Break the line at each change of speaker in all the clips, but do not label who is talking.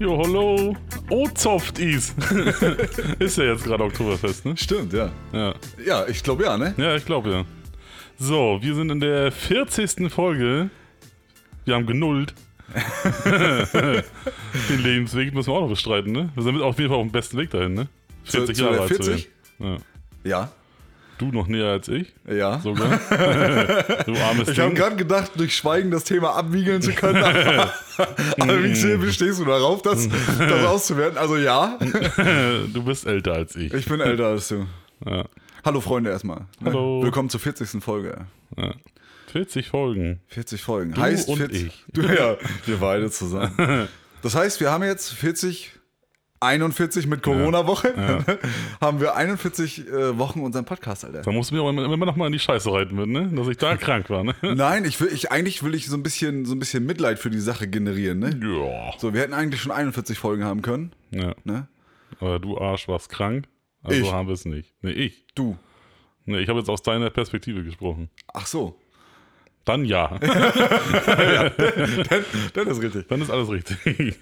Jo, hallo. Ozoft is. ist ja jetzt gerade Oktoberfest, ne?
Stimmt, ja.
Ja.
Ja, ich glaube ja, ne?
Ja, ich glaube ja. So, wir sind in der 40. Folge. Wir haben genullt. Den Lebensweg müssen wir auch noch bestreiten, ne? Wir sind auf jeden Fall auf dem besten Weg dahin, ne?
Zu-
40
zu
Jahre
der
alt zu
40?
werden.
Ja.
Ja. Du noch näher als ich,
Ja.
sogar. du armes
Ich habe
Ding.
gerade gedacht, durch Schweigen das Thema abwiegeln zu können. Aber, aber
Mm.
wie schnell bestehst du darauf, das, das auszuwerten? Also ja,
Du bist älter als ich.
ich bin älter als du.
Ja.
Hallo Freunde erstmal. ne?
Hallo.
Willkommen zur 40. Folge.
Ja. 40 Folgen.
40 Folgen. heißt
und
40,
ich.
Du, ja, wir beide zusammen. Das heißt, wir haben jetzt 40, 41 mit Corona-Woche, haben wir 41 äh, Wochen unseren Podcast, Alter.
Da musst du mir aber immer immer noch mal in die Scheiße reiten mit, ne? Dass ich da krank war, ne?
Nein, ich will, ich, eigentlich will ich so ein bisschen, so ein bisschen Mitleid für die Sache generieren, ne?
Ja.
So, wir hätten eigentlich schon 41 Folgen haben können,
ja.
ne?
Aber du Arsch warst krank. Also
Ich.
haben wir es nicht. Nee, ich.
Du.
Nee, ich habe jetzt aus deiner Perspektive gesprochen.
Ach so.
Dann ja.
Das ist richtig.
Dann ist alles richtig.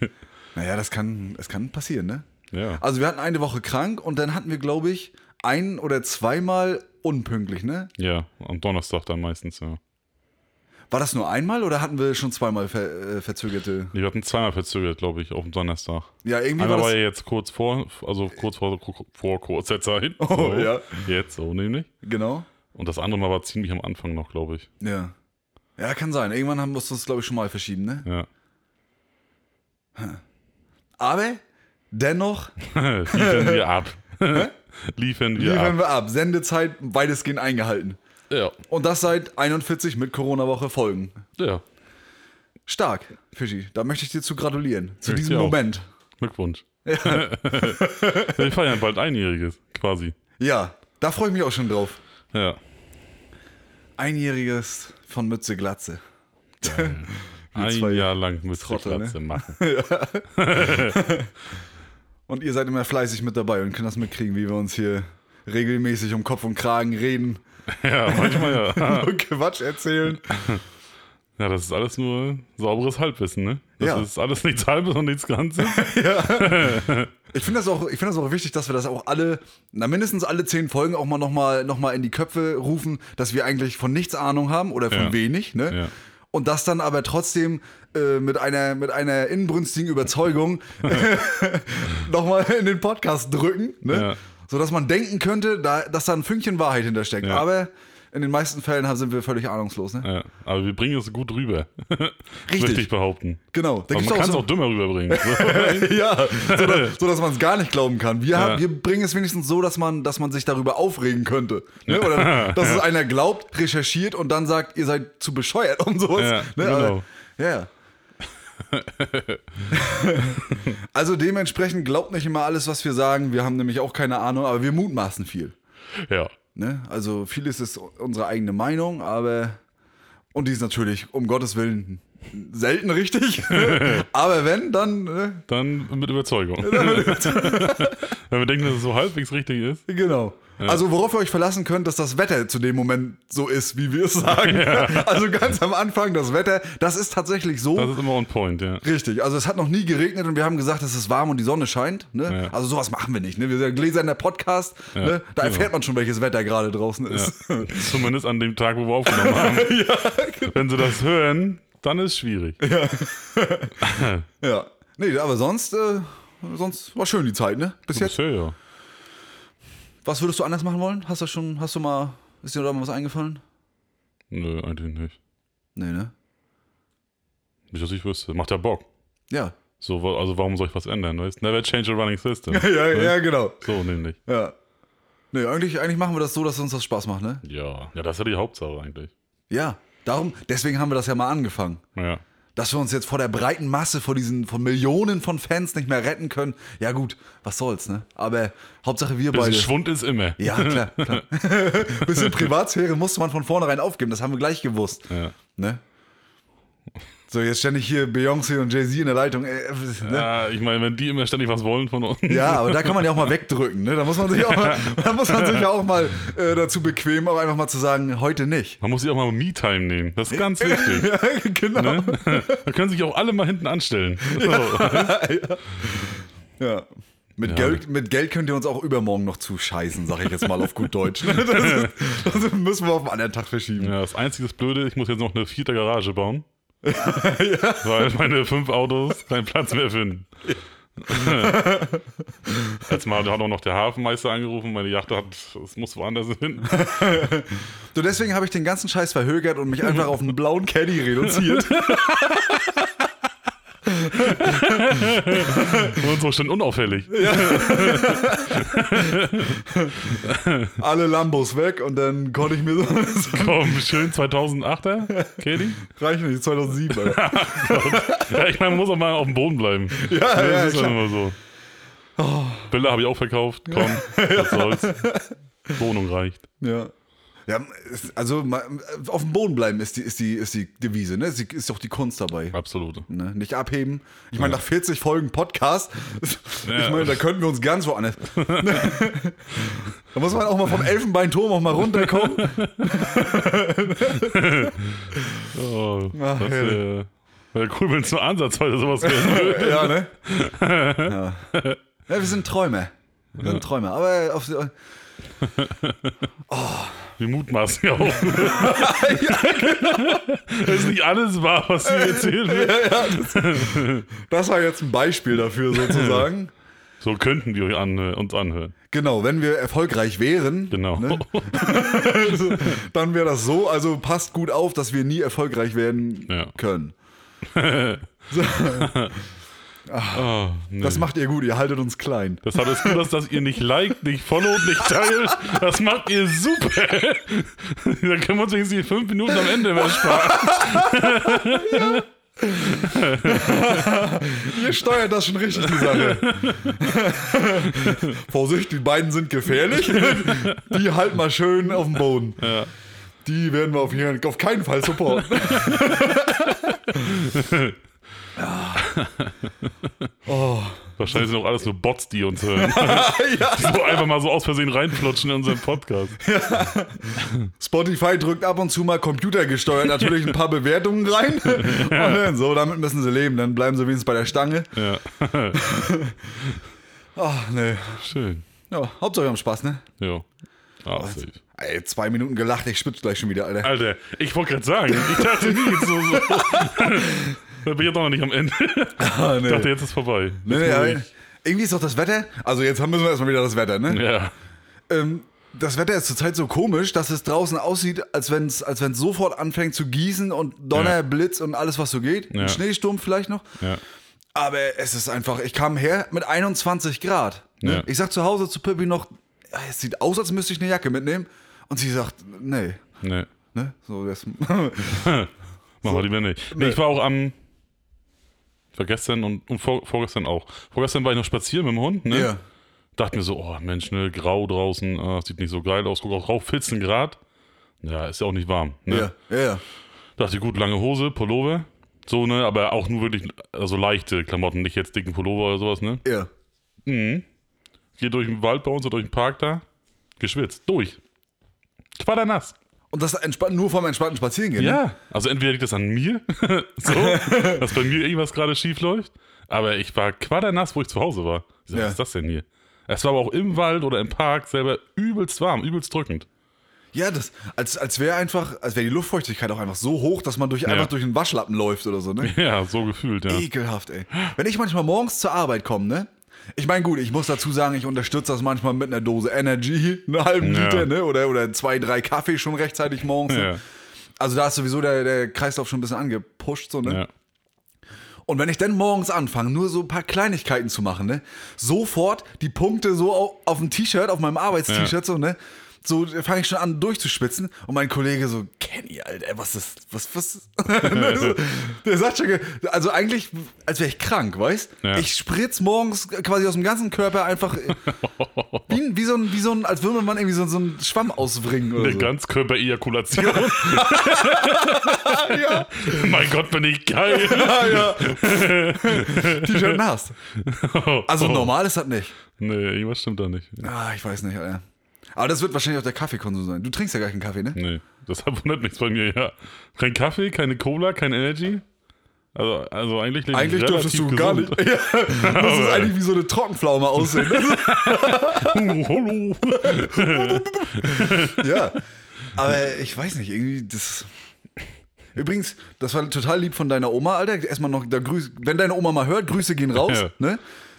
Naja, das kann, das kann passieren, ne?
ja.
Also wir hatten eine Woche krank und dann hatten wir, glaube ich, ein oder zweimal unpünktlich, ne?
Ja, am Donnerstag dann meistens, ja.
War das nur einmal oder hatten wir schon zweimal ver, äh, verzögerte?
Wir hatten zweimal verzögert, glaube ich, auf dem Donnerstag.
Ja, irgendwie
Einmal
war
war
das.
ja jetzt kurz vor, also kurz vor, vor kurzer Zeit.
Oh, ja.
Jetzt so nämlich.
Genau.
Und das andere Mal war ziemlich am Anfang noch, glaube ich.
Ja. Ja, kann sein. Irgendwann haben wir es uns, glaube ich, schon mal verschieben, ne?
Ja.
Aber dennoch
Liefern wir ab. Liefern wir
liefern
ab.
wir ab. Sendezeit weitestgehend eingehalten.
Ja.
Und das seit 41 mit Corona-Woche Folgen.
ja.
Stark, Fischi. Da möchte ich dir zu gratulieren. Zu
Ja, ich
diesem
auch.
Moment.
Glückwunsch. wir feiern bald Einjähriges, quasi.
Ja, da freue ich mich auch schon drauf.
Ja.
Einjähriges von Mütze Glatze.
Ein
zwei
Jahr lang müsst ihr
Trottel, ne?
Platze machen.
Und ihr seid immer fleißig mit dabei und könnt das mitkriegen, wie wir uns hier regelmäßig um Kopf und Kragen reden
Ja, manchmal ja.
und Quatsch erzählen.
Ja, das ist alles nur sauberes Halbwissen, ne? Das
Ja.
ist alles nichts Halbes und nichts Ganzes.
Ich finde das, auch- ich find das auch wichtig, dass wir das auch alle, na mindestens alle zehn Folgen auch mal nochmal noch mal in die Köpfe rufen, dass wir eigentlich von nichts Ahnung haben oder von
Ja.
wenig, ne?
Ja.
Und das dann aber trotzdem äh, mit, einer, mit einer inbrünstigen Überzeugung nochmal in den Podcast drücken, ne?
Ja.
Sodass man denken könnte, da, dass da ein Fünkchen Wahrheit hintersteckt.
Ja.
Aber in den meisten Fällen haben- sind wir völlig ahnungslos, ne?
Ja, aber wir bringen es gut rüber.
Richtig.
Möchte ich behaupten.
Genau.
Aber
Da
man
gibt's
kann es
so-
auch dümmer rüberbringen. So.
Ja, so, da, so dass man es gar nicht glauben kann. Wir, haben,
Ja.
wir bringen es wenigstens so, dass man, dass man sich darüber aufregen könnte. Ne? Oder dass es einer glaubt, recherchiert und dann sagt, ihr seid zu bescheuert und sowas.
Ja,
ne?
genau.
Aber- ja, ja. also dementsprechend glaubt nicht immer alles, was wir sagen. Wir haben nämlich auch keine Ahnung, aber wir mutmaßen viel.
ja.
Ne? Also vieles ist unsere eigene Meinung, aber und die ist natürlich, um Gottes Willen, selten richtig. ne? aber wenn, dann ne?
Dann mit Überzeugung. Wenn wir denken, dass es so halbwegs richtig ist.
Genau. Also worauf ihr euch verlassen könnt, dass das Wetter zu dem Moment so ist, wie wir es sagen. Also ganz am Anfang das Wetter, das ist tatsächlich so.
Das ist immer on point, ja.
Richtig, also es hat noch nie geregnet und wir haben gesagt, es ist warm und die Sonne scheint. Ne?
Ja.
Also sowas machen wir nicht. Ne? Wir sind ja Gläser in der Podcast. ne? Da
Genau.
erfährt man schon, welches Wetter gerade draußen
ja.
ist.
Zumindest an dem Tag, wo wir aufgenommen haben.
genau.
Wenn sie das hören, dann ist schwierig.
Ja. Nee, aber sonst, äh, sonst war schön die Zeit, ne? Bis jetzt.
Bisher, ja.
Was würdest du anders machen wollen? Hast du schon, hast du mal, ist dir da mal was eingefallen?
Nö, eigentlich nicht.
Nee, ne?
Nicht, dass ich wüsste. Macht ja Bock.
Ja.
So, wa- also warum soll ich was ändern? Weißt? Never change a running system.
Ja, ja, genau.
So nämlich.
Ja. Nee, eigentlich, eigentlich machen wir das so, dass uns das Spaß macht, ne?
Ja. Ja, das ist ja die Hauptsache eigentlich.
Ja. Darum, deswegen haben wir das ja mal angefangen.
Ja.
Dass wir uns jetzt vor der breiten Masse, vor diesen, von Millionen von Fans nicht mehr retten können. Ja, gut, was soll's, ne? Aber Hauptsache wir
Bisschen
beide.
Schwund ist immer.
Ja, klar, klar. Bisschen Privatsphäre musste man von vornherein aufgeben, das haben wir gleich gewusst.
Ja.
Ne? So, jetzt ständig hier Beyoncé und Jay-Z in der Leitung. Äh, ne?
Ja, ich meine, wenn die immer ständig was wollen von uns.
Ja, aber da kann man ja auch mal wegdrücken. Ne? Da muss man sich auch mal, da muss man sich ja auch mal äh, dazu bequemen, auch einfach mal zu sagen, heute nicht.
Man muss sich auch mal Me-Time nehmen. Das ist ganz wichtig.
Ja, genau.
Ne? Da können sich auch alle mal hinten anstellen.
Ja. Mit, Geld, mit Geld könnt ihr uns auch übermorgen noch zuscheißen, sage ich jetzt mal auf gut Deutsch. Ne? Das, das müssen wir auf einen anderen Tag verschieben.
Ja, das einzige ist blöde, ich muss jetzt noch eine vierte Garage bauen. Weil meine fünf Autos keinen Platz mehr finden. Letztes Mal hat auch noch der Hafenmeister angerufen, meine Yacht hat, es muss woanders hin.
So, deswegen habe ich den ganzen Scheiß verhögert und mich einfach auf einen blauen Caddy reduziert.
Und so schön unauffällig.
Alle Lambos weg und dann konnte ich mir so. Das
Komm, schön 2008er, Katie.
reicht nicht, 2007. Alter.
Ja, ich meine, man muss auch mal auf dem Boden bleiben.
Ja,
das
ja,
ist
klar. Oh.
dann immer so. Bilder habe ich auch verkauft. Komm, was soll's. Wohnung reicht.
Ja. Ja, es- also ma- auf dem Boden bleiben ist die, ist die, ist die Devise, ne? Ist, die, ist doch die Kunst dabei.
Absolut.
Ne? Nicht abheben. Ich meine, nach 40 Folgen Podcast, ich meine, da könnten wir uns ganz woanders. da muss man auch mal vom Elfenbeinturm auch mal runterkommen.
Oh,
Ach,
das
herrlich.
wäre wär cool, wenn es nur ansatzweise sowas wäre.
ja, ne? Ja. ja, wir sind Träume. Wir sind Träume. Aber auf, ja,
Wir mutmaßen ja auch. Das ist nicht alles wahr, was hier erzählt wird.
ja, das, das war jetzt ein Beispiel dafür sozusagen.
So könnten die euch anhö- uns anhören.
Genau, wenn wir erfolgreich wären,
Genau.
ne, dann wäre das so. Also passt gut auf, dass wir nie erfolgreich werden
Ja.
können.
Ah, nee.
Das
das,
macht ihr gut, ihr haltet uns klein.
hat es gut, dass, dass ihr nicht liked, nicht followed, nicht teilt. Das macht ihr super. Dann können wir uns wenigstens die fünf Minuten am Ende mehr sparen.
Ihr steuert das schon richtig, die Sache. Vorsicht, die beiden sind gefährlich. Die halt mal schön auf dem Boden. Die werden wir auf, jeden, auf keinen Fall supporten. Oh.
Wahrscheinlich sind auch alles nur Bots, die uns hören.
ja.
Die so einfach mal so aus Versehen reinflutschen in unseren Podcast.
Spotify drückt ab und zu mal computergesteuert natürlich ein paar Bewertungen rein. Und dann, so, damit müssen sie leben. Dann bleiben sie wenigstens bei der Stange.
Ja.
Ach, nee.
Schön.
ne. Ja, Hauptsache wir haben Spaß, ne?
Ja. Ah, safe.
Ey, zwei Minuten gelacht, ich spitze gleich schon wieder, Alter.
Alter, ich wollte gerade sagen, ich dachte nie jetzt so. so. da bin ich doch noch nicht am Ende.
Ah, nee.
Ich dachte, jetzt ist vorbei. Jetzt
Nee, ja,
muss ich-
irgendwie ist doch das Wetter. Also jetzt haben- müssen wir erstmal wieder das Wetter, ne?
ja.
Ähm, das Wetter ist zurzeit so komisch, dass es draußen aussieht, als wenn es als wenn's sofort anfängt zu gießen und Donner,
Ja.
Blitz und alles, was so geht.
Ja.
Ein Schneesturm vielleicht noch.
ja.
Aber es ist einfach, ich kam her mit 21 Grad. Ne?
Ja.
Ich sag zu Hause zu Pippi noch, "Ja, es sieht aus, als müsste ich eine Jacke mitnehmen. Und sie sagt, nee.
Nee.
Ne? So, das,
Machen wir lieber nicht. Nee, ich war auch am. Ich war gestern und, und vor, vorgestern auch. Vorgestern war ich noch spazieren mit dem Hund, ne?
ja.
Dachte mir so, oh Mensch, ne, grau draußen, ah, sieht nicht so geil aus. Guck auch drauf, 14 Grad. Ja, ist ja auch nicht warm. Ne?
Ja, ja, ja.
Dachte gut, lange Hose, Pullover. So, ne, aber auch nur wirklich, also leichte Klamotten, nicht jetzt dicken Pullover oder sowas, ne?
ja.
Geht durch den Wald bei uns oder durch den Park da. Geschwitzt. Durch. Quadernass.
Und das entspannt, nur vom entspannten Spazierengehen. Ne?
Ja. Also entweder liegt das an mir, so, dass bei mir irgendwas gerade schief läuft, aber ich war quadernass, wo ich zu Hause war. Ich sag,
Ja.
Was ist das denn hier? Es war aber auch im Wald oder im Park selber übelst warm, übelst drückend.
Ja, das, als, als wäre einfach, als wäre die Luftfeuchtigkeit auch einfach so hoch, dass man durch, einfach durch den Waschlappen läuft oder so, ne?
Ja, so gefühlt, ja.
Ekelhaft, ey. Wenn ich manchmal morgens zur Arbeit komme, ne? Ich meine, gut, ich muss dazu sagen, ich unterstütze das manchmal mit einer Dose Energy, einer halben
Ja.
Liter, ne? Oder, oder zwei, drei Kaffee schon rechtzeitig morgens. Ne?
Ja,
Also da ist sowieso der, der Kreislauf schon ein bisschen angepusht, so, ne?
ja.
Und wenn ich dann morgens anfange, nur so ein paar Kleinigkeiten zu machen, ne? Sofort die Punkte so auf, auf dem T-Shirt, auf meinem Arbeitst-T-Shirt, so, ne? So fange ich schon an durchzuspitzen und mein Kollege so, Kenny, Alter, ey, was ist, was, was? also, der sagt schon, also eigentlich, als wäre ich krank, weißt?
Ja.
Ich spritz morgens quasi aus dem ganzen Körper einfach äh, wie, ein- wie so ein, wie so ein, als würde man irgendwie so, so einen Schwamm auswringen oder
Eine
so.
Ganzkörper-Ejakulation.
Ah, ja,
mein Gott, bin ich geil.
ja, ja. T-Shirt nass. Also normal ist das nicht.
Nee, irgendwas stimmt da nicht.
Ah, ich weiß nicht, Alter. Aber das wird wahrscheinlich auch der Kaffeekonsum sein. Du trinkst ja gar keinen Kaffee, ne?
Nee, das wundert mich bei mir, ja. Kein Kaffee, keine Cola, kein Energy. Also, also eigentlich lebe ich
Eigentlich dürftest du
relativ
gar
gesund.
nicht. Ja, das ist eigentlich wie so eine Trockenpflaume aussehen. ne?
Oh, hallo.
ja. Aber ich weiß nicht, irgendwie das. Übrigens, das war total lieb von deiner Oma, Alter. Erstmal noch, da grüß, wenn deine Oma mal hört, Grüße gehen raus.
Ja.
Ne?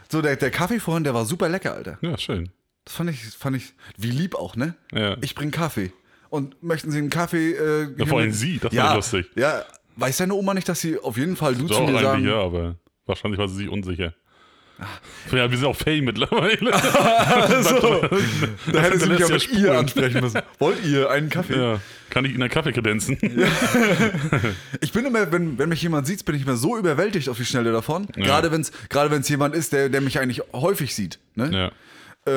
So, der, der Kaffee vorhin, der war super lecker, Alter.
Ja, schön.
Das fand ich, fand ich, wie lieb auch, ne?
Ja.
Ich bring Kaffee. Und möchten Sie einen Kaffee? Äh,
vor allem sie, das
ja,
war lustig.
Ja, weiß deine Oma nicht, dass sie auf jeden Fall du zu
Doch,
mir
eigentlich
sagen?
ja, aber wahrscheinlich war sie sich unsicher. Ja, wir sind auch fame mittlerweile.
so. Da hätte sie mich
hinterlässt
ja
ja
mit ihr
Spuren.
ansprechen müssen. Wollt ihr einen Kaffee?
ja. Kann ich Ihnen einen Kaffee kredenzen?
Ich bin immer, wenn, wenn mich jemand sieht, bin ich immer so überwältigt auf die Schnelle davon. Gerade wenn es gerade wenn's jemand ist, der, der mich eigentlich häufig sieht. Ne?
Ja.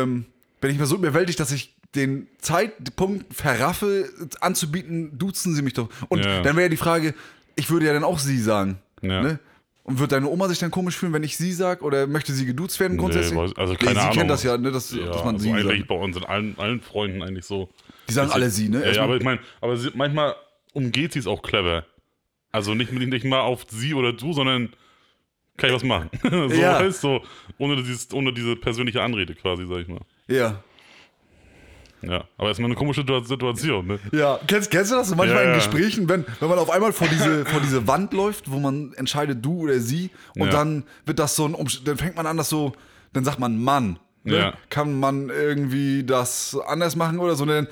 Ähm, bin ich immer so überwältigt, dass ich den Zeitpunkt verraffe, anzubieten, duzen sie mich doch. Und
Ja.
dann wäre ja die Frage, ich würde ja dann auch sie sagen.
Ja.
Ne? Und wird deine Oma sich dann komisch fühlen, wenn ich sie sage? Oder möchte sie geduzt werden grundsätzlich?
weiß- also keine
sie
Ahnung.
kennt das ja, ne, dass,
ja,
dass man
also
sie
eigentlich
sagt.
bei uns in allen, allen Freunden eigentlich so.
Die sagen alle sie, ne?
Ja, ja,
Erstmal-
aber ich meine, aber sie, manchmal umgeht sie es auch clever. Also nicht, mit- nicht mal auf sie oder du, sondern kann ich was machen. so
Ja.
weißt du, so, ohne, dieses, ohne diese persönliche Anrede quasi, sag ich mal.
ja.
Ja, aber erstmal eine komische Situa- Situation, ne?
Ja, kennst, kennst du das so manchmal
Ja,
in
ja.
Gesprächen, wenn, wenn man auf einmal vor diese, vor diese Wand läuft, wo man entscheidet, du oder sie, und
Ja.
dann wird das so ein, Umst- dann fängt man an, das so, dann sagt man Mann. Ne?
Ja.
Kann man irgendwie das anders machen oder so? Und Dann,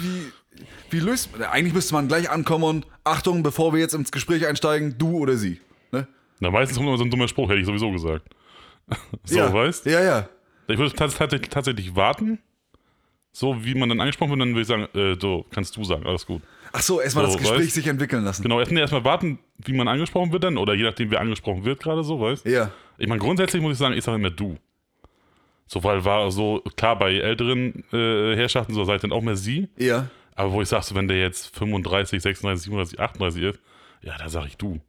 wie, wie löst man, eigentlich müsste man gleich ankommen und Achtung, bevor wir jetzt ins Gespräch einsteigen, du oder sie. Ne?
Na, meistens kommt immer so ein dummer Spruch, hätte ich sowieso gesagt. so,
ja.
weißt
Ja, ja.
Ich würde tats tatsächlich- tatsächlich warten, so wie man dann angesprochen wird, und dann würde ich sagen, äh, so, kannst du sagen, alles gut.
Ach so, erstmal
So,
das Gespräch
weißt-
sich entwickeln lassen.
Genau, erstmal erst mal warten, wie man angesprochen wird dann, oder je nachdem, wer angesprochen wird gerade so, weißt
Ja.
Ich meine, grundsätzlich muss ich sagen, ich sage immer du. So, weil war so, klar, bei älteren äh, Herrschaften so, seid dann auch mehr sie.
Ja.
Aber wo ich sage, so, wenn der jetzt 35, 36, 37, 38 ist, ja, da sage ich du.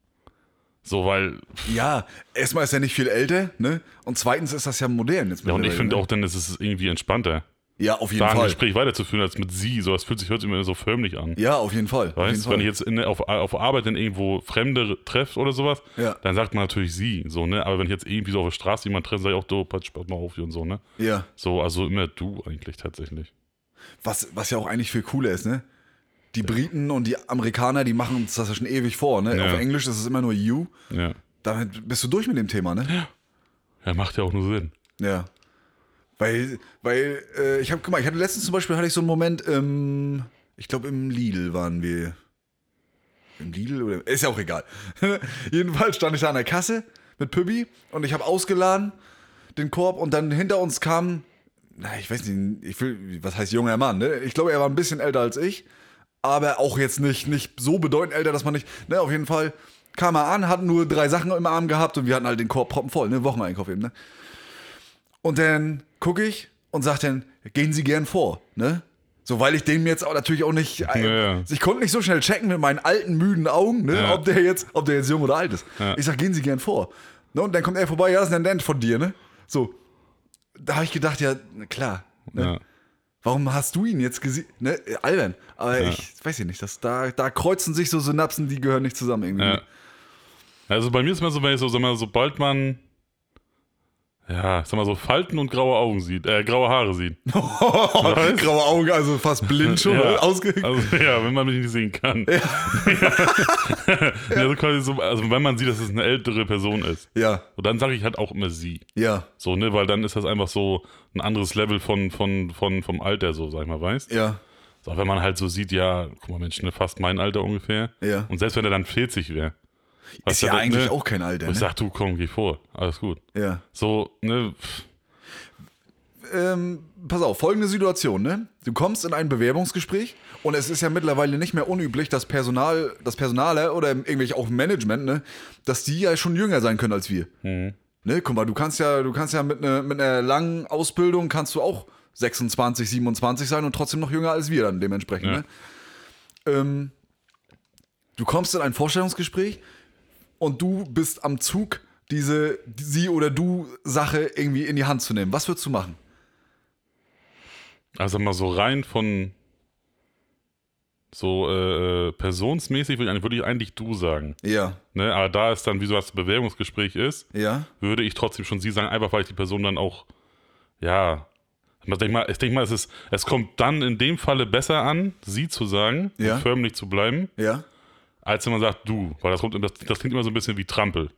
So, weil,
Ja. Erstmal ist er nicht viel älter, ne? Und zweitens ist das ja modern jetzt
ja, und ich
mittlerweile,
finde
ne?
auch, dann ist es irgendwie entspannter,
Ja, auf jeden
da ein
Fall.
Gespräch weiterzuführen, als mit sie. So, das fühlt sich, hört sich immer so förmlich an.
Ja, auf jeden Fall. auf jeden
Weißt du,
Fall.
wenn ich jetzt in, auf, auf Arbeit dann irgendwo Fremde treffe oder sowas,
Ja.
dann sagt man natürlich sie, so, ne? Aber wenn ich jetzt irgendwie so auf der Straße jemanden treffe, sage ich auch, du, pass pass mal auf hier und so, ne?
ja,
So, also immer du eigentlich tatsächlich.
was, was ja auch eigentlich viel cooler ist, ne? Die Briten und die Amerikaner, die machen uns das ja schon ewig vor, ne?
Ja.
Auf Englisch ist es immer nur you.
Ja.
Damit bist du durch mit dem Thema, ne?
Ja, macht ja auch nur Sinn.
Ja. Weil, weil, äh, ich habe, guck mal, ich hatte letztens zum Beispiel hatte ich so einen Moment, ähm, ich glaube im Lidl waren wir. Im Lidl oder. Ist ja auch egal. Jedenfalls stand ich da an der Kasse mit Pübbi und ich habe ausgeladen den Korb und dann hinter uns kam, na, ich weiß nicht, ich will, was heißt junger Mann, ne? Ich glaube, er war ein bisschen älter als ich, aber auch jetzt nicht, nicht so bedeutend älter, dass man nicht, ne, auf jeden Fall kam er an, hat nur drei Sachen im Arm gehabt und wir hatten halt den Korb proppenvoll, ne? Wocheneinkauf eben, ne? Und dann gucke ich und sage dann, gehen Sie gern vor, ne? So, weil ich den jetzt auch natürlich auch nicht. äh,
Ja, ja.
Ich konnte nicht so schnell checken mit meinen alten, müden Augen, ne,
Ja.
ob, der jetzt, ob der jetzt jung oder alt ist.
Ja.
Ich sag, gehen Sie gern vor. Ne, und dann kommt er vorbei, ja, das ist ein Dent von dir, ne? So. Da habe ich gedacht, ja, na klar. Ne?
Ja.
Warum hast du ihn jetzt gesehen? Ne, äh, albern. Aber ich weiß ja nicht, das, da, da kreuzen sich so Synapsen, die gehören nicht zusammen irgendwie.
Ja. Also bei mir ist immer so, wenn ich so, sag mal, sobald man, ja, ich sag mal so Falten und graue Augen sieht, äh, graue Haare sieht.
Graue Augen, also fast blind schon
Ja.
ausge.
Also ja, wenn man mich nicht sehen kann. Ja. Also, quasi so, also wenn man sieht, dass es eine ältere Person ist.
Ja,
Und dann sage ich halt auch immer sie.
ja,
So, ne, weil dann ist das einfach so ein anderes Level von, von, von, vom Alter, so, sag ich mal, weißt
ja,
So, wenn man halt so sieht, ja, guck mal, Mensch, ne, fast mein Alter ungefähr.
Ja.
Und selbst wenn er dann 40 wäre.
Ist ja eigentlich auch kein Alter,
ne, Ich
ne?
sag, du komm, geh vor. Alles gut.
Ja.
So, ne, pff,
ähm, pass auf, folgende Situation, ne? Du kommst in ein Bewerbungsgespräch und es ist ja mittlerweile nicht mehr unüblich, dass Personal, das Personale oder irgendwelche auch Management, ne, dass die ja schon jünger sein können als wir. Ne, guck mal, du kannst ja, du kannst ja mit einer mit einer langen Ausbildung kannst du auch 26, 27 sein und trotzdem noch jünger als wir dann dementsprechend,
Ja.
ne? Ähm, du kommst in ein Vorstellungsgespräch und du bist am Zug, diese sie oder du Sache irgendwie in die Hand zu nehmen. Was würdest du machen?
Also mal so rein von so äh, äh, personsmäßig würde ich, eigentlich- würde ich eigentlich du sagen.
Ja,
Ne? Aber da es dann, wie so das Bewerbungsgespräch ist,
ja.
würde ich trotzdem schon sie sagen, einfach weil ich die Person dann auch, ja, ich denke mal, ich denk mal es, ist, es kommt dann in dem Falle besser an, sie zu sagen,
Ja.
und förmlich zu bleiben,
Ja.
als wenn man sagt du, weil das, kommt, das, das klingt immer so ein bisschen wie Trampel.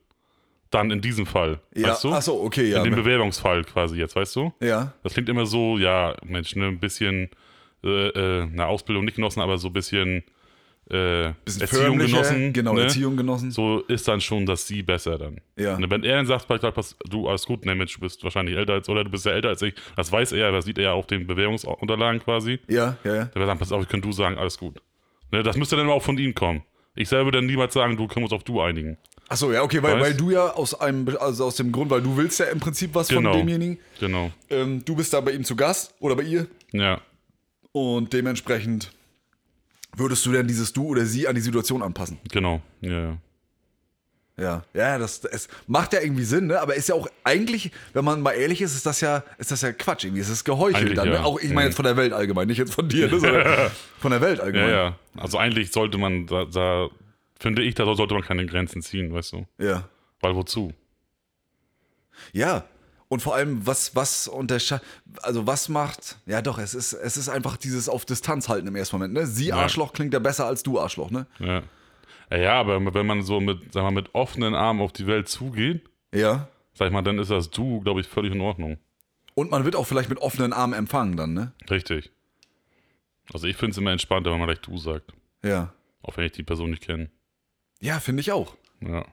Dann in diesem Fall,
Ja.
weißt du?
Ach so, okay, ja. genau.
in dem Bewerbungsfall quasi jetzt, weißt du?
ja.
Das klingt immer so, ja, Mensch, ne, ein bisschen, äh, äh, eine Ausbildung nicht genossen, aber so ein bisschen, äh,
Bisschen
Erziehung
förmlicher,
genossen.
Genau,
ne?
Erziehung genossen.
So ne? ist dann schon das Sie besser dann.
Ja.
Und wenn er dann sagt, vielleicht sagt, pass, du, alles gut, ne, Mensch, du bist wahrscheinlich älter als, oder du bist ja älter als ich, das weiß er, das sieht er ja auf den Bewährungsunterlagen quasi.
Ja, ja, ja.
Dann wird er sagen, pass auf, ich kann du sagen, alles gut. Ne, das müsste dann aber auch von ihm kommen. Ich selber würde dann niemals sagen, du können wir uns auf du einigen.
Ach so, ja, okay, weil,
Weiß.
weil du ja aus einem, also aus dem Grund, weil du willst ja im Prinzip was
Genau.
von demjenigen.
Genau.
Ähm, du bist da bei ihm zu Gast oder bei ihr
Ja.
und dementsprechend würdest du dann dieses Du oder Sie an die Situation anpassen.
Genau. Ja, ja.
Ja, ja, das, es macht ja irgendwie Sinn, ne? Aber ist ja auch eigentlich, wenn man mal ehrlich ist, ist das ja, ist das ja Quatsch irgendwie. Es ist Geheuchel
Eigentlich
dann,
ja.
ne? Auch ich meine
Mhm.
jetzt von der Welt allgemein, nicht jetzt von dir, ne, sondern von der Welt
Ja,
allgemein.
ja. Also eigentlich sollte man da, da finde ich, da sollte man keine Grenzen ziehen, weißt du?
ja.
Weil wozu?
Ja. Und vor allem, was, was unterscheidet, also was macht, ja doch, es ist, es ist einfach dieses auf Distanz halten im ersten Moment, ne? Sie Arschloch klingt ja besser als du Arschloch, ne?
Ja. Ja, Ja, aber wenn man so mit, sag mal, mit offenen Armen auf die Welt zugeht,
Ja.
sag ich mal, dann ist das du, glaube ich, völlig in Ordnung.
Und man wird auch vielleicht mit offenen Armen empfangen dann, ne?
Richtig. Also ich finde es immer entspannter, wenn man gleich du sagt.
Ja.
Auch wenn ich die Person nicht kenne.
Ja, finde ich auch.
Ja.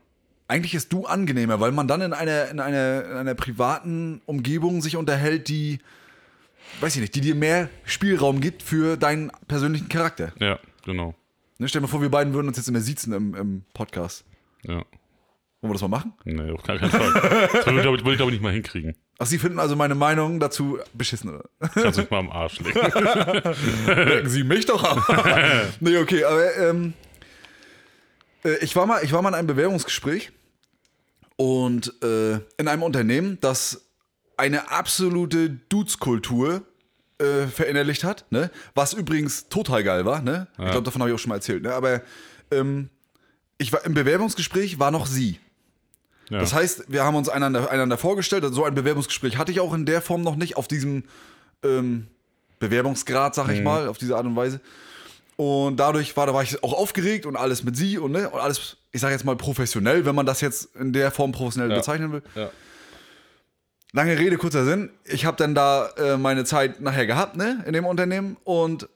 Eigentlich ist du angenehmer, weil man dann in einer, in einer, in einer privaten Umgebung sich unterhält, die, weiß ich nicht, die dir mehr Spielraum gibt für deinen persönlichen Charakter.
Ja, genau.
Ne? Stell dir mal vor, wir beiden würden uns jetzt immer siezen im, im Podcast.
Ja.
Wollen wir das mal machen?
Nee, auf gar keinen Fall. Das würde ich, glaube ich, würd ich, glaub ich, nicht mal hinkriegen.
Ach, Sie finden also meine Meinung dazu beschissen, oder?
Kannst mich mal am Arsch legen.
Lecken Äh. Sie mich doch an. nee, okay, aber ähm, äh, ich, war mal, ich war mal in einem Bewerbungsgespräch und äh, in einem Unternehmen, das eine absolute Dudes-Kultur äh, verinnerlicht hat, ne? was übrigens total geil war. Ne? Ich glaube, davon habe ich auch schon mal erzählt. Ne? Aber ähm, ich war, im Bewerbungsgespräch war noch sie.
Ja.
Das heißt, wir haben uns einander, einander vorgestellt. Also so ein Bewerbungsgespräch hatte ich auch in der Form noch nicht, auf diesem ähm, Bewerbungsgrad, sag ich
Mhm.
mal, auf diese Art und Weise. Und dadurch war, da war ich auch aufgeregt und alles mit sie und, ne, und alles, ich sage jetzt mal professionell, wenn man das jetzt in der Form professionell bezeichnen will.
ja.
Lange Rede, kurzer Sinn. Ich habe dann da äh, meine Zeit nachher gehabt, ne, in dem Unternehmen. Und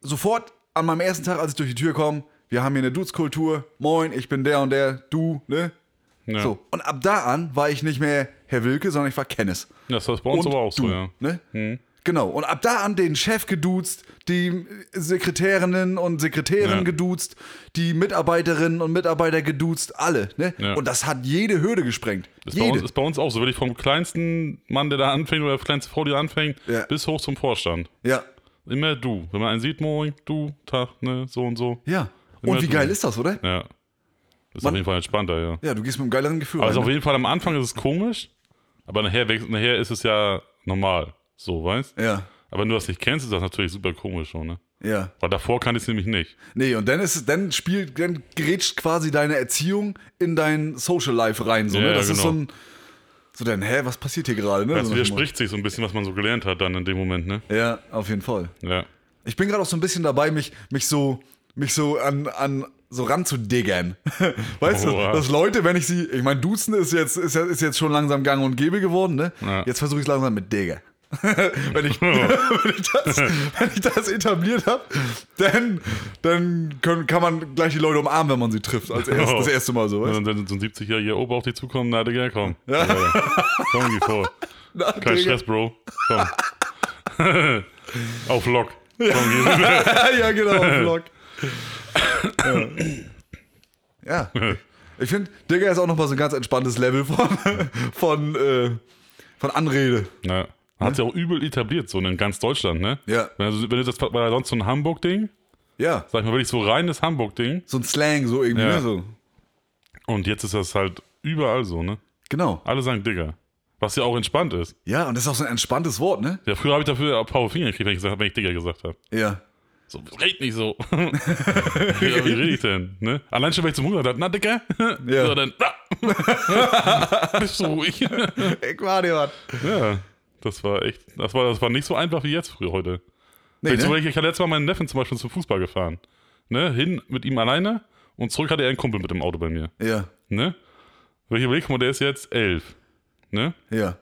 sofort an meinem ersten Tag, als ich durch die Tür komme, wir haben hier eine Dudes-Kultur. Moin, ich bin der und der, du, ne?
Ja.
So. Und ab da an war ich nicht mehr Herr Wilke, sondern ich war Kenneth.
Das war bei uns
Und
aber auch
du,
so, ja. Mhm.
ne? Genau. Und ab da an den Chef geduzt, die Sekretärinnen und Sekretären
Ja.
geduzt, die Mitarbeiterinnen und Mitarbeiter geduzt, alle. Ne?
Ja.
Und das hat jede Hürde gesprengt.
Ist bei,
jede.
uns, ist bei uns auch so, wirklich vom kleinsten Mann, der da anfängt, oder kleinste Frau, die da anfängt,
Ja.
bis hoch zum Vorstand.
ja.
Immer du. Wenn man einen sieht, moin, du, Tag, ne, so und so.
Ja.
Immer
Und wie
du.
geil ist das, oder?
Ja. Ist auf
Man-
jeden Fall entspannter, ja.
Ja, du gehst mit einem geileren Gefühl
Also
rein. ne?
auf jeden Fall am Anfang ist es komisch, aber nachher, wechs- nachher ist es ja normal. So, weißt
ne? Ja.
Aber wenn du das nicht kennst, ist das natürlich super komisch schon, ne?
Ja.
Weil davor kann ich es nämlich nicht.
Nee, und dann ist es- dann spielt, dann gerätscht quasi deine Erziehung in dein Social Life rein. So,
Ja,
ne? Das ist
genau.
so ein. So dann, hä, was passiert hier gerade? Ne?
Das
So nach dem Motto.
widerspricht sich so ein bisschen, was man so gelernt hat dann in dem Moment, ne?
Ja, auf jeden Fall.
Ja.
Ich bin gerade auch so ein bisschen dabei, mich, mich so, mich so an, an so ranzudiggern. weißt du,
Oha.
dass Leute, wenn ich sie, ich meine, duzen ist jetzt, ist, ja- ist jetzt schon langsam gang und gäbe geworden, ne?
Ja.
Jetzt versuche ich es langsam mit Digger. wenn, ich, wenn, ich das, wenn ich das etabliert habe, dann, dann können, kann man gleich die Leute umarmen, wenn man sie trifft. Als
Oh.
erst, das erste Mal so, weißt
Und dann so ein 70er-Jähriger Opa auf dich zukommen, na Digga, komm. Ja. Komm, geh vor.
Na,
Kein
Digga.
Stress, Bro. Komm. auf Lock. Komm, geh
ja, genau, Vlog. ja. ja. Ich finde, Digga ist auch nochmal so ein ganz entspanntes Level von, von, äh, von Anrede.
Ja. Hat ja auch übel etabliert, so in ganz Deutschland, ne?
Ja.
Wenn, also, wenn du das war ja sonst so ein Hamburg-Ding,
Ja.
sag ich mal wirklich so reines Hamburg-Ding.
So ein Slang, so irgendwie.
Ja.
Ne, so.
Und jetzt ist das halt überall so, ne?
Genau.
Alle sagen Digga. Was ja auch entspannt ist.
Ja, und das ist auch so ein entspanntes Wort, ne?
Ja, früher habe ich dafür auch Power Finger gekriegt, wenn ich, gesagt, hab, wenn ich Digga gesagt habe.
Ja.
So, red nicht so. ja, wie rede ich denn? Ne? Allein schon, wenn ich zum Hunger habe, na Digga.
Ja.
So, dann, na. Bist du ruhig?
Ich war dir was.
ja, das war echt, das war, das war nicht so einfach wie jetzt früher heute.
Nee,
ich, zum
ne?
Beispiel, ich hatte letztes Mal meinen Neffen zum Beispiel zum Fußball gefahren. Ne? Hin mit ihm alleine und zurück hatte er einen Kumpel mit dem Auto bei mir.
Ja.
Ne? Wenn ich überlege, guck mal, der ist jetzt elf. Ne?
Ja.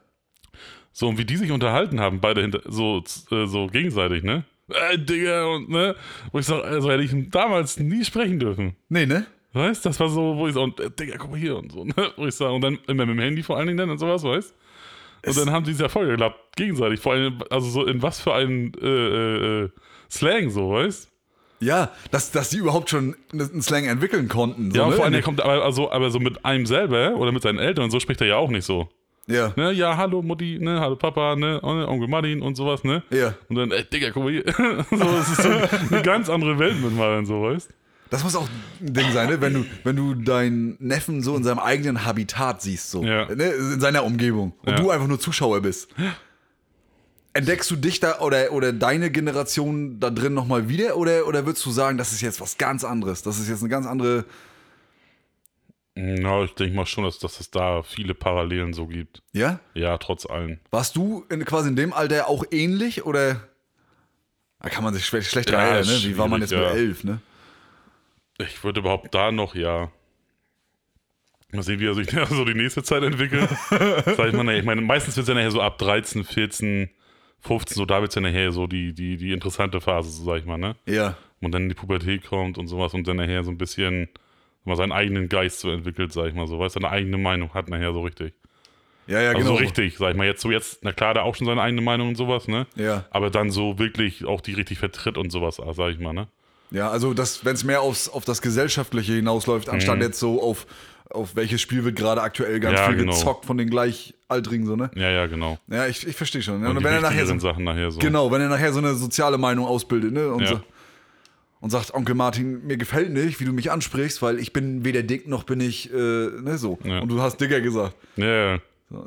So, und wie die sich unterhalten haben, beide hinter, so, z- äh, so gegenseitig, ne? Äh, Digga, und ne? Wo ich sag, also hätte ich damals nie sprechen dürfen.
Nee, ne?
Weißt das war so, wo ich so, und äh, Digga, guck mal hier und so, ne? Wo ich sag, und dann immer mit dem Handy vor allen Dingen dann und sowas, weißt Und dann haben die es ja vollgeklappt, gegenseitig. Vor allem, also so in was für einen äh, äh, äh, Slang, so, weißt
Ja, dass, dass die überhaupt schon einen Slang entwickeln konnten. So,
Ja,
ne?
und vor allem, der kommt aber, also, aber so mit einem selber oder mit seinen Eltern und so spricht er ja auch nicht so.
Ja.
Ne, ja, hallo Mutti, ne, hallo Papa, ne, On- Onkel Martin und sowas, ne?
Ja.
Und dann, ey, Digga, guck mal hier. so, es ist so eine ganz andere Welt mit mal und so, weißt
Das muss auch ein Ding sein, ne? wenn, du, wenn du deinen Neffen so in seinem eigenen Habitat siehst, so
Ja.
ne? in seiner Umgebung und
Ja.
du einfach nur Zuschauer bist. Entdeckst du dich da oder, oder deine Generation da drin nochmal wieder oder, oder würdest du sagen, das ist jetzt was ganz anderes? Das ist jetzt eine ganz andere.
Na, ich denke mal schon, dass, dass es da viele Parallelen so gibt.
Ja?
Ja, trotz allem.
Warst du in, quasi in dem Alter auch ähnlich oder? Da kann man sich schwer, schlecht
Ja,
ja, ne?
ist
Wie war man jetzt
schwierig,
mit
ja.
elf, ne?
Ich würde überhaupt da noch, ja. Mal sehen, wie er sich so die nächste Zeit entwickelt. Sag ich mal, ne, ich meine, meistens wird es ja nachher so ab 13, 14, 15, so da wird es ja nachher so die, die, die interessante Phase, so sag ich mal, ne?
Ja.
Und dann in die Pubertät kommt und sowas und dann nachher so ein bisschen mal seinen eigenen Geist so entwickelt, sag ich mal so, weißt du, seine eigene Meinung hat nachher so richtig.
Ja, ja,
Also
genau.
so richtig, sag ich mal, jetzt so jetzt, na klar, da auch schon seine eigene Meinung und sowas, ne?
Ja.
Aber dann so wirklich auch die richtig vertritt und sowas, sag ich mal, ne?
Ja, also wenn es mehr aufs, auf das Gesellschaftliche hinausläuft, anstatt jetzt so auf, auf welches Spiel wird gerade aktuell ganz
Mhm. Ja,
viel
genau.
gezockt von den Gleichaltrigen, so, ne?
Ja, ja, genau.
Ja, ich, ich verstehe schon. Ja,
Und
und
die
wenn er nachher so,
wichtigeren Sachen nachher so.
Genau, wenn er nachher so eine soziale Meinung ausbildet, ne? Und,
Ja.
so, und sagt, Onkel Martin, mir gefällt nicht, wie du mich ansprichst, weil ich bin weder dick noch bin ich, äh, ne, so.
Ja.
Und du hast Digger gesagt.
Ja, ja.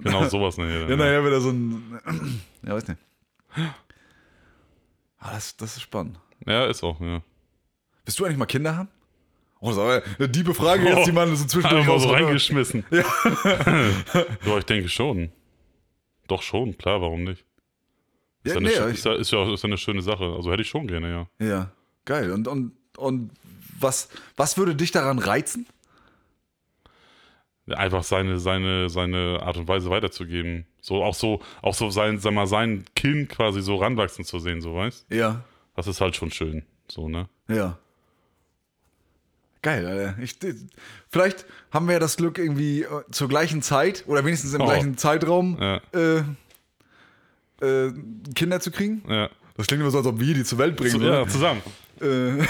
Genau sowas nachher.
Ja,
ja.
nachher wieder so ein. ja, weiß nicht. Ah, das, das ist spannend.
ja, ist auch, ja.
Willst du eigentlich mal Kinder haben? Oh, das ist aber eine diebe Frage jetzt, die
Oh,
man so ne? zwischendurch
Einfach mal so
raushaut.
reingeschmissen. Ja. ja, ich denke schon. Doch schon, klar, warum nicht? Ist
Ja,
ja, eine,
nee,
schö-
ich-
ist ja, ist ja, ist ja eine schöne Sache. Also hätte ich schon gerne, ja.
Ja, geil. Und, und, und was, was würde dich daran reizen?
einfach seine, seine, seine Art und Weise weiterzugeben. So, auch so, auch so sein, sag mal, sein Kind quasi so ranwachsen zu sehen, so weißt
Ja.
Das ist halt schon schön. So, ne?
Ja. Geil, Alter. Ich, vielleicht haben wir ja das Glück, irgendwie äh, zur gleichen Zeit oder wenigstens im
Oh.
gleichen Zeitraum
Ja.
äh, äh, Kinder zu kriegen.
Ja.
Das klingt immer so, als ob wir die zur Welt bringen.
Zu,
oder?
ja, zusammen.
Äh,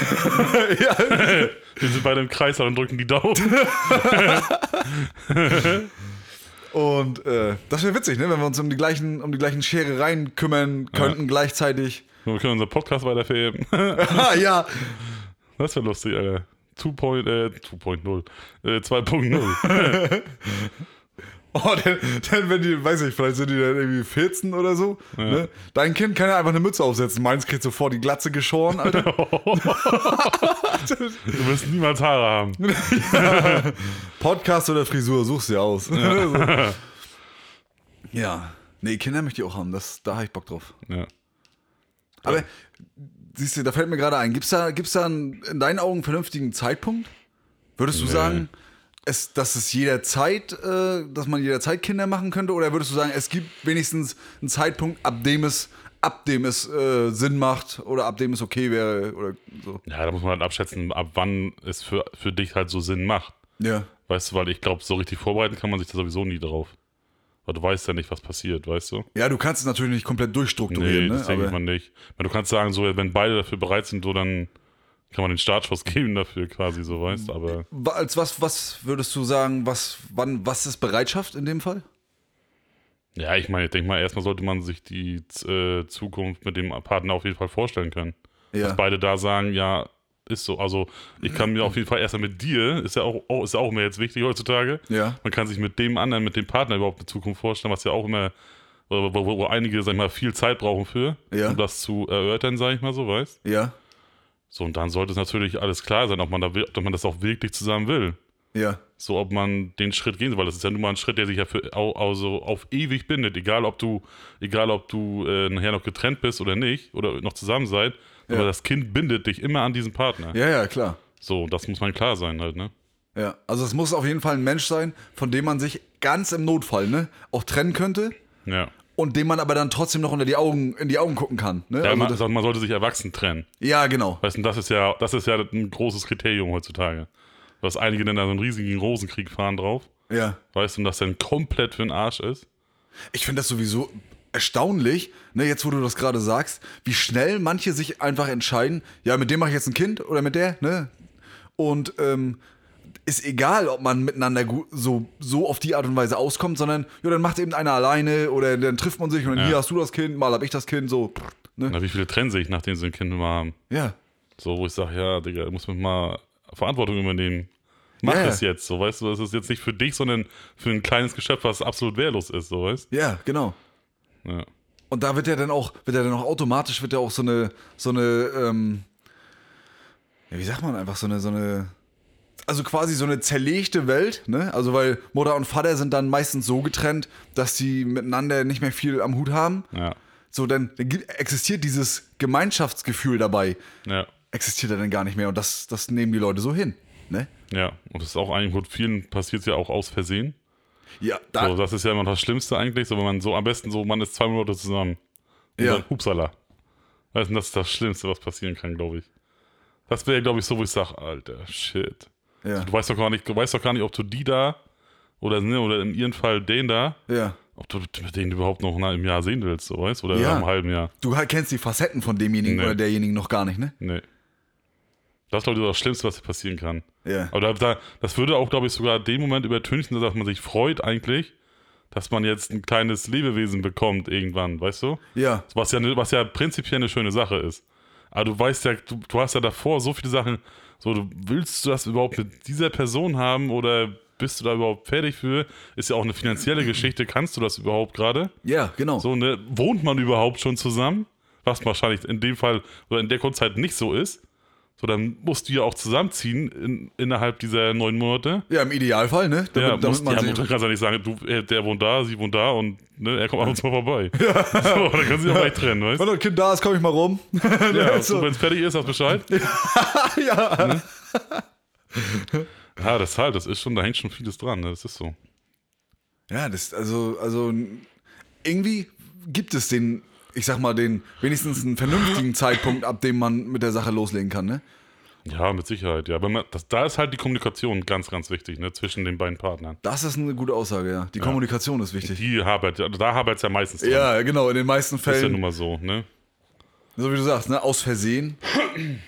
ja.
Wir sind beide im Kreis und drücken die Daumen.
Und äh, das wäre witzig, ne? wenn wir uns um die gleichen, um die gleichen Scherereien kümmern könnten gleichzeitig.
Wir können unseren Podcast weiterverheben.
ah, ja,
Das wäre lustig, Alter. 2.0, äh, 2.0, äh, 2.0.
Oh, denn, denn wenn die, weiß ich, vielleicht sind die dann irgendwie 14 oder so. Ne? Dein Kind kann ja einfach eine Mütze aufsetzen. Meins kriegt sofort die Glatze geschoren, Alter.
Du wirst niemals Haare haben.
Podcast oder Frisur, such's dir aus. so. ja. Nee, Kinder möchte ich auch haben. Das, da habe ich Bock drauf.
Ja.
Aber siehst du, da fällt mir gerade ein. Gibt's da, gibt's da einen, in deinen Augen einen vernünftigen Zeitpunkt? Würdest du sagen, es, dass es jederzeit, äh, dass man jederzeit Kinder machen könnte? Oder würdest du sagen, es gibt wenigstens einen Zeitpunkt, ab dem es, ab dem es äh, Sinn macht oder ab dem es okay wäre oder so?
Ja, da muss man halt abschätzen, ab wann es für, für dich halt so Sinn macht.
Ja.
Weißt du, weil ich glaube, so richtig vorbereiten kann man sich da sowieso nie drauf. Weil du weißt ja nicht, was passiert, weißt du?
Ja, du kannst es natürlich nicht komplett
Nee,
durchstrukturieren,
das
ne?
denke ich
Aber,
mal nicht. Weil du kannst sagen, so, wenn beide dafür bereit sind, so, dann kann man den Startschuss geben dafür quasi, so, weißt du? Aber
Wa- als was, was würdest du sagen, was, wann, was ist Bereitschaft in dem Fall?
ja, ich meine, ich denke mal, erstmal sollte man sich die äh, Zukunft mit dem Partner auf jeden Fall vorstellen können.
Ja.
Dass beide da sagen, ja, ist so. Also, ich kann mir auf jeden Fall erstmal mit dir, ist ja auch, auch, ist ja auch mehr jetzt wichtig heutzutage.
Ja.
Man kann sich mit dem anderen, mit dem Partner überhaupt eine Zukunft vorstellen, was ja auch immer, wo, wo, wo einige, sag ich mal, viel Zeit brauchen für,
Ja.
um das zu erörtern, sag ich mal so, weißt
Ja.
So, und dann sollte es natürlich alles klar sein, ob man, da will, ob man das auch wirklich zusammen will.
Ja.
So, ob man den Schritt gehen soll, weil das ist ja nun mal ein Schritt, der sich ja für, au- also auf ewig bindet, egal ob du, egal ob du äh, nachher noch getrennt bist oder nicht, oder noch zusammen seid,
Ja.
aber das Kind bindet dich immer an diesen Partner.
Ja, ja, klar.
So, das muss man klar sein halt, ne?
Ja, also es muss auf jeden Fall ein Mensch sein, von dem man sich ganz im Notfall ne, auch trennen könnte
Ja.
und dem man aber dann trotzdem noch unter die Augen, in die Augen gucken kann. Ne?
ja
also
man,
das,
man sollte sich erwachsen trennen.
ja genau.
Weißt du, das ist ja, das ist ja ein großes Kriterium heutzutage. Dass einige dann da so einen riesigen Rosenkrieg fahren drauf,
Ja.
weißt du, und das dann komplett für den Arsch ist.
Ich finde das sowieso erstaunlich, ne, jetzt wo du das gerade sagst, wie schnell manche sich einfach entscheiden, ja, mit dem mache ich jetzt ein Kind oder mit der, ne? Und ähm, ist egal, ob man miteinander gu- so, so auf die Art und Weise auskommt, sondern ja, dann macht eben einer alleine oder dann trifft man sich und dann
Ja.
hier hast du das Kind, mal hab ich das Kind, so. Ne?
Na, wie viele trennen sich, nachdem sie ein Kind mal haben?
Ja.
So, wo ich sage, ja, Digga, muss man mal Verantwortung übernehmen. Mach
Ja.
es jetzt, so, weißt du, das ist jetzt nicht für dich, sondern für ein kleines Geschöpf, was absolut wehrlos ist, so, weißt
Ja, genau.
du? Ja.
Und da wird ja dann auch, wird ja dann auch automatisch, wird ja auch so eine, so eine, ähm, ja, wie sagt man einfach, so eine, so eine, also quasi so eine zerlegte Welt, ne? Also weil Mutter und Vater sind dann meistens so getrennt, dass die miteinander nicht mehr viel am Hut haben.
Ja.
So, dann, dann gibt- existiert dieses Gemeinschaftsgefühl dabei,
Ja.
existiert dann gar nicht mehr und das, das nehmen die Leute so hin, ne?
Ja. Und das ist auch eigentlich gut, vielen passiert ja auch aus Versehen.
Ja, da,
So, das ist ja immer das Schlimmste eigentlich, so, wenn man so am besten so, man ist zwei Monate zusammen. Und
Ja.
dann Hupsala. Weißt du, das ist das Schlimmste, was passieren kann, glaube ich. Das wäre, glaube ich, so, wo ich sage, alter, shit.
ja,
Du weißt doch gar nicht, du weißt doch gar nicht, ob du die da oder, ne, oder in ihrem Fall den da
ja.
ob du mit denen überhaupt noch na- im Jahr sehen willst, so weißt du? Oder
Ja.
im halben Jahr.
Du kennst die Facetten von demjenigen
Nee.
oder derjenigen noch gar nicht, ne?
Nee. Das ist, glaube ich, das Schlimmste, was dir passieren kann.
Ja.
Aber da, da, das würde auch, glaube ich, sogar den Moment übertünchen, dass man sich freut eigentlich, dass man jetzt ein kleines Lebewesen bekommt irgendwann, weißt du?
Ja.
Was ja, ne- was ja prinzipiell eine schöne Sache ist. Aber du weißt ja, du, du hast ja davor so viele Sachen, so du willst du das überhaupt mit dieser Person haben oder bist du da überhaupt fertig für? Ist ja auch eine finanzielle Geschichte, kannst du das überhaupt gerade?
Ja, genau.
So, ne, wohnt man überhaupt schon zusammen? Was wahrscheinlich in dem Fall oder in der kurzen Zeit nicht so ist. So, dann musst du ja auch zusammenziehen in, innerhalb dieser neun Monate.
Ja, im Idealfall, ne? Damit,
Ja,
damit
musst,
man
ja,
sich,
du kannst ja nicht sagen, du, äh, der wohnt da, sie wohnt da und ne, er kommt ab und zu mal vorbei. So, dann kannst du dich auch nicht trennen, weißt
wenn
du?
das Kind da ist, komme ich mal rum.
Ja,
so.
so, wenn es fertig ist, hast Bescheid.
ja.
Ja, deshalb, das ist schon, da hängt schon vieles dran, ne? das ist so.
ja, das also also irgendwie gibt es den, ich sag mal den wenigstens einen vernünftigen Zeitpunkt, ab dem man mit der Sache loslegen kann, ne?
Ja, mit Sicherheit, ja. Aber man, das, da ist halt die Kommunikation ganz, ganz wichtig, ne, zwischen den beiden Partnern.
Das ist eine gute Aussage, ja. Die Kommunikation ist wichtig.
Die hapert, also da hapert es ja meistens dran.
Ja, genau, in den meisten
Ist ja nun
Fällen,
mal so, ne?
so wie du sagst, ne, aus Versehen.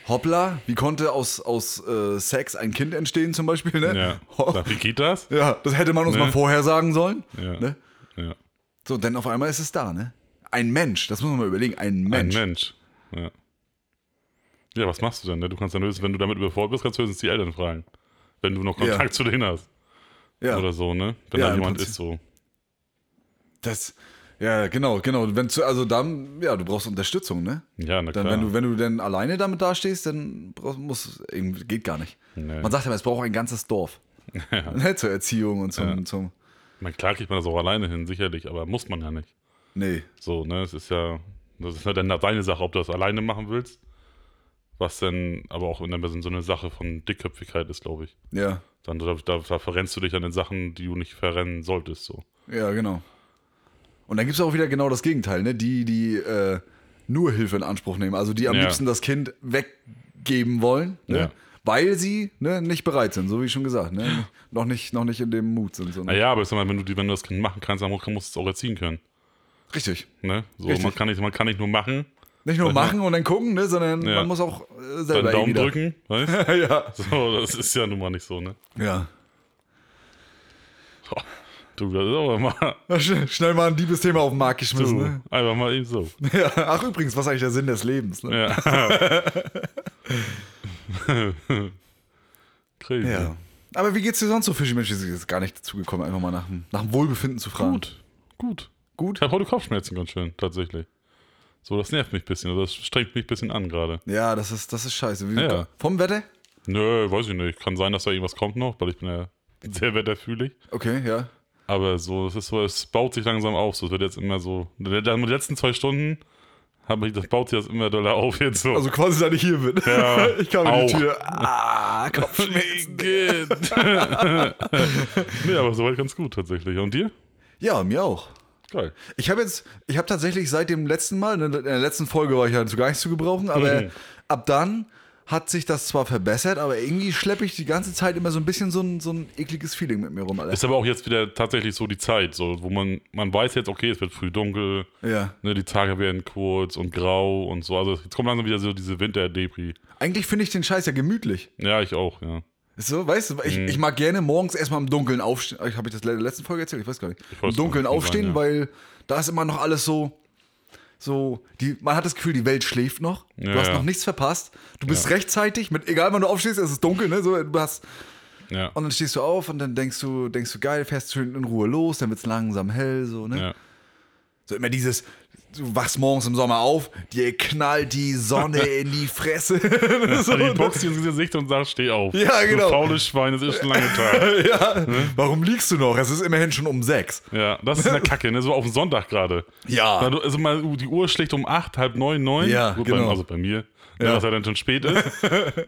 Hoppla, wie konnte aus aus äh, Sex ein Kind entstehen zum Beispiel, ne?
Ja.
Ho-
Wie geht das?
ja das hätte man uns
Ne?
mal vorher sagen sollen,
Ja.
ne?
Ja.
So, denn auf einmal ist es da, ne? Ein Mensch, das muss man mal überlegen, ein
Ein
Mensch.
Mensch. Ja. ja, was machst du denn? Ne? Du kannst dann höchstens, wenn du damit überfordert bist, kannst du höchstens die Eltern fragen. Wenn du noch
Ja.
Kontakt zu denen hast.
ja.
Oder so, ne? Wenn
Ja,
da
im
jemand
Prinzip.
ist so.
Das, ja, genau, genau. Wenn zu, also dann, ja, du brauchst Unterstützung, ne?
Ja, na klar.
Dann, wenn du, wenn du dann alleine damit dastehst, dann brauchst, muss, irgendwie geht gar nicht.
Nee.
Man sagt aber, es braucht ein ganzes Dorf. Ne, zur Erziehung und zum, zum
Na klar kriegt man das auch alleine hin, sicherlich, aber muss man ja nicht.
nee,
So, ne? Es ist ja, das ist ja dann deine Sache, ob du das alleine machen willst. Was denn aber auch in der so eine Sache von Dickköpfigkeit ist, glaube ich.
ja,
Dann da, da, da verrennst du dich an den Sachen, die du nicht verrennen solltest. So.
Ja, genau. Und dann gibt es auch wieder genau das Gegenteil, ne? Die, die äh, nur Hilfe in Anspruch nehmen, also die am
Ja.
liebsten das Kind weggeben wollen, ne?
Ja.
weil sie ne, nicht bereit sind, so wie schon gesagt, ne? noch, nicht, noch nicht in dem Mut sind. So, ne?
Naja, aber ich sag mal, wenn du, die- wenn du das Kind machen kannst, dann musst du es auch erziehen können.
Richtig.
Ne? So,
Richtig.
man, kann nicht, man kann nicht nur machen,
Nicht nur machen und dann gucken, ne? sondern
Ja.
man muss auch äh,
dann
selber
Daumen
irgendwie
drücken. Weißt?
da- ja.
So, das ist ja nun mal nicht so, ne?
ja.
Boah, Du, das ist aber mal.
Na, sch- Schnell mal ein Liebesthema auf den Markt
Du,
geschmissen. Ne?
einfach mal eben so.
Ja. Ach, übrigens, was ist eigentlich der Sinn des Lebens? Ne?
Ja. Crazy.
Ja. Aber wie geht's dir sonst so, Fischi? Mensch, wir sind jetzt gar nicht dazu gekommen, einfach mal nach dem, nach dem Wohlbefinden zu fragen.
Gut. Gut.
Gut?
Ich habe heute Kopfschmerzen ganz schön, tatsächlich. So, das nervt mich ein bisschen. also Das strengt mich ein bisschen an gerade.
Ja, das ist, das ist scheiße. Wie,
Ja.
Vom Wetter?
Nö, weiß ich nicht. Kann sein, dass da irgendwas kommt noch, weil ich bin ja
Mhm.
sehr wetterfühlig.
Okay, ja.
Aber so, es ist so, es baut sich langsam auf. So, es wird jetzt immer so. In den letzten zwei Stunden habe ich, das baut sich das immer doller auf jetzt so.
Also quasi, seit ich hier bin.
Ja,
ich kam in die
auch.
Tür. Ah, Kopfschmerzen.
nee, aber soweit ganz gut tatsächlich. Und dir?
ja, mir auch.
Geil.
Ich habe jetzt, ich habe tatsächlich seit dem letzten Mal, ne, in der- in der letzten Folge war ich ja zu gar nichts zu gebrauchen, aber
Mhm.
ab dann hat sich das zwar verbessert, aber irgendwie schleppe ich die ganze Zeit immer so ein bisschen so ein, so ein ekliges Feeling mit mir rum, Alter.
Ist aber auch jetzt wieder tatsächlich so die Zeit, so, wo man, man weiß jetzt, okay, es wird früh dunkel,
Ja.
ne, die Tage werden kurz und grau und so. Also jetzt kommt langsam wieder so diese Winter-Debris.
Eigentlich finde ich den Scheiß ja gemütlich.
Ja, ich auch, ja.
So, weißt du,
Hm.
ich, ich mag gerne morgens erstmal im Dunkeln aufstehen. Habe ich das in der letzten Folge erzählt? Ich weiß gar nicht.
weiß
Im Dunkeln
gar nicht,
aufstehen,
kann sein, ja.
weil da ist immer noch alles so. So, die, man hat das Gefühl, die Welt schläft noch.
Ja,
du hast
ja.
noch nichts verpasst. Du bist rechtzeitig, mit egal wann du aufstehst, es ist dunkel, ne? So, du hast,
Ja.
und dann stehst du auf und dann denkst du, denkst du, geil, fährst schön in Ruhe los, dann wird es langsam hell, so, ne?
ja.
So immer dieses, du wachst morgens im Sommer auf, dir knallt die Sonne in die Fresse. so, ne?
Die boxt dir ins Gesicht und sagt, steh auf.
Ja, genau.
Du faules Schwein, es ist schon lange Tag.
Ja,
Hm?
warum liegst du noch? Es ist immerhin schon um sechs.
Ja, das ist eine Kacke, ne? So auf dem Sonntag gerade. Na,
Ja.
du- Also mal die Uhr schlägt um acht, halb neun, neun.
Ja,
Gut,
genau.
bei, also bei mir.
Ja.
Ja. Dass er dann schon spät ist.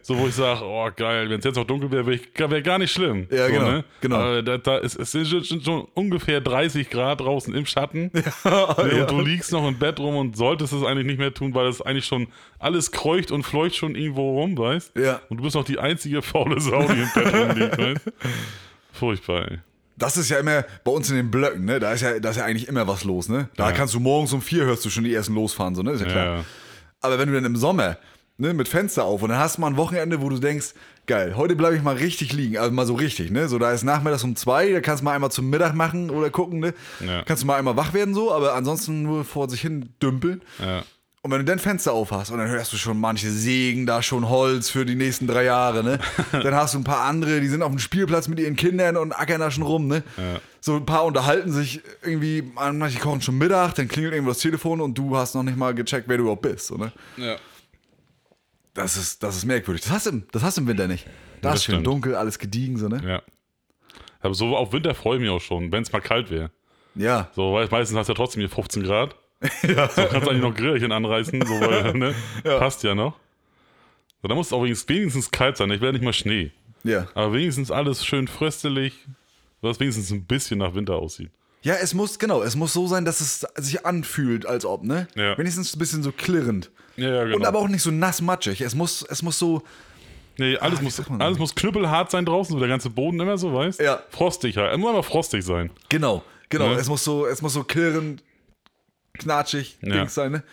so, wo ich sage, oh geil, wenn es jetzt noch dunkel wäre, wäre wär gar nicht schlimm.
Ja,
so, ne?
genau, genau.
Aber da, da ist, es sind schon- schon, schon ungefähr 30 Grad draußen im Schatten. ne,
ja.
Und du liegst noch im Bett rum und solltest es eigentlich nicht mehr tun, weil es eigentlich schon alles kreucht und fleucht schon irgendwo rum, weißt
Ja.
Und du bist noch die einzige faule Sau, die im Bett rumliegt, weißt Furchtbar, ey.
Das ist ja immer bei uns in den Blöcken, ne? Da ist ja, da ist ja eigentlich immer was los, ne? Da
Ja.
kannst du morgens um vier hörst du schon die ersten losfahren, so, ne? Ist ja klar.
Ja.
Aber wenn du dann im Sommer, ne, mit Fenster auf und dann hast du mal ein Wochenende, wo du denkst, geil, heute bleibe ich mal richtig liegen, also mal so richtig, ne? So, da ist nachmittags um zwei, da kannst du mal einmal zum Mittag machen oder gucken, ne?
Ja.
Kannst du mal einmal wach werden, so, aber ansonsten nur vor sich hin dümpeln.
ja.
Und wenn du dann Fenster auf hast und dann hörst du schon manche sägen da schon Holz für die nächsten drei Jahre, ne? Dann hast du ein paar andere, die sind auf dem Spielplatz mit ihren Kindern und ackern da schon rum, ne? So ein paar unterhalten sich irgendwie, manche kochen schon Mittag, dann klingelt irgendwo das Telefon und du hast noch nicht mal gecheckt, wer du überhaupt bist, so, ne?
ja.
Das ist, das ist merkwürdig. Das hast du, im- das hast du im Winter nicht. Da
Das
ist schön
stimmt.
dunkel, alles gediegen, so, ne?
Ja. Aber so auf Winter freue ich mich auch schon, wenn es mal kalt wäre.
Ja.
So, weil meistens hast du ja trotzdem hier 15 Grad. So kannst du eigentlich noch Grillchen anreißen, so, weil, ne? Passt ja noch. So, da muss es auch wenigstens, wenigstens kalt sein. Ich werde nicht mal Schnee.
Ja.
Aber wenigstens alles schön fröstelig, dass wenigstens ein bisschen nach Winter aussieht.
Ja, es muss, genau, es muss so sein, dass es sich anfühlt, als ob, ne?
Ja.
Wenigstens ein bisschen so klirrend.
Ja, ja, genau.
Und aber auch nicht so nass matschig. Es muss, es muss so,
Nee, alles,
wie
muss,
sagt man
alles muss knüppelhart sein draußen, so der ganze Boden immer so, weißt
Ja.
Frostig halt. Er muss aber frostig sein.
Genau, genau.
Ne?
Es muss so, es muss so klirrend, knatschig
Ja.
Dings sein, ne?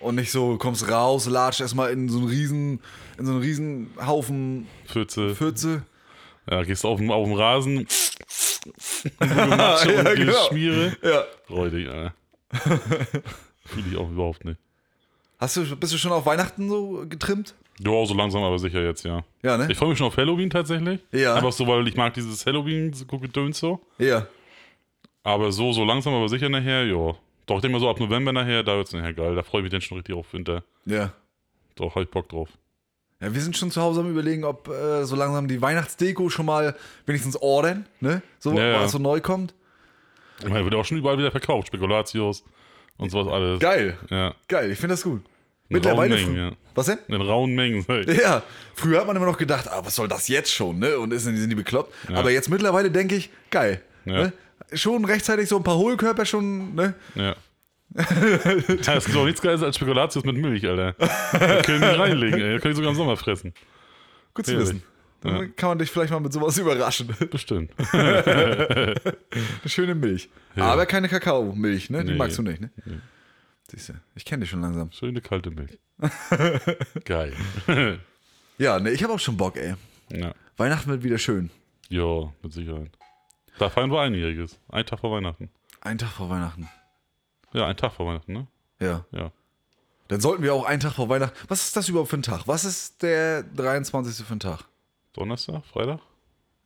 Und nicht so, kommst raus, latsch erstmal in so einen riesen, in so einen riesen Haufen
Pfütze.
Pfütze.
Ja, gehst auf dem, auf dem Rasen. Matsche
Ja,
und die
genau.
Schmiere.
Ja.
Freudig, Alter. Fühle ich auch überhaupt nicht.
Hast du, bist du schon auf Weihnachten so getrimmt?
Ja, so langsam aber sicher jetzt, ja.
Ja, ne?
Ich freue mich schon auf Halloween tatsächlich.
Ja.
Einfach so, weil ich mag dieses Halloween, so gedöns so.
Ja.
Aber so, so langsam aber sicher nachher, ja. Doch, ich denke mal so ab November nachher, da wird es nachher geil. Da freue ich mich dann schon richtig auf Winter.
Ja.
Doch, habe ich Bock drauf.
Ja, wir sind schon zu Hause am überlegen, ob äh, so langsam die Weihnachtsdeko schon mal wenigstens ordern, ne? So,
Ja, ja.
was so neu kommt.
Ich meine, wird auch schon überall wieder verkauft. Spekulatius und sowas alles.
Geil,
Ja.
geil, ich finde das gut. Mittlerweile.
rauen
fr-
Mengen,
Was denn?
In rauen Mengen, sag ich.
Ja, früher hat man immer noch gedacht, ah, was soll das jetzt schon, ne? Und ist, sind die bekloppt. Aber jetzt mittlerweile denke ich, geil.
Ja.
Ne? Schon rechtzeitig so ein paar Hohlkörper schon, ne?
Ja. ja, es gibt auch nichts Geiles als Spekulatius mit Milch, Alter. Da können wir reinlegen, ey. Da kann ich sogar im Sommer fressen.
Gut zu
Ehrlich.
wissen. Dann kann man dich vielleicht mal mit sowas überraschen.
Bestimmt.
Eine schöne Milch. Aber keine Kakaomilch, ne? Die
Nee.
magst du nicht, ne? Siehst du, ich kenne dich schon langsam.
Schöne kalte Milch. Geil.
Ja, ne, ich habe auch schon Bock, ey.
Ja.
Weihnachten wird wieder schön.
Jo, mit Sicherheit. Da feiern wir einjähriges. Ein Tag vor Weihnachten.
Ein Tag vor Weihnachten.
Ja, ein Tag vor Weihnachten, ne?
Ja.
Ja.
Dann sollten wir auch einen Tag vor Weihnachten. Was ist das überhaupt für ein Tag? Was ist der 23. für ein Tag?
Donnerstag, Freitag?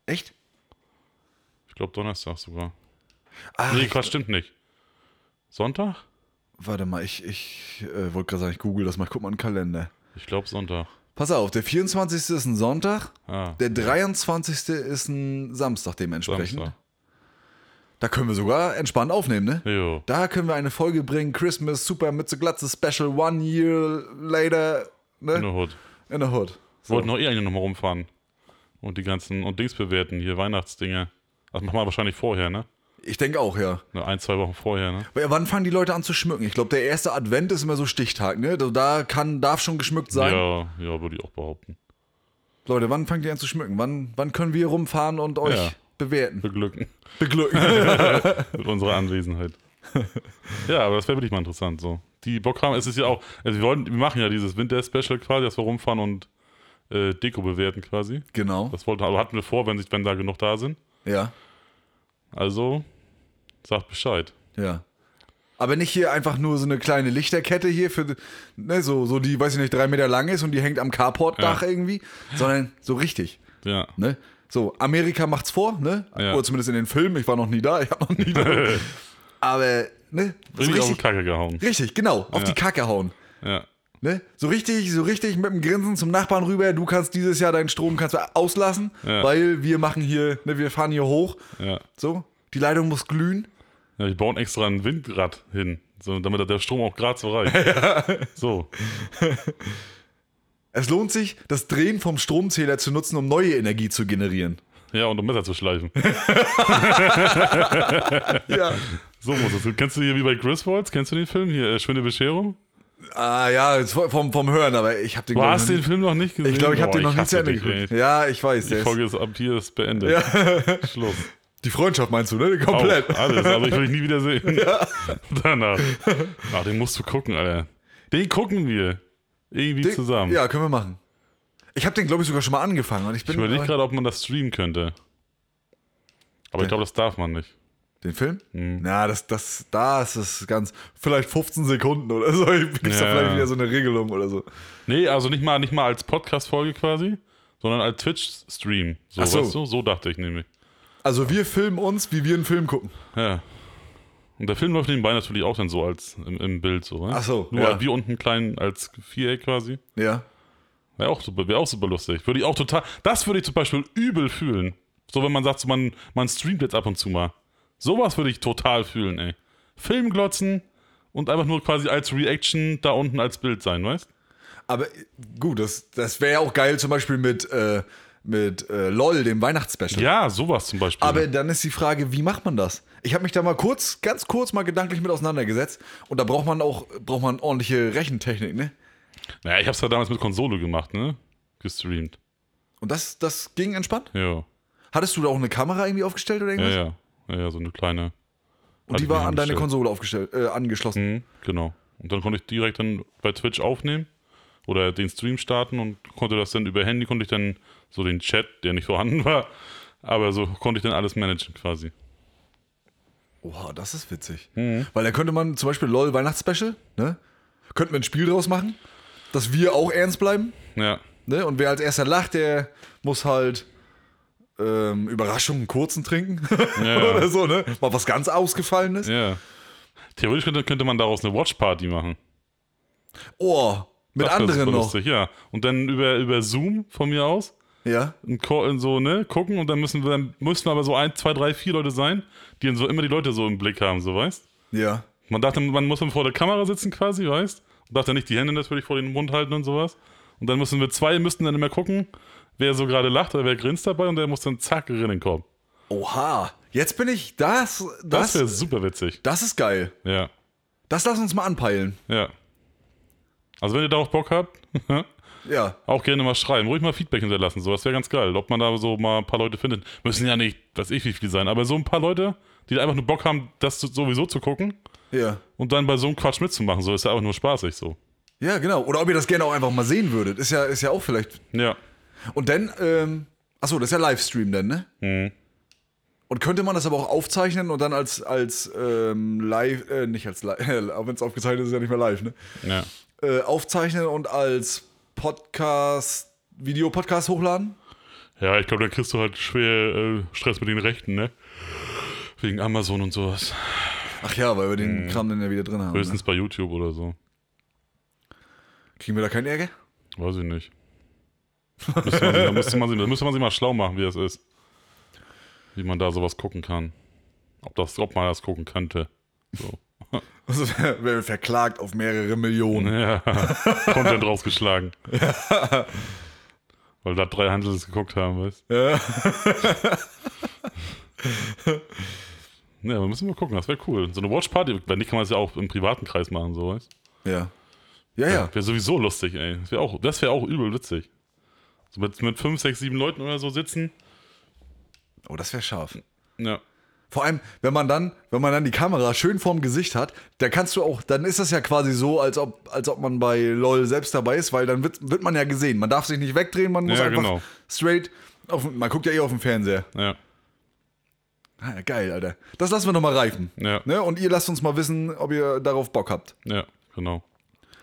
Echt?
Ich glaube Donnerstag sogar.
Ach,
Nee, Quatsch, stimmt nicht. Sonntag?
Warte mal, ich, ich äh, wollte gerade sagen, ich google das mal, ich guck mal in den Kalender.
Ich glaube Sonntag.
Pass auf, der 24. ist ein Sonntag,
Ah,
der 23. ist ein Samstag dementsprechend.
Samstag.
Da können wir sogar entspannt aufnehmen, ne?
Jo.
Da können wir eine Folge bringen, Christmas, Super Mütze Glatze Special, One Year Later, ne?
In der Hood.
In the Hood. So.
Wollten noch eh eine nochmal rumfahren. Und die ganzen und Dings bewerten, hier Weihnachtsdinge. Das machen wir wahrscheinlich vorher, ne?
Ich denke auch, ja.
Ne, Ein, zwei Wochen vorher, ne?
Weil wann fangen die Leute an zu schmücken? Ich glaube, der erste Advent ist immer so Stichtag, ne? Da- Da kann, darf schon geschmückt sein.
Ja, ja, würde ich auch behaupten.
Leute, wann fangt ihr an zu schmücken? Wann, wann können wir rumfahren und euch
Ja.
bewerten?
Beglücken
Beglücken.
mit unserer Anwesenheit. ja, aber das wäre wirklich mal interessant, so. Die Bock haben, es ist ja auch, also wir, wollen, wir machen ja dieses Winter-Special quasi, dass wir rumfahren und äh, Deko bewerten quasi.
genau.
Das wollten, aber hatten wir vor, wenn, sich, wenn da genug da sind.
Ja.
Also, sagt Bescheid.
Ja. Aber nicht hier einfach nur so eine kleine Lichterkette hier für, ne, so, so die, weiß ich nicht, drei Meter lang ist und die hängt am Carportdach
Ja.
irgendwie, sondern so richtig,
Ja.
ne? So, Amerika macht's vor, ne?
Ja.
Oder zumindest in den Filmen, ich war noch nie da, ich hab noch nie da. Aber, ne?
Richtig auf
So
die
richtig,
Kacke gehauen.
richtig, genau, auf
Ja.
die Kacke hauen.
Ja.
Ne? So richtig, so richtig mit dem Grinsen zum Nachbarn rüber, du kannst dieses Jahr deinen Strom kannst du auslassen,
Ja.
weil wir machen hier, ne, wir fahren hier hoch.
Ja.
So, die Leitung muss glühen.
Ja, die bauen extra ein Windrad hin, so, damit der Strom auch gerade so reicht. So,
Es lohnt sich, das Drehen vom Stromzähler zu nutzen, um neue Energie zu generieren.
ja, und um Messer zu schleifen.
Ja.
So muss es. Kennst du hier wie bei Griswolds? Kennst du den Film hier? äh, Schöne Bescherung?
ah ja, jetzt vom, vom- vom Hören, aber ich habe den
Du
glaub
hast
noch
den
nie-
Film noch nicht gesehen.
Ich glaube, ich habe
Boah,
den noch nie zu
hasse
Ende
dich,
geguckt.
ey.
Ja, ich weiß.
Die
Der ist,
Folge ist ab hier ist beendet. Schluss.
die Freundschaft meinst du, ne?
Auch,
Komplett.
alles, aber ich will dich nie wieder sehen. Danach. Ach, den musst du gucken, Alter. Den gucken wir. Irgendwie
Den-
zusammen.
Ja, können wir machen. Ich habe den, glaube ich, sogar schon mal angefangen. Und ich bin
Ich überlege gerade, ob man das streamen könnte. Aber ich glaube, das darf man nicht.
Den Film?
Mhm.
Na, das, das, das ist ganz. Vielleicht 15 Sekunden oder so. Gibt es da
Ja.
vielleicht wieder so eine Regelung oder so.
Nee, also nicht mal, nicht mal als Podcast-Folge quasi, sondern als Twitch-Stream. So,
Ach so.
weißt du? So dachte ich nämlich.
Also, wir filmen uns, wie wir einen Film gucken.
Ja. Und der Film läuft nebenbei natürlich auch dann so als im, im Bild so, ne?
Ach so,
Nur
ja.
wie unten klein als Viereck quasi.
Ja.
Wäre auch super, wäre auch super lustig. Würde ich auch total. Das würde ich zum Beispiel übel fühlen. So, wenn man sagt, so man, man streamt jetzt ab und zu mal. Sowas würde ich total fühlen, ey. Filmglotzen und einfach nur quasi als Reaction da unten als Bild sein, weißt?
Aber äh, gut, das, das wäre ja auch geil, zum Beispiel mit, äh, mit äh, LOL, dem Weihnachtsspecial.
Ja, sowas zum Beispiel.
Aber dann ist die Frage, wie macht man das? Ich habe mich da mal kurz, ganz kurz mal gedanklich mit auseinandergesetzt. Und da braucht man auch braucht man ordentliche Rechentechnik, ne?
naja, ich hab's ja damals mit Konsole gemacht, ne? Gestreamt.
Und das, das ging entspannt.
Ja.
Hattest du da auch eine Kamera irgendwie aufgestellt oder
Ja,
irgendwas?
ja. Ja, ja, so eine kleine.
Und die
Hatte ich
war
mir
an deine
angestellt.
Konsole aufgestellt, äh, angeschlossen.
Mhm, genau. Und dann konnte ich direkt dann bei Twitch aufnehmen oder den Stream starten und konnte das dann über Handy, konnte ich dann so den Chat, der nicht vorhanden war, aber so konnte ich dann alles managen quasi.
Oha, das ist witzig.
Mhm.
Weil da könnte man zum Beispiel LOL Weihnachtsspecial, ne? Könnten wir ein Spiel draus machen, dass wir auch ernst bleiben,
Ja,
ne? Und wer als erster lacht, der muss halt ähm, Überraschung einen kurzen trinken.
Ja.
Oder so, ne? Mal was ganz ausgefallenes.
ja. Theoretisch könnte, könnte man daraus eine Watchparty machen.
Oh, mit
Das wär
anderen
super
noch.
Lustig, ja. Und dann über, über Zoom von mir aus
Ja.
ein Call- in so, ne, gucken und dann müssen wir, dann müssen wir aber so ein, zwei, drei, vier Leute sein, die dann so immer die Leute so im Blick haben, so weißt.
Ja.
Man dachte, man muss dann vor der Kamera sitzen quasi, weißt? Und darf er nicht die Hände natürlich vor den Mund halten und sowas. Und dann müssen wir zwei, müssten dann immer gucken, wer so gerade lacht oder wer grinst dabei und der muss dann zack in den Korb.
Oha. Jetzt bin ich. Das. Das,
Das wäre
das,
super witzig.
ist geil.
Ja,
Das lass uns mal anpeilen.
ja. Also wenn ihr darauf Bock habt,
Ja.
auch gerne mal schreiben. Ruhig mal Feedback hinterlassen. So, das wäre ganz geil. Ob man da so mal ein paar Leute findet. Müssen ja nicht, weiß ich wie viel sein, aber so ein paar Leute, die da einfach nur Bock haben, das so- sowieso zu gucken
Ja.
und dann bei so einem Quatsch mitzumachen. So ist ja einfach nur spaßig so.
Ja, genau. Oder ob ihr das gerne auch einfach mal sehen würdet. Ist ja, ist ja auch vielleicht.
Ja.
Und dann, ähm, achso, das ist ja Livestream dann, ne? Und könnte man das aber auch aufzeichnen und dann als, als ähm, live, äh, nicht als live, auch wenn es aufgezeichnet ist, ist ja nicht mehr live, ne?
Ja.
Äh, aufzeichnen und als Podcast, Video-Podcast hochladen?
Ja, ich glaube, da kriegst du halt schwer äh, Stress mit den Rechten, ne? Wegen Amazon und sowas.
Ach ja, weil wir den Kram dann ja wieder drin haben. Ne?
Höchstens bei YouTube oder so.
Kriegen wir da keinen Ärger?
Weiß ich nicht. Müsste man, sich- da müsste, man, sich- da müsste man sich mal schlau machen, wie das ist. Wie man da sowas gucken kann. Ob, das, ob man das gucken könnte. So.
Also, wer wer verklagt auf mehrere Millionen.
Ja. Content rausgeschlagen. Weil da drei Handels geguckt haben, weißt du? Ja. Ja, wir müssen mal gucken, das wäre cool. So eine Watchparty, wenn nicht, kann man das ja auch im privaten Kreis machen, so, weißt du?
Ja. Ja, ja.
Wäre sowieso lustig, ey. Das wäre auch, das wär auch übel witzig. So mit, mit fünf, sechs, sieben Leuten oder so sitzen.
Oh, das wäre scharf.
Ja.
Vor allem, wenn man dann, wenn man dann die Kamera schön vorm Gesicht hat, da kannst du auch, dann ist das ja quasi so, als ob, als ob man bei LOL selbst dabei ist, weil dann wird, wird man ja gesehen. Man darf sich nicht wegdrehen, man muss
Ja,
einfach
genau.
straight auf, man guckt ja eh auf dem Fernseher.
Ja.
Ah, geil, Alter. Das lassen wir nochmal reifen.
Ja.
Ne? Und ihr lasst uns mal wissen, ob ihr darauf Bock habt.
Ja, genau.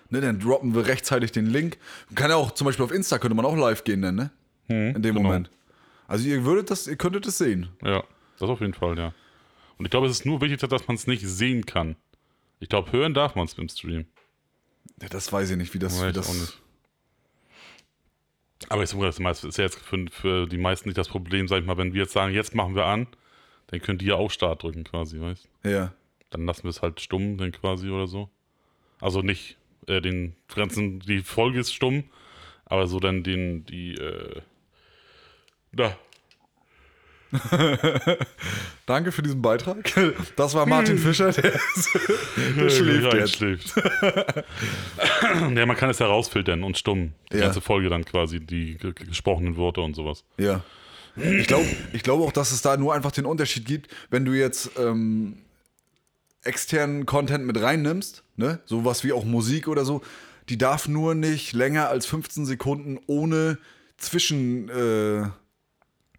Ne? Dann droppen wir rechtzeitig den Link. Man kann ja auch, zum Beispiel auf Insta könnte man auch live gehen dann, ne? In dem
genau.
Moment. Also ihr würdet das, ihr könntet es sehen.
Ja. Das auf jeden Fall, ja. Und ich glaube, es ist nur wichtig, dass man es nicht sehen kann. Ich glaube, hören darf man es im Stream.
Ja, das weiß ich nicht, wie das,
Weiß
wie
ich
das
auch nicht. Aber ich sage, das meiste- ist ja jetzt für, für die meisten nicht das Problem, sag ich mal, wenn wir jetzt sagen, jetzt machen wir an, dann können die ja auch Start drücken quasi, weißt
Ja.
dann lassen wir es halt stumm, dann quasi oder so. Also nicht äh, den ganzen, die Folge ist stumm, aber so dann den, die, äh, da.
Danke für diesen Beitrag. Das war Martin Fischer, der, der schläft
Ja,
jetzt.
schläft. ja, man kann es herausfiltern und stumm. Die
Ja.
ganze Folge dann quasi, die ge- ge- gesprochenen Worte und sowas.
Ja. Ich glaube ich glaub auch, dass es da nur einfach den Unterschied gibt, wenn du jetzt ähm, externen Content mit reinnimmst, ne? sowas wie auch Musik oder so, die darf nur nicht länger als 15 Sekunden ohne Zwischen... Äh,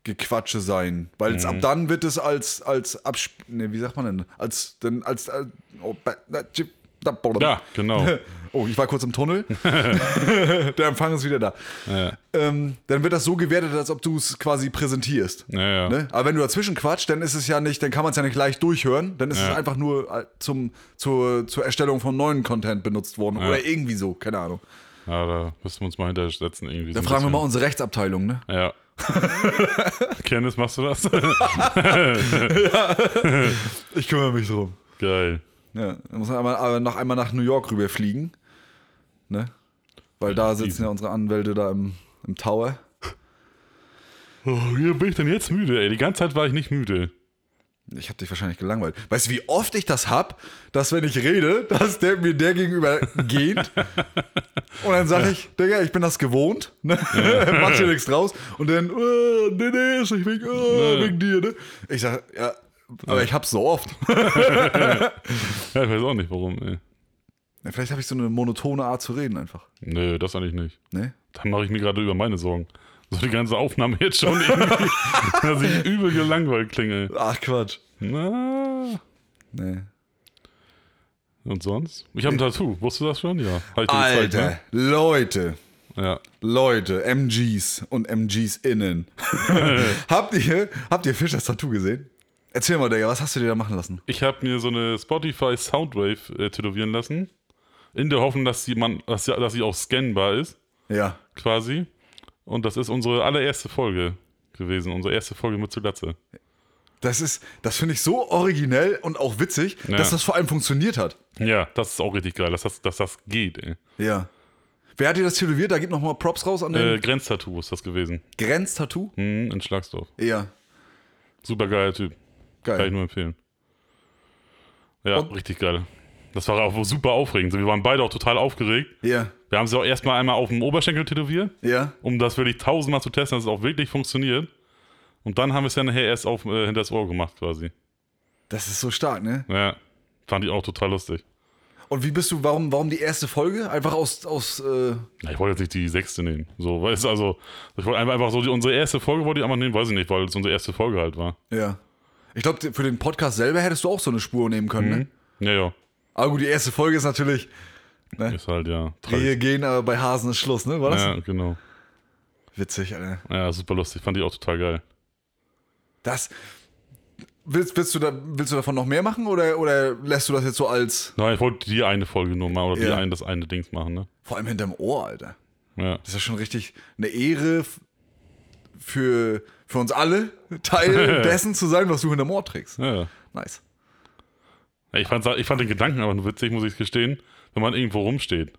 Gequatsche sein, weil es ab dann wird es als als Absp ne, wie sagt man denn als denn als, als oh,
Ja, genau.
Oh, ich war kurz im Tunnel. Der Empfang ist wieder da.
ja,
Ähm, dann wird das so gewertet, als ob du es quasi präsentierst.
ja, ja.
Ne? Aber wenn du dazwischen quatscht, dann ist es ja nicht, dann kann man es ja nicht leicht durchhören. Dann ist
Ja.
es einfach nur äh, zum, zur, zur Erstellung von neuen Content benutzt worden. Oder irgendwie so, keine Ahnung.
ja da müssen wir uns mal hintersetzen irgendwie.
Dann
so ein
fragen wir mal
bisschen.
unsere Rechtsabteilung, ne?
Ja. Kenneth, machst du das?
Ich kümmere mich drum.
Geil.
Ja, dann muss man einmal, aber noch einmal nach New York rüberfliegen. Ne? Weil da sitzen ja unsere Anwälte da im, im Tower.
Oh, hier bin ich denn jetzt müde, ey. Die ganze Zeit war ich nicht müde.
Ich habe dich wahrscheinlich gelangweilt. Weißt du, wie oft ich das hab, dass wenn ich rede, dass der mir der gegenüber geht und dann sage ich, Digga, ich bin das gewohnt, ne? mach dir nichts draus und dann, äh, nee, nee, ist nicht wegen, äh,
Nee.
wegen dir, ne? Ich sag, ja, aber ich hab's so oft.
Ja, ich weiß auch nicht warum, ey.
Ja, vielleicht habe ich so eine monotone Art zu reden einfach,
Nö, das eigentlich nicht.
ne?
Dann mache ich mir gerade über meine Sorgen. So die ganze Aufnahme jetzt schon irgendwie, dass ich übel gelangweilt klinge.
Ach, Quatsch.
Na,
Nee.
und sonst? Ich habe ein Tattoo. Wusstest du das schon? Ja. Hab ich dir gezeigt,
Alter, Leute.
ne? Ja.
Leute, MGs und MGs innen. habt ihr, habt ihr Fischers Tattoo gesehen? Erzähl mal, Digga, was hast du dir da machen lassen?
Ich habe mir so eine Spotify Soundwave äh, tätowieren lassen. In der Hoffnung, dass sie, man, dass, sie, dass sie auch scannbar ist,
Ja.
quasi. Und das ist unsere allererste Folge gewesen. Unsere erste Folge mit Zulatze.
Das ist, das finde ich so originell und auch witzig,
Ja.
dass das vor allem funktioniert hat.
Ja, das ist auch richtig geil, dass das, dass das geht, ey.
Ja. Wer hat dir das tätowiert? Da gibt nochmal Props raus an den
Äh, Grenztattoo ist das gewesen.
Grenztattoo.
Hm, in Schlagsdorf.
Ja,
Super geiler Typ. Kann ich
geil.
nur empfehlen. Ja,
Und-
richtig geil. Das war auch super aufregend. Wir waren beide auch total aufgeregt.
Ja,
Wir haben sie auch erstmal einmal auf dem Oberschenkel tätowiert,
ja.
um das wirklich tausendmal zu testen, dass es auch wirklich funktioniert. Und dann haben wir es ja nachher erst auf, äh, hinter das Ohr gemacht quasi.
Das ist so stark, ne?
Ja, fand ich auch total lustig.
Und wie bist du, warum, warum die erste Folge? Einfach aus, aus äh,
Na, Ich wollte jetzt nicht die sechste nehmen. So, weißt du, also, ich wollte einfach, einfach so, die, unsere erste Folge wollte ich einfach nehmen, weiß ich nicht, weil es unsere erste Folge halt war.
ja. Ich glaube, für den Podcast selber hättest du auch so eine Spur nehmen können,
Mhm. Ja,
ne?
ja.
Aber gut, die erste Folge ist natürlich,
Ist halt, ja.
wir
Traurig.
gehen, aber bei Hasen ist Schluss, ne? War das?
Ja, genau.
Witzig, Alter.
Ja, super lustig. Fand ich auch total geil.
Das. Willst, willst, du da, willst du davon noch mehr machen oder, oder lässt du das jetzt so als.
Nein, ich wollte die eine Folge nur mal oder die
Ja.
ein, das eine Dings machen, ne?
Vor allem hinterm Ohr, Alter.
Ja.
Das ist ja schon richtig eine Ehre f- für, für uns alle, Teil dessen zu sein, was du hinterm Ohr trägst.
ja. ja.
Nice.
Ja, Ich, fand, ich fand den Gedanken aber nur witzig, muss ich gestehen, wenn man irgendwo rumsteht.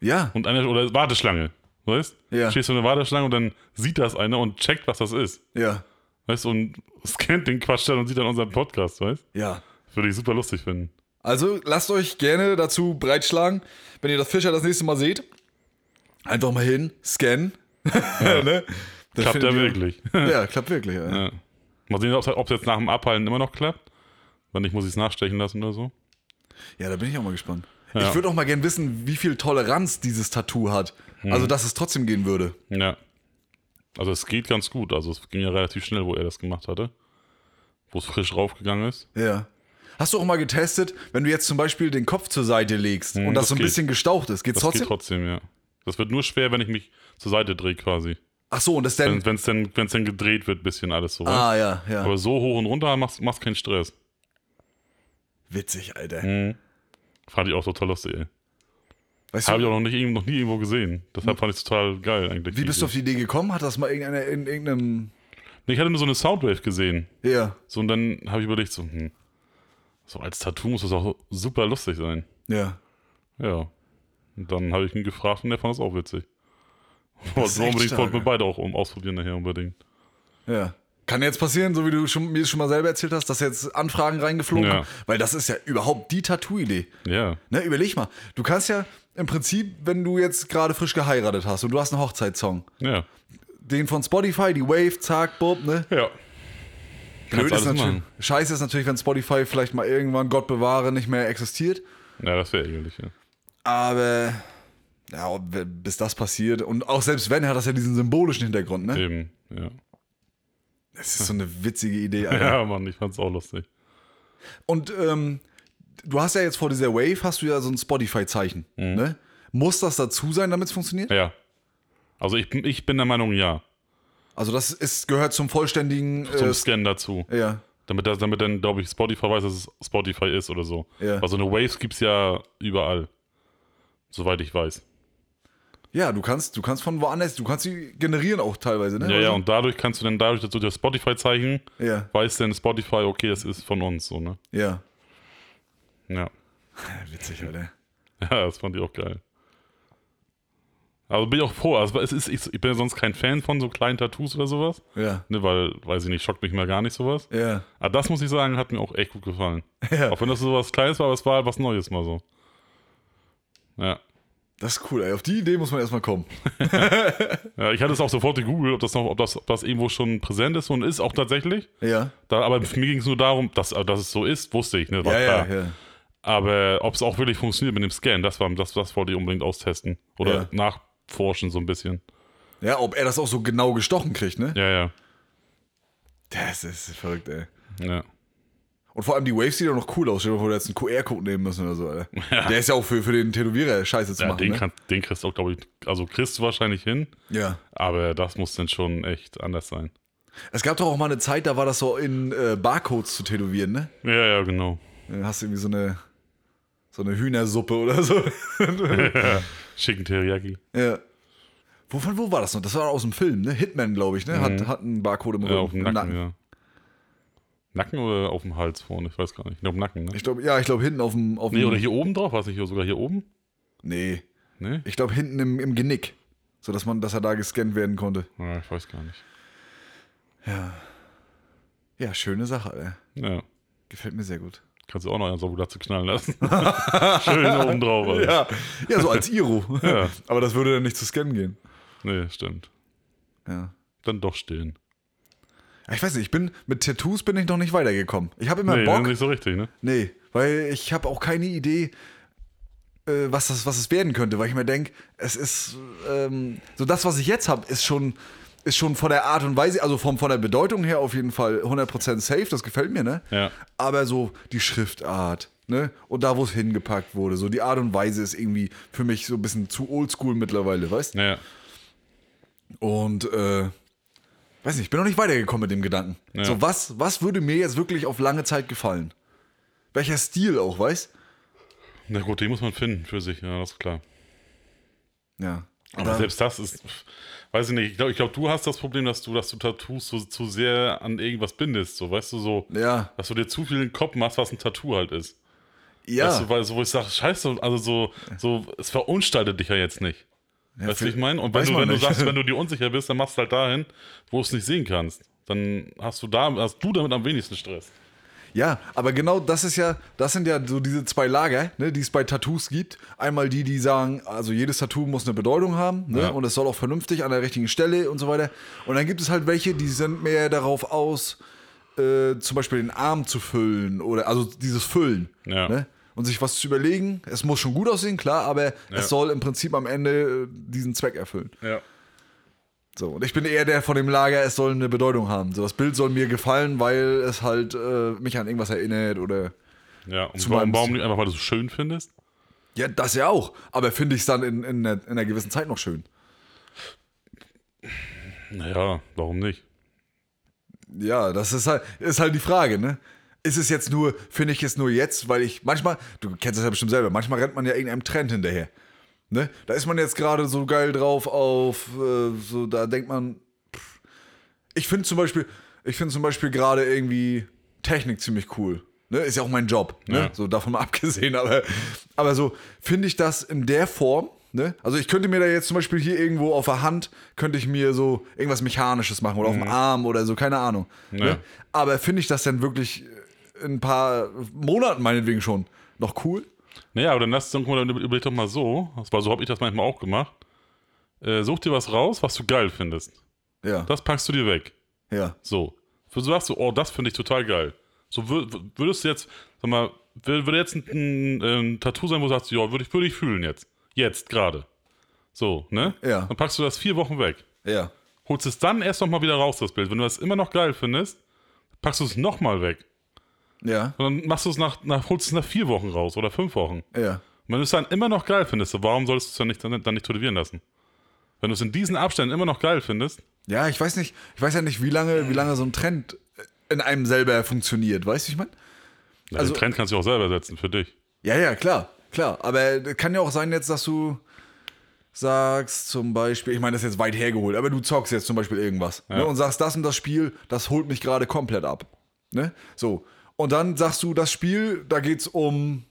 Ja,
Und eine, oder Warteschlange. Weißt
Ja.
Stehst du in der Warteschlange und dann sieht das einer und checkt, was das ist.
ja,
Weißt du, und scannt den Quatsch dann und sieht dann unseren Podcast, weißt
ja.
Würde ich super lustig finden.
Also lasst euch gerne dazu breitschlagen, wenn ihr das Fischer das nächste Mal seht. Einfach mal hin, scannen. ne? Das
Klappt
findet
ja
ihr-
wirklich.
Ja, klappt wirklich. Ja.
Ja. Mal sehen, ob es jetzt nach dem Abhalten immer noch klappt. Wenn nicht, muss ich es nachstechen lassen oder so.
Ja, da bin ich auch mal gespannt.
Ja.
Ich würde auch mal gerne wissen, wie viel Toleranz dieses Tattoo hat.
Hm.
Also, dass es trotzdem gehen würde.
Ja. Also es geht ganz gut. Also es ging ja relativ schnell, wo er das gemacht hatte. Wo es frisch raufgegangen ist.
Ja. Hast du auch mal getestet, wenn du jetzt zum Beispiel den Kopf zur Seite legst und das,
Hm, das
so ein
geht.
bisschen gestaucht ist? Geht's
Das
trotzdem?
geht trotzdem, ja. Das wird nur schwer, wenn ich mich zur Seite drehe quasi.
Ach so, und das dann.
Wenn es denn, wenn's denn gedreht wird, bisschen alles so. weißt?
Äh. Ah, ja, ja.
Aber so hoch und runter machst, machst keinen Stress.
Witzig, Alter.
Hm. Fand ich auch total lustig, ey.
Weißt
Habe
du,
ich auch noch, nicht, irgend- noch nie irgendwo gesehen. Deshalb fand ich es total geil eigentlich.
Hm. wie
die
bist du auf
Idee.
die Idee gekommen? Hat das mal irgendeiner in irgendeinem.
Ich hatte nur so eine Soundwave gesehen.
Ja,
So, und dann habe ich überlegt, so, hm, so als Tattoo muss das auch super lustig sein.
ja.
Ja. Und dann habe ich ihn gefragt und der fand das auch witzig. Wollten
ist
wir
echt
unbedingt, wollten wir
stark,
beide auch um, ausprobieren nachher unbedingt.
Ja. Kann jetzt passieren, so wie du schon, mir schon mal selber erzählt hast, dass jetzt Anfragen reingeflogen
Ja.
kommen. Weil das ist ja überhaupt die Tattoo-Idee.
Ja.
Ne, überleg mal. Du kannst ja im Prinzip, wenn du jetzt gerade frisch geheiratet hast und du hast einen Hochzeitssong,
Ja.
den von Spotify, die Wave, zack, bub, ne?
Ja.
Blöd ist
alles
natürlich.
machen.
Scheiße ist natürlich, wenn Spotify vielleicht mal irgendwann, Gott bewahre, nicht mehr existiert.
Ja, das wäre ärgerlich, ja.
Aber ja, ob- bis das passiert und auch selbst wenn, hat das ja diesen symbolischen Hintergrund, ne?
Eben, ja.
Das ist so eine witzige Idee, Alter.
Ja, Mann, ich fand's auch lustig.
Und ähm, du hast ja jetzt vor dieser Wave hast du ja so ein Spotify-Zeichen. Ne? Muss das dazu sein, damit es funktioniert?
Mhm. Ja. Also ich, bin- ich bin der Meinung, ja.
Also das ist, gehört zum vollständigen.
Zum
Äh,
Scan dazu.
ja,
Damit, das, damit dann, glaube ich, Spotify weiß, dass es Spotify ist oder so.
Ja.
Also eine Waves gibt's ja überall. Soweit ich weiß.
ja, du kannst, du kannst von woanders, du kannst sie generieren auch teilweise, ne?
Ja, ja,
Also-
und dadurch kannst du dann dadurch, dass du das Spotify-Zeichen
ja,
weiß dann Spotify, okay, es ist von uns, so, ne?
ja. Äh,
Ja.
Witzig, Alter.
Ja, das fand ich auch geil. Also bin ich auch froh. Also es ist, ich, ich bin ja sonst kein Fan von so kleinen Tattoos oder sowas.
Ja,
Ne, weil, weiß ich nicht, schockt mich mal gar nicht sowas.
ja,
Aber das muss ich sagen, hat mir auch echt gut gefallen.
ja.
Auch wenn das sowas Kleines war, aber es war halt was Neues mal so. Ja.
Das ist cool, ey. Auf die Idee muss man erstmal kommen.
ja ich hatte es auch sofort gegoogelt, ob das noch, ob das, ob das irgendwo schon präsent ist und ist auch tatsächlich.
Ja.
Da, aber für mich ging es nur darum, dass, dass es so ist, wusste ich, ne? War
Ja, ja,
klar.
ja.
Aber ob es auch wirklich funktioniert mit dem Scan, das, war, das, das wollte ich unbedingt austesten. Oder
Ja.
nachforschen so ein bisschen.
Ja, ob er das auch so genau gestochen kriegt, ne?
Ja, ja.
Das ist verrückt, ey.
Ja.
Und vor allem die Waves sieht doch noch cool aus. Stell dir mal vor, du hättest einen QR-Code nehmen müssen oder so, Alter. Der ist ja auch für, für den Tätowierer scheiße zu
Ja,
machen.
den,
ne?
kann, den kriegst du auch, glaube ich, also kriegst du wahrscheinlich hin,
Ja.
aber das muss dann schon echt anders sein.
Es gab doch auch mal eine Zeit, da war das so in äh, Barcodes zu tätowieren, ne?
Ja, ja, genau.
Dann hast du irgendwie so eine, so eine Hühnersuppe oder so.
Chicken Teriyaki.
ja. Wovon, wo war das noch? Das war aus dem Film, ne? Hitman, glaube ich, ne? Hat, hat einen Barcode im
Mhm. Ja,
Rücken-
auf dem
im
Nacken, ja. Nacken oder auf dem Hals vorne? Ich weiß gar nicht. Ich glaube Nacken, ne?
Ich glaube, ja, ich glaube hinten auf dem. Auf
nee,
dem
oder hier oben drauf? War es nicht hier- sogar hier oben?
nee.
Nee?
Ich glaube hinten im, im Genick. So dass man, dass er da gescannt werden konnte.
Ja, Ah, ich weiß gar nicht.
Ja, schöne Sache, ey.
Ja.
Gefällt mir sehr gut.
Kannst du auch noch einen Sabulatze knallen lassen. Schön oben drauf. Alter.
Ja, ja so als Iro.
Oh, Ja.
Aber das würde dann nicht zu scannen gehen.
Nee, stimmt.
Ja.
Dann doch stillen.
Ja, Ich weiß nicht, ich bin mit Tattoos bin ich noch nicht weitergekommen. Ich habe immer
Nee,
Bock.
dann nicht so richtig, ne?
Nee, weil ich habe auch keine Idee, äh, was, das, was es werden könnte, weil ich mir denke, es ist ähm, so das, was ich jetzt habe, ist schon, ist schon von der Art und Weise, also vom, von der Bedeutung her auf jeden Fall 100% safe, das gefällt mir, ne?
Ja.
Aber so die Schriftart, ne? Und da, wo es hingepackt wurde, so die Art und Weise ist irgendwie für mich so ein bisschen zu oldschool mittlerweile, weißt du?
Ja.
Und äh, weiß nicht, ich bin noch nicht weitergekommen mit dem Gedanken.
Ja.
So, was, was würde mir jetzt wirklich auf lange Zeit gefallen? Welcher Stil auch, weißt
Na gut, den muss man finden für sich, ja, das ist klar.
Ja. Ähm,
Aber selbst das ist, weiß ich nicht, ich glaube, ich glaub, du hast das Problem, dass du, dass du Tattoos so, zu sehr an irgendwas bindest, so, weißt du, so,
ja,
dass du dir zu viel in den Kopf machst, was ein Tattoo halt ist.
ja.
Weißt du, weil so, wo ich sage, scheiße, also so, so, es verunstaltet dich ja jetzt nicht.
ja,
weißt du,
für-
wie ich meine? Und wenn,
weiß
du,
man
wenn du
nicht.
sagst, wenn du dir unsicher bist, dann machst du halt dahin, wo du es nicht sehen kannst. Dann hast du da, hast du damit am wenigsten Stress.
Ja, aber genau das ist ja, das sind ja so diese zwei Lager, ne, die es bei Tattoos gibt. Einmal die, die sagen, also jedes Tattoo muss eine Bedeutung haben ne,
Ja.
und es soll auch vernünftig an der richtigen Stelle und so weiter. Und dann gibt es halt welche, die sind mehr darauf aus, äh, zum Beispiel den Arm zu füllen oder also dieses Füllen.
Ja.
Ne? Und sich was zu überlegen, es muss schon gut aussehen, klar, aber
Ja.
es soll im Prinzip am Ende äh, diesen Zweck erfüllen.
Ja.
So, und ich bin eher der von dem Lager, es soll eine Bedeutung haben. So, das Bild soll mir gefallen, weil es halt äh, mich an irgendwas erinnert oder.
Ja, und
Zu
warum,
meinem-
warum nicht einfach, weil du es schön findest?
Ja, das ja auch. Aber finde ich es dann in, in, einer, in einer gewissen Zeit noch schön.
Naja, warum nicht?
Ja, das ist halt, ist halt die Frage, ne? Ist es jetzt nur, finde ich es nur jetzt, weil ich manchmal, du kennst das ja bestimmt selber, manchmal rennt man ja irgendeinem Trend hinterher. Ne? Da ist man jetzt gerade so geil drauf auf, äh, so, da denkt man, pff. ich finde zum Beispiel, ich finde zum Beispiel gerade irgendwie Technik ziemlich cool. Ne? Ist ja auch mein Job, ne?
Ja.
so davon mal abgesehen, aber, aber so finde ich das in der Form, ne? also ich könnte mir da jetzt zum Beispiel hier irgendwo auf der Hand, könnte ich mir so irgendwas Mechanisches machen oder auf dem Arm oder so, keine Ahnung.
Mhm. Ja.
Ne? Aber finde ich das dann wirklich in ein paar Monaten meinetwegen schon noch cool?
Naja, aber dann lass doch mal, überleg doch mal so, weil so habe ich das manchmal auch gemacht. Äh, such dir was raus, was du geil findest.
Ja,
Das packst du dir weg.
ja.
So. Du sagst du, oh, das finde ich total geil. So wür- wür- würdest du jetzt, sag mal, wür- würde jetzt ein, ein, ein Tattoo sein, wo du sagst, ja, würde ich, würde ich fühlen jetzt. Jetzt, gerade. So, ne?
Ja.
Dann packst du das vier Wochen weg.
Ja.
Holst es dann erst nochmal wieder raus, das Bild. Wenn du das immer noch geil findest, packst du es nochmal weg.
Ja.
Und dann machst du es nach, nach, holst es nach vier Wochen raus oder fünf Wochen.
Ja.
Und wenn du es dann immer noch geil findest, warum solltest du es dann nicht, dann, dann nicht tätowieren lassen? Wenn du es in diesen Abständen immer noch geil findest,
Ja, ich weiß nicht, ich weiß ja nicht, wie lange, wie lange so ein Trend in einem selber funktioniert, weißt du, wie ich meine?
ja,
Also-
den Trend kannst du auch selber setzen für dich.
Ja, ja, klar, klar. Aber kann ja auch sein jetzt, dass du sagst zum Beispiel, ich meine, das ist jetzt weit hergeholt, aber du zockst jetzt zum Beispiel irgendwas ne, und sagst, das und das Spiel, das holt mich gerade komplett ab. Ne? So. Und dann sagst du, das Spiel, da geht's um,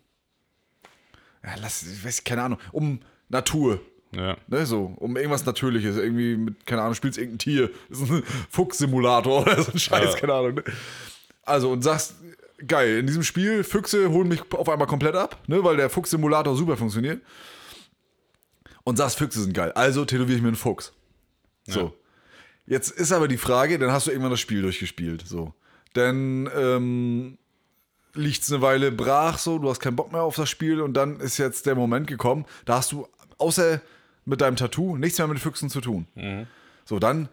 ja, lass, ich weiß, keine Ahnung, um Natur.
Ja.
Ne, so, um irgendwas Natürliches, irgendwie mit, keine Ahnung, spielst irgendein Tier, ist ein Fuchssimulator oder so ein Scheiß,
Ja.
keine Ahnung. Ne? Also und sagst, geil, in diesem Spiel, Füchse holen mich auf einmal komplett ab, ne, weil der Fuchssimulator super funktioniert. Und sagst, Füchse sind geil, also tätowiere ich mir einen Fuchs. So. Jetzt ist aber die Frage, dann hast du irgendwann das Spiel durchgespielt, so. Dann, ähm, liegt es eine Weile brach, so, du hast keinen Bock mehr auf das Spiel und dann ist jetzt der Moment gekommen, da hast du außer mit deinem Tattoo nichts mehr mit Füchsen zu tun.
Mhm.
So, dann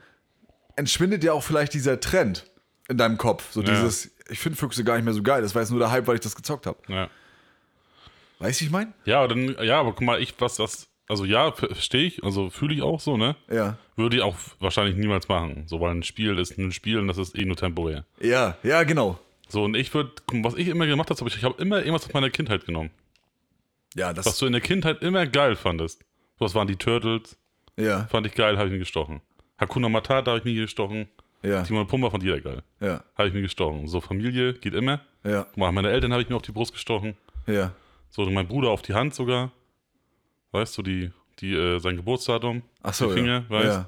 entschwindet ja auch vielleicht dieser Trend in deinem Kopf. So
Ja.
dieses, ich finde Füchse gar nicht mehr so geil, das war jetzt nur der Hype, weil ich das gezockt habe.
Ja.
Weißt du, wie ich meine?
Ja, aber dann, ja, aber guck mal, ich, was das, also ja, ver- verstehe ich, also fühle ich auch so, ne?
Ja.
Würde ich auch wahrscheinlich niemals machen, so, weil ein Spiel ist ein Spiel und das ist eh nur temporär.
Ja, ja, genau.
So, und ich würde, was ich immer gemacht habe, hab ich, ich habe immer irgendwas aus meiner Kindheit genommen,
Ja, das.
was du in der Kindheit immer geil fandest. Was waren die Turtles,
ja.
fand ich geil, habe ich nie gestochen. Hakuna Matata habe ich nie gestochen.
Ja,
Timon und Pumba fand jeder geil.
ja,
Habe ich mir gestochen. So, Familie geht immer.
ja,
Guck mal, meine Eltern habe ich mir auf die Brust gestochen.
ja.
So, mein Bruder auf die Hand sogar. Weißt du, die, die, äh, sein Geburtsdatum.
Ach so,
Die Finger,
ja.
weißt?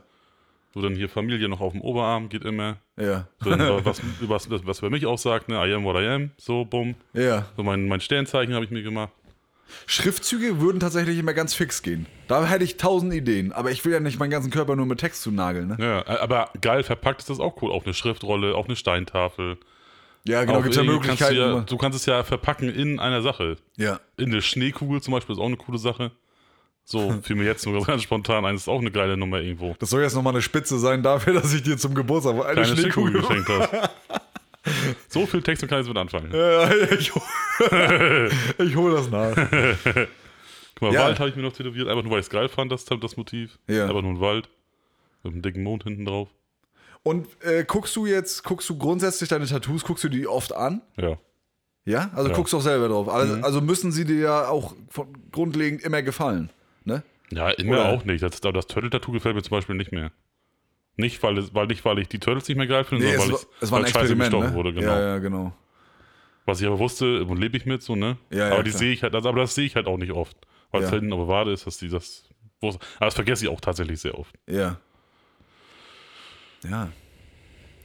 So, dann hier Familie noch auf dem Oberarm geht immer.
Ja,
So, dann, was, was, was über mich aussagt, ne? I am what I am. So, bumm.
ja, ja.
So, mein, mein Sternzeichen habe ich mir gemacht.
Schriftzüge würden tatsächlich immer ganz fix gehen. Da hätte ich tausend Ideen, aber ich will ja nicht meinen ganzen Körper nur mit Text zu nageln, ne?
Ja, aber geil verpackt ist das auch cool. Auf eine Schriftrolle, auf eine Steintafel.
Ja, genau,
Auf
gibt es ja
irgendwie kannst
Möglichkeiten.
Du, ja,
wo man-
du kannst es ja verpacken in einer Sache.
ja.
In eine Schneekugel zum Beispiel ist auch eine coole Sache.
Hm.
So fiel mir jetzt nur ganz spontan ein. Das ist auch eine geile Nummer irgendwo.
Das soll jetzt nochmal eine Spitze sein dafür, dass ich dir zum Geburtstag eine
Kleine
Schneekugel
Schneekugel geschenkt hast. So viel Text und kann ich mit anfangen.
Äh, ich hol- ich hole das nach.
Guck mal,
Ja.
Wald habe ich mir noch tätowiert, einfach nur weil ich es geil fand, das, das Motiv.
Ja.
Einfach nur ein Wald. Mit einem dicken Mond hinten drauf.
Und äh, guckst du jetzt, guckst du grundsätzlich deine Tattoos, guckst du die oft an?
Ja.
Ja? Also
Ja. Mhm.
guckst du auch selber drauf. Also, also müssen sie dir ja auch von, grundlegend immer gefallen. Ne?
Ja, immer
Oder-
auch nicht. Das, aber das Turtle-Tattoo gefällt mir zum Beispiel nicht mehr. Nicht, weil, es, weil, nicht, weil ich die Turtles nicht mehr geil finde,
Nee, es,
sondern
war-
weil, ich,
es war ein
weil Scheiße
Experiment.
gestochen
Ne?
wurde. Genau.
Ja, ja, genau.
Was ich aber wusste, und lebe ich mit, so, ne?
Ja, ja,
aber die
klar.
sehe ich halt, also, aber das sehe ich halt auch nicht oft. Weil es
Ja.
halt in der Wade ist, dass die das. wo es- Aber das vergesse ich auch tatsächlich sehr oft.
Ja. Ja.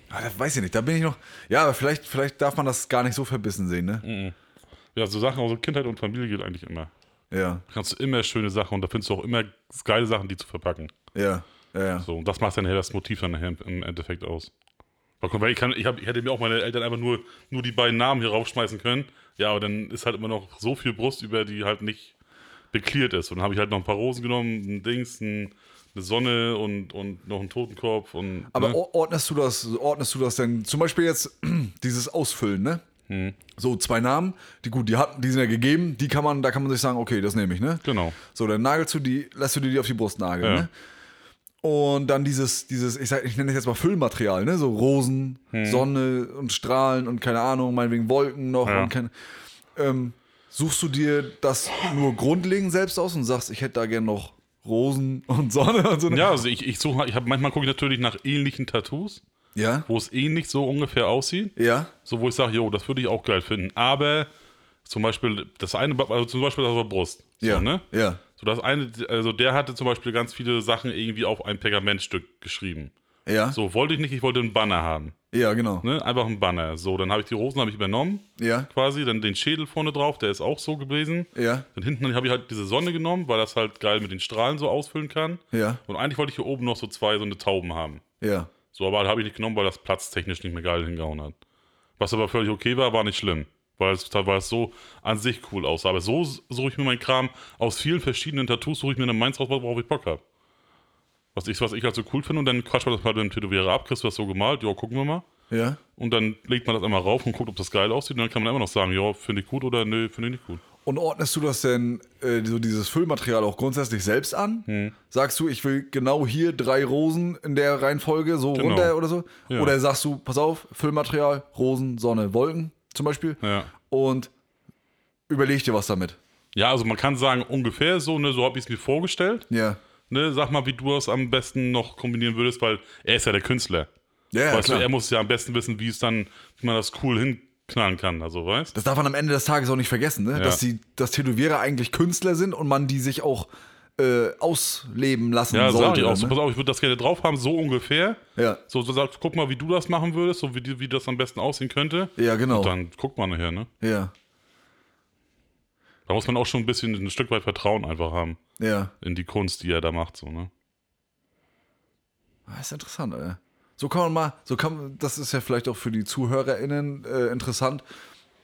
Ah, das weiß ich nicht. Da bin ich noch. Ja, aber vielleicht, vielleicht darf man das gar nicht so verbissen sehen, ne?
Mhm. Ja, so Sachen, also Kindheit und Familie geht eigentlich immer.
Ja,
Da kannst du immer schöne Sachen und da findest du auch immer geile Sachen, die zu verpacken.
ja, ja, ja.
So, und das macht dann ja das Motiv dann nachher im- im Endeffekt aus. Weil, guck mal, ich, kann, ich, hab, ich hätte mir auch meine Eltern einfach nur, nur die beiden Namen hier raufschmeißen können. Ja, aber dann ist halt immer noch so viel Brust über, die halt nicht beklärt ist. Und dann habe ich halt noch ein paar Rosen genommen, ein Dings, ein, eine Sonne und, und noch einen Totenkopf. Und,
Aber oh-
ne?
or- ordnest du das, ordnest du das denn? Zum Beispiel jetzt dieses Ausfüllen, ne?
Mhm.
So zwei Namen, die gut, die hatten, die sind ja gegeben, die kann man, da kann man sich sagen, okay, das nehme ich, ne?
Genau.
So, dann nagelst du die, lässt du dir die auf die Brust nageln,
Ja.
ne? Und dann dieses, dieses, ich sag, ich nenne es jetzt mal Füllmaterial, ne? So Rosen,
Hm.
Sonne und Strahlen und keine Ahnung, meinetwegen Wolken noch
Ja.
und kein, ähm, Suchst du dir das nur grundlegend selbst aus und sagst, ich hätte da gern noch Rosen und Sonne und so? ne?
Ja, also ich, ich suche, ich habe manchmal gucke ich natürlich nach ähnlichen Tattoos,
Ja?
wo es ähnlich so ungefähr aussieht.
Ja?
So, wo ich sage, jo, das würde ich auch geil finden. Aber zum Beispiel, das eine, also zum Beispiel das auf der Brust. So,
Ja.
ne?
Ja.
So das eine, also der hatte zum Beispiel ganz viele Sachen irgendwie auf ein Pergamentstück geschrieben.
Ja.
So wollte ich nicht, ich wollte einen Banner haben.
Ja, genau.
Ne? Einfach einen Banner. So, dann habe ich die Rosen habe ich übernommen,
Ja,
quasi, dann den Schädel vorne drauf, der ist auch so gewesen.
ja,
Dann hinten habe ich halt diese Sonne genommen, weil das halt geil mit den Strahlen so ausfüllen kann.
ja,
Und eigentlich wollte ich hier oben noch so zwei so eine Tauben haben.
ja,
So, aber habe ich nicht genommen, weil das platztechnisch nicht mehr geil hingehauen hat. Was aber völlig okay war, war nicht schlimm. Weil es, weil es so an sich cool aussah. Aber so suche ich mir meinen Kram aus vielen verschiedenen Tattoos, suche ich mir dann meins raus, worauf ich Bock habe. Was ich, was ich halt so cool finde und dann quatscht man das mal mit dem Tätowierer ab, kriegst du das so gemalt, ja, gucken wir mal.
ja.
Und dann legt man das einmal rauf und guckt, ob das geil aussieht. Und dann kann man immer noch sagen, ja, finde ich gut oder nö, finde ich nicht gut.
Und ordnest du das denn, äh, so dieses Füllmaterial auch grundsätzlich selbst an?
Hm.
Sagst du, ich will genau hier drei Rosen in der Reihenfolge so
Genau.
runter oder so?
Ja.
Oder sagst du, pass auf, Füllmaterial, Rosen, Sonne, Wolken zum Beispiel?
Ja.
Und überleg dir was damit.
Ja, also man kann sagen, ungefähr so, ne, so habe ich es mir vorgestellt.
Ja.
Ne, sag mal, wie du es am besten noch kombinieren würdest, weil er ist ja der Künstler.
Ja, ja
weißt du,
klar.
er muss ja am besten wissen, wie es dann, wie man das cool hinknallen kann, also weißt
das darf man am Ende des Tages auch nicht vergessen, ne? dass, die, dass Tätowierer eigentlich Künstler sind und man die sich auch äh, ausleben lassen
Ja, sag
sollte.
ich auch. So,
ne?
pass auf, ich würde das gerne drauf haben, so ungefähr.
Ja.
So, so sagst, guck mal, wie du das machen würdest, so wie, die- wie das am besten aussehen könnte.
Ja, genau.
Und dann guckt man nachher, ne?
Ja,
Da muss man auch schon ein bisschen ein Stück weit Vertrauen einfach haben
ja.
in die Kunst, die er da macht, so, ne?
Ah, ist interessant, ey. So kann man mal, so kann, das ist ja vielleicht auch für die ZuhörerInnen äh, interessant,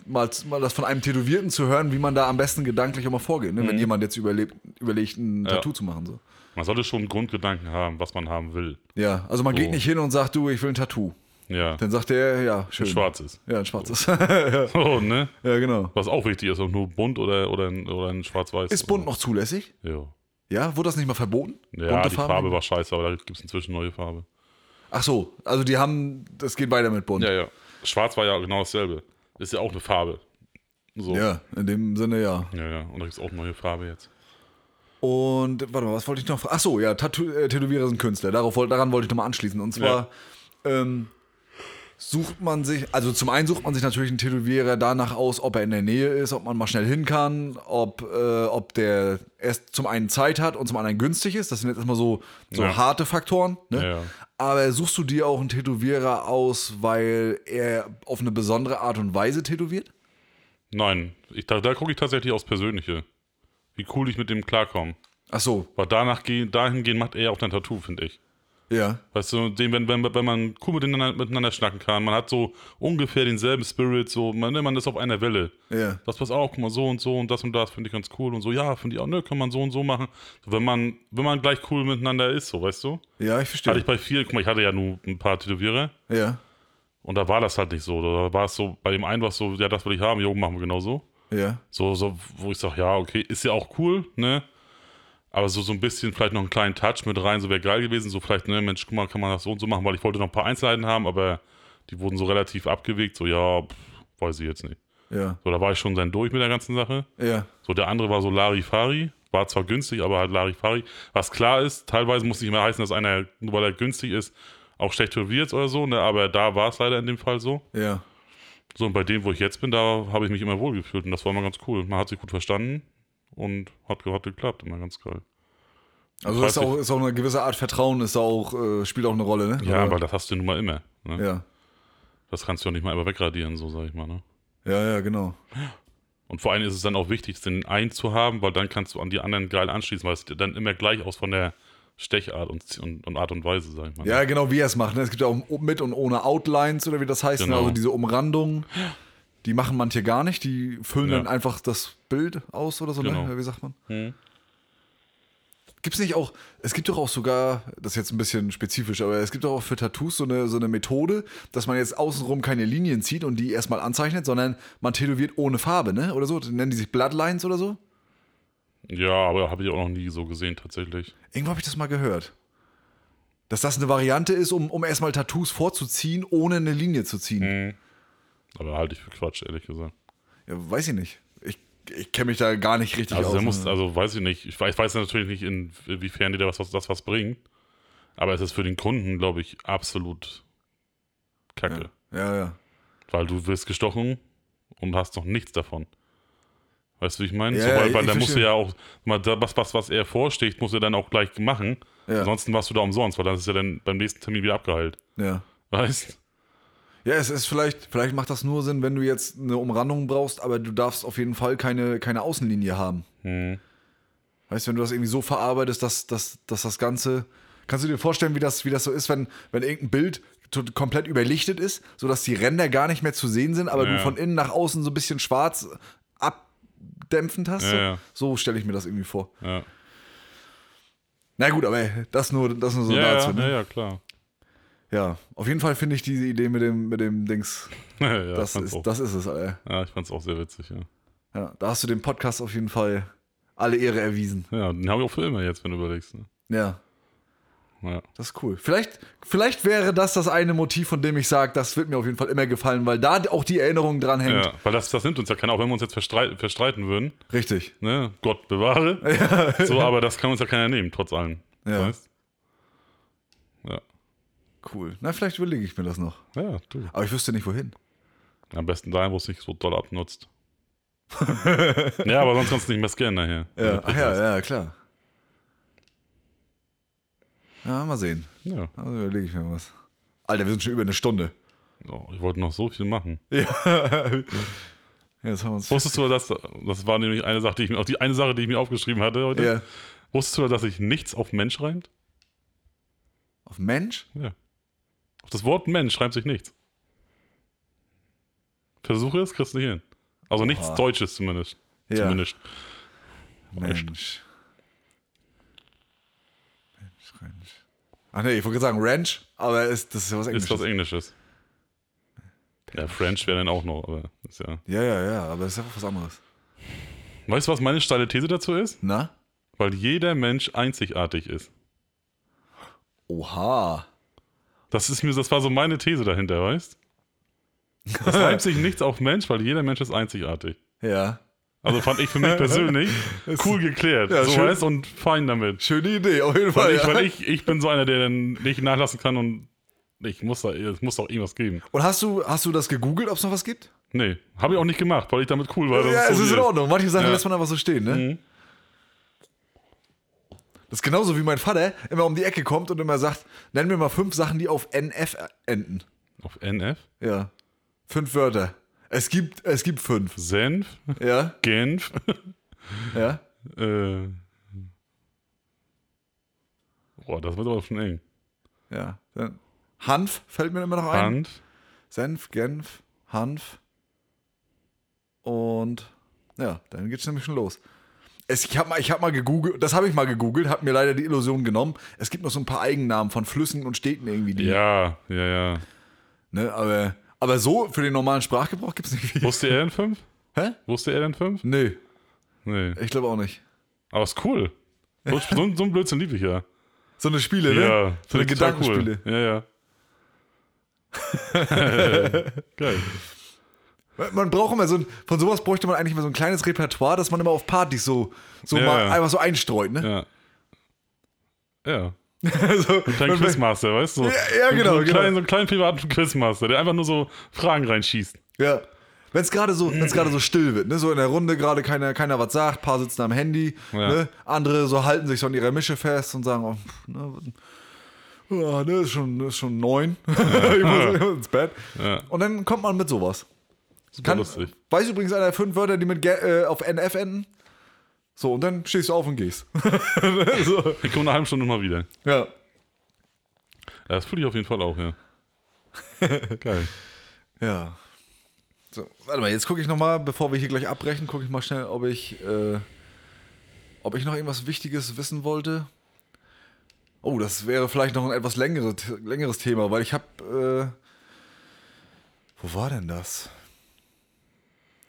mal, mal das von einem Tätowierten zu hören, wie man da am besten gedanklich immer vorgeht, ne? wenn jemand jetzt überlebt, überlegt, ein
Mhm. Ja.
Tattoo zu machen. So.
Man sollte schon einen Grundgedanken haben, was man haben will.
Ja, also man geht
So.
nicht hin und sagt, du, ich will ein Tattoo.
Ja.
Dann sagt der, ja, schön.
Schwarzes.
Ja, ein schwarzes. ja,
So, ne?
genau.
Was auch wichtig ist, ob nur bunt oder, oder, ein- oder ein schwarz-weiß.
Ist bunt noch zulässig?
Ja.
Ja, wurde das nicht mal verboten?
Ja, die Farbe war scheiße, aber da gibt es inzwischen neue Farbe.
Ach so, also die haben, das geht weiter mit bunt.
Ja, ja. Schwarz war ja genau dasselbe. Ist ja auch eine Farbe. So.
ja in dem Sinne ja.
Ja, ja. Und da gibt es auch neue Farbe jetzt.
Und warte mal, was wollte ich noch fragen? Ach so, ja, Tattoo, äh, Tätowierer sind Künstler. Darauf, wollt- daran wollte ich nochmal anschließen. Und zwar, ähm, sucht man sich, also zum einen sucht man sich natürlich einen Tätowierer danach aus, ob er in der Nähe ist, ob man mal schnell hin kann, ob, äh, ob der erst zum einen Zeit hat und zum anderen günstig ist. Das sind jetzt erstmal so, so
Ja.
harte Faktoren. Ne?
Ja, ja.
Aber suchst du dir auch einen Tätowierer aus, weil er auf eine besondere Art und Weise tätowiert?
Nein, ich, da, da gucke ich tatsächlich aufs Persönliche. Wie cool ich mit dem klarkomme.
Ach so,
Weil danach gehen, dahingehend macht er ja auch dein Tattoo, finde ich.
ja.
Weißt du, den, wenn, wenn, wenn man cool miteinander, miteinander schnacken kann, man hat so ungefähr denselben Spirit, so, man, ne, man ist auf einer Welle.
Ja.
Das passt auch, guck mal, so und so und das und das finde ich ganz cool und so, ja, finde ich auch, ne, kann man so und so machen. So, wenn man, wenn man gleich cool miteinander ist, so, weißt du?
Ja, ich
Hatte
verstehe.
ich bei vielen, guck mal, ich hatte ja nur ein paar Tätowierer
Ja,
und da war das halt nicht so. Da war es so, bei dem einen war es so, ja, das will ich haben, jo, machen wir genauso.
ja.
So, so, wo ich sage, ja, okay, ist ja auch cool, ne? Aber so, so ein bisschen vielleicht noch einen kleinen Touch mit rein, so wäre geil gewesen. So vielleicht, ne, Mensch, guck mal, kann man das so und so machen, weil ich wollte noch ein paar Einzelheiten haben, aber die wurden so relativ abgewegt, so, ja, pff, weiß ich jetzt nicht.
Ja,
So, da war ich schon dann durch mit der ganzen Sache.
ja.
So, der andere war so Larifari, war zwar günstig, aber halt Larifari. Was klar ist, teilweise muss nicht mehr heißen, dass einer, nur weil er günstig ist, auch schlecht tätowiert ist oder so, ne? Aber da war es leider in dem Fall so.
Ja.
So, und bei dem, wo ich jetzt bin, da habe ich mich immer wohl gefühlt und das war immer ganz cool. Man hat sich gut verstanden und hat, ge- hat geklappt, immer ganz geil.
Also
Das
ist auch, ist auch eine gewisse Art Vertrauen, ist auch, äh, spielt auch eine Rolle, ne?
Ja,
Oder-
aber das hast du nun mal immer. Ne?
ja.
Das kannst du ja nicht mal immer wegradieren, so sag ich mal. Ne?
Ja, ja, genau.
Und vor allem ist es dann auch wichtig, den einen zu haben, weil dann kannst du an die anderen geil anschließen, weil es dir dann immer gleich aus von der Stechart und, Z- und, und Art und Weise, sag ich mal. ne?
Ja, genau, wie er es macht. Ne? Es gibt ja auch mit und ohne Outlines oder wie das heißt.
Genau.
Ne? Also diese Umrandungen, die machen manche gar nicht. Die füllen
Ja.
dann einfach das Bild aus oder so,
Genau.
ne? Wie sagt man?
Hm.
Gibt's nicht auch, es gibt doch auch sogar, das ist jetzt ein bisschen spezifisch, aber es gibt doch auch für Tattoos so eine, so eine Methode, dass man jetzt außenrum keine Linien zieht und die erstmal anzeichnet, sondern man tätowiert ohne Farbe, ne? Oder so? Nennen die sich Bloodlines oder so?
ja, aber habe ich auch noch nie so gesehen, tatsächlich.
Irgendwo habe ich das mal gehört. Dass das eine Variante ist, um, um erstmal Tattoos vorzuziehen, ohne eine Linie zu ziehen.
Mhm. Aber halte ich für Quatsch, ehrlich gesagt.
Ja, weiß ich nicht. Ich, ich kenne mich da gar nicht richtig
Also,
aus. ne?
der muss, also weiß ich nicht. Ich weiß, ich weiß natürlich nicht, inwiefern dir das was, das was bringt. Aber es ist für den Kunden, glaube ich, absolut kacke.
ja, ja.
Weil du wirst gestochen und hast noch nichts davon. Weißt du, wie ich meine?
Ja,
so, weil
ja,
weil
ich
da musst du
verstehe.
ja auch, mal da- was, was, was er vorsticht, musst du dann auch gleich machen.
Ja.
Ansonsten warst du da umsonst, weil dann ist ja dann beim nächsten Termin wieder abgeheilt.
Ja,
Weißt
ja es ist vielleicht, vielleicht macht das nur Sinn, wenn du jetzt eine Umrandung brauchst, aber du darfst auf jeden Fall keine, keine Außenlinie haben.
hm.
Weißt du, wenn du das irgendwie so verarbeitest, dass, dass, dass das Ganze. Kannst du dir vorstellen, wie das, wie das so ist, wenn, wenn irgendein Bild to- komplett überlichtet ist, sodass die Ränder gar nicht mehr zu sehen sind, aber
Ja.
du von innen nach außen so ein bisschen schwarz abdämpfend hast?
Ja,
so?
ja.
So stelle ich mir das irgendwie vor.
Ja,
Na gut, aber das nur, das nur so
ja,
dazu.
ja,
ne?
ja, ja, klar.
Ja, auf jeden Fall finde ich diese Idee mit dem, mit dem Dings,
ja,
das,
ich fand's
ist,
auch,
das ist es, Alter.
ja, ich fand's auch sehr witzig, ja.
Ja, da hast du dem Podcast auf jeden Fall alle Ehre erwiesen.
Ja, den habe ich auch für immer jetzt, wenn du überlegst. Ne?
Ja,
Ja.
das ist cool. Vielleicht, vielleicht wäre das das eine Motiv, von dem ich sage, das wird mir auf jeden Fall immer gefallen, weil da auch die Erinnerung dran hängt.
ja, weil das, das nimmt uns ja keiner, auch wenn wir uns jetzt verstreiten, verstreiten würden,
Richtig.
ne? Gott bewahre. So, aber das kann uns ja keiner nehmen, trotz allem.
Ja.
Weißt? Ja.
Cool. Na, vielleicht überlege ich mir das noch.
Ja, du.
Aber ich wüsste nicht, wohin.
Am besten dahin, wo es nicht so doll abnutzt. ja, aber sonst kannst du nicht mehr scannen nachher.
Ja, ach ja, ja, klar. Ja, mal sehen.
ja.
Also überlege ich mir was. Alter, wir sind schon über eine Stunde.
Oh, ich wollte noch so viel machen.
Ja. Jetzt haben wir uns.
Wusstest du, dass das war nämlich eine Sache, die ich mir, die eine Sache, die ich mir aufgeschrieben hatte heute.
Ja.
Wusstest du, dass sich nichts auf Mensch reimt?
Auf Mensch?
Ja. Auf das Wort Mensch reimt sich nichts. Versuche es, kriegst du nicht hin. Also nichts
Oha.
Deutsches zumindest.
Ja.
Zumindest.
Mensch. Mensch, Ranch. Ach nee, ich wollte gerade sagen Ranch, aber ist, das ist ja was
Ist
Englisches.
was Englisches. Ja, French wäre dann auch noch, aber ist ja.
ja, ja, ja, aber das ist einfach was anderes.
Weißt du, was meine steile These dazu ist?
Na?
Weil jeder Mensch einzigartig ist.
Oha.
Das ist mir, das war so meine These dahinter, weißt? Das reimt sich nichts auf Mensch, weil jeder Mensch ist einzigartig.
Ja.
Also fand ich für mich persönlich cool geklärt.
Ja,
so
schön.
weißt und fein damit.
Schöne Idee, auf jeden Fall.
Weil, ich,
ja.
weil ich, ich bin so einer, der dann nicht nachlassen kann und Ich muss da, es muss doch irgendwas geben.
Und hast du, hast du das gegoogelt, ob es noch was gibt?
Nee, habe ich auch nicht gemacht, weil ich damit cool war. dass
ja, es
so
ist in
weird.
Ordnung. Manche Sachen
Ja.
lässt man einfach so stehen, ne?
Mhm.
Das ist genauso wie mein Vater immer um die Ecke kommt und immer sagt, nenn mir mal fünf Sachen, die auf NF enden.
Auf NF?
Ja. Fünf Wörter. Es gibt, es gibt fünf.
Senf?
Ja,
Genf?
ja.
äh. Boah, das wird aber schon eng.
Ja. Dann Hanf fällt mir immer noch ein.
Hand?
Senf, Genf, Hanf. Und ja, dann geht's nämlich schon los. Es, ich habe mal, ich hab mal gegoogelt, das habe ich mal gegoogelt, habe mir leider die Illusion genommen. Es gibt noch so ein paar Eigennamen von Flüssen und Städten irgendwie. Die,
Ja, ja, ja.
ne, aber, aber so für den normalen Sprachgebrauch gibt's nicht viel.
Wusste er denn fünf?
Hä?
Wusste er denn fünf?
Nö,
Nee.
ich glaube auch nicht.
Aber ist cool. So, so, so ein Blödsinn liebe ich ja.
So eine Spiele,
Ja,
ne? So eine
finde ich total
Gedankenspiele.
Cool. Ja, ja. Geil.
Man braucht immer so ein, von sowas bräuchte man eigentlich immer so ein kleines Repertoire, das man immer auf Partys so, so
Ja,
mal
ja.
einfach so einstreut, ne?
Ja. Ja.
so,
Dein
wenn-
Quizmaster, weißt du?
Ja, ja, genau,
So einen
genau.
kleinen, so einen kleinen privaten Quizmaster, der einfach nur so Fragen reinschießt.
Ja. Wenn es gerade so, wenn's gerade so still wird, ne? so in der Runde gerade keiner, keiner was sagt, paar sitzen am Handy,
Ja.
ne? andere so halten sich so an ihrer Mische fest und sagen, oh, pff, ne, ja, ne, ist schon, ist schon neun, ich muss ich muss ins Bett.
Ja.
Und dann kommt man mit sowas.
Super
Kann,
lustig.
weiß übrigens einer fünf Wörter, die mit Ge äh, auf NF enden. So, und dann stehst du auf und gehst. so,
Ich komme nach einer halben Stunde mal wieder.
ja.
Ja, Das fühle ich auf jeden Fall auch, ja. Geil.
Ja. So, warte mal, jetzt gucke ich nochmal, bevor wir hier gleich abbrechen, gucke ich mal schnell, ob ich, äh, ob ich noch irgendwas Wichtiges wissen wollte. Oh, das wäre vielleicht noch ein etwas längeres, längeres Thema, weil ich habe. Äh, wo war denn das?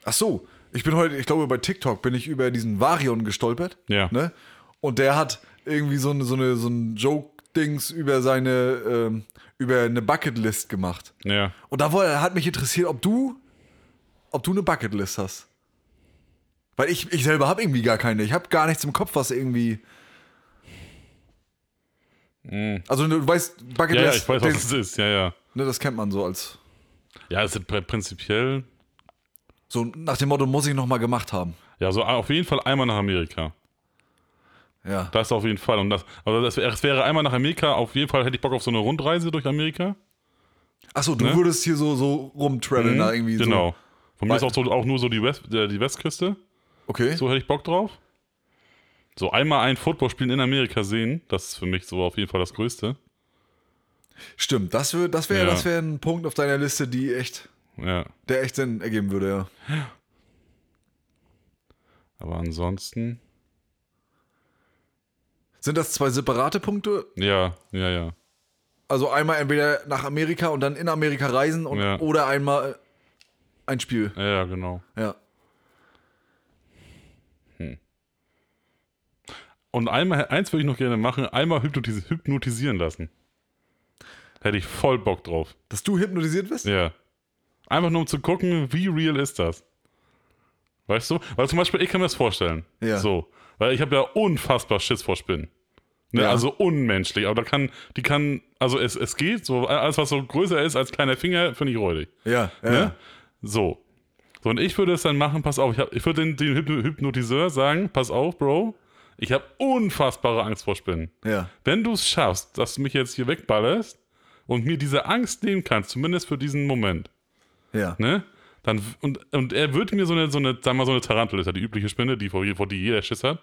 Ach so, ich bin heute, ich glaube, bei TikTok bin ich über diesen Varion gestolpert.
Ja.
Ne? Und der hat irgendwie so, eine, so, eine, so ein Joke-Dings über seine, ähm, über eine Bucketlist gemacht.
Ja.
Und da wollte, hat mich interessiert, ob du, ob du eine Bucketlist hast. Weil ich, ich selber habe irgendwie gar keine. Ich habe gar nichts im Kopf, was irgendwie. Also du weißt,
Ja, Hm. ja,
Bucketlist,
ich weiß, was
das,
es ist. Ja, ja.
ne, das kennt man so als.
Ja, es ist pr- prinzipiell,
So nach dem Motto, muss ich nochmal gemacht haben.
ja, so auf jeden Fall einmal nach Amerika.
Ja.
Das auf jeden Fall. Und das, also das, wär- es wäre einmal nach Amerika, auf jeden Fall hätte ich Bock auf so eine Rundreise durch Amerika.
Achso, du würdest hier so, so rumtraveln da irgendwie.
ne? genau. Von mir ist
Weil-
auch, so, auch nur so die, West, äh, die Westküste.
So. Okay.
So hätte ich Bock drauf. So einmal ein Footballspiel in Amerika sehen, das ist für mich so auf jeden Fall das Größte.
Stimmt, das wäre das wär,
Ja.
das wär ein Punkt auf deiner Liste, die echt,
Ja.
der echt Sinn ergeben würde, ja.
Aber ansonsten,
Sind das zwei separate Punkte
ja, ja, ja.
Also einmal entweder nach Amerika und dann in Amerika reisen und,
Ja.
oder einmal äh, ein Spiel.
Ja, Ja, genau.
Ja.
Und einmal, eins würde ich noch gerne machen: einmal hypnotis hypnotisieren lassen. Hätte ich voll Bock drauf.
Dass du hypnotisiert bist?
Ja. Einfach nur um zu gucken, wie real ist das. Weißt du? Weil zum Beispiel, ich kann mir das vorstellen.
Ja.
So. Weil ich habe ja unfassbar Schiss vor Spinnen. Ne,
Ja.
Also unmenschlich. Aber da kann, die kann, also es, es geht, so alles, was so größer ist als kleiner Finger, finde ich räudig.
Ja. ja.
Ne? So. So, und ich würde es dann machen, pass auf, ich, hab- ich würde den, den Hypno- Hypnotiseur sagen, pass auf, Bro, ich habe unfassbare Angst vor Spinnen.
ja.
Wenn du es schaffst, dass du mich jetzt hier wegballerst und mir diese Angst nehmen kannst, zumindest für diesen Moment,
Ja.
ne? Dann, w- und, und er würde mir so eine, so eine, sagen wir mal, so eine Tarantel ist ja die übliche Spinne, die vor, vor die jeder Schiss hat.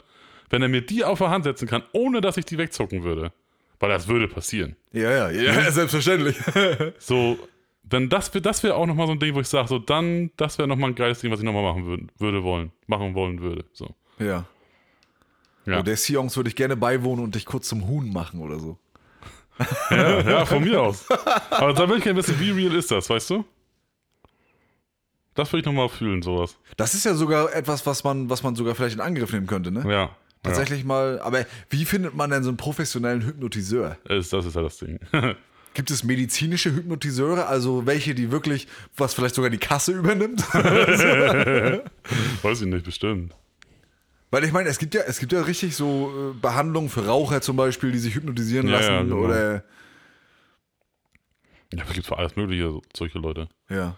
Wenn er mir die auf der Hand setzen kann, ohne dass ich die wegzucken würde. Weil das würde passieren.
Ja, ja, ja, selbstverständlich.
So, dann das, wär- das wäre auch nochmal so ein Ding, wo ich sage, so dann, das wäre nochmal ein geiles Ding, was ich nochmal machen würd, würde wollen, machen wollen würde. So.
ja.
Ja.
Oh, der Siongs würde ich gerne beiwohnen und dich kurz zum Huhn machen oder so.
Ja, ja, von mir aus. Aber da will ich gerne wissen, wie real ist das, weißt du? Das würde ich nochmal fühlen, sowas.
Das ist ja sogar etwas, was man, was man sogar vielleicht in Angriff nehmen könnte, ne?
Ja.
Tatsächlich mal, aber wie findet man denn so einen professionellen Hypnotiseur?
Ja. Ist, das ist ja das Ding.
Gibt es medizinische Hypnotiseure, also welche, die wirklich, was vielleicht sogar die Kasse übernimmt?
Weiß ich nicht, bestimmt.
Weil ich meine, es gibt ja, es gibt ja richtig so äh,
genau.
Behandlungen für Raucher zum Beispiel, die sich hypnotisieren
Ja,
lassen
ja, genau.
oder
Ja, aber gibt's für alles Mögliche so- solche Leute.
Ja.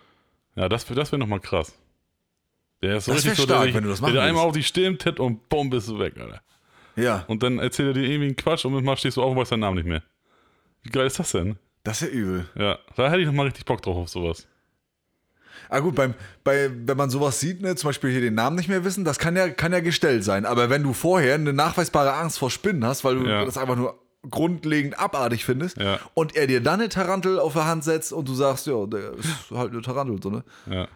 Ja, das, wär- das wäre nochmal krass. Der ist so
Das wär
richtig so,
stark,
der,
wenn du das
der
machen
einmal
würdest.
auf dich stimmt, tippt und bumm, bist du weg, Alter.
Ja.
Und dann erzählt er dir irgendwie einen Quatsch und manchmal stehst du auf und weißt deinen Namen nicht mehr. Wie geil ist das denn?
Das ist ja übel.
Ja, da hätte ich nochmal richtig Bock drauf auf sowas.
Ah gut, beim, bei, wenn man sowas sieht, ne, zum Beispiel hier den Namen nicht mehr wissen, das kann ja, kann ja gestellt sein. Aber wenn du vorher eine nachweisbare Angst vor Spinnen hast, weil du
Ja.
das einfach nur grundlegend abartig findest
Ja.
und er dir dann eine Tarantel auf der Hand setzt und du sagst, ja, der ist halt eine Tarantel, so, ne?
Ja.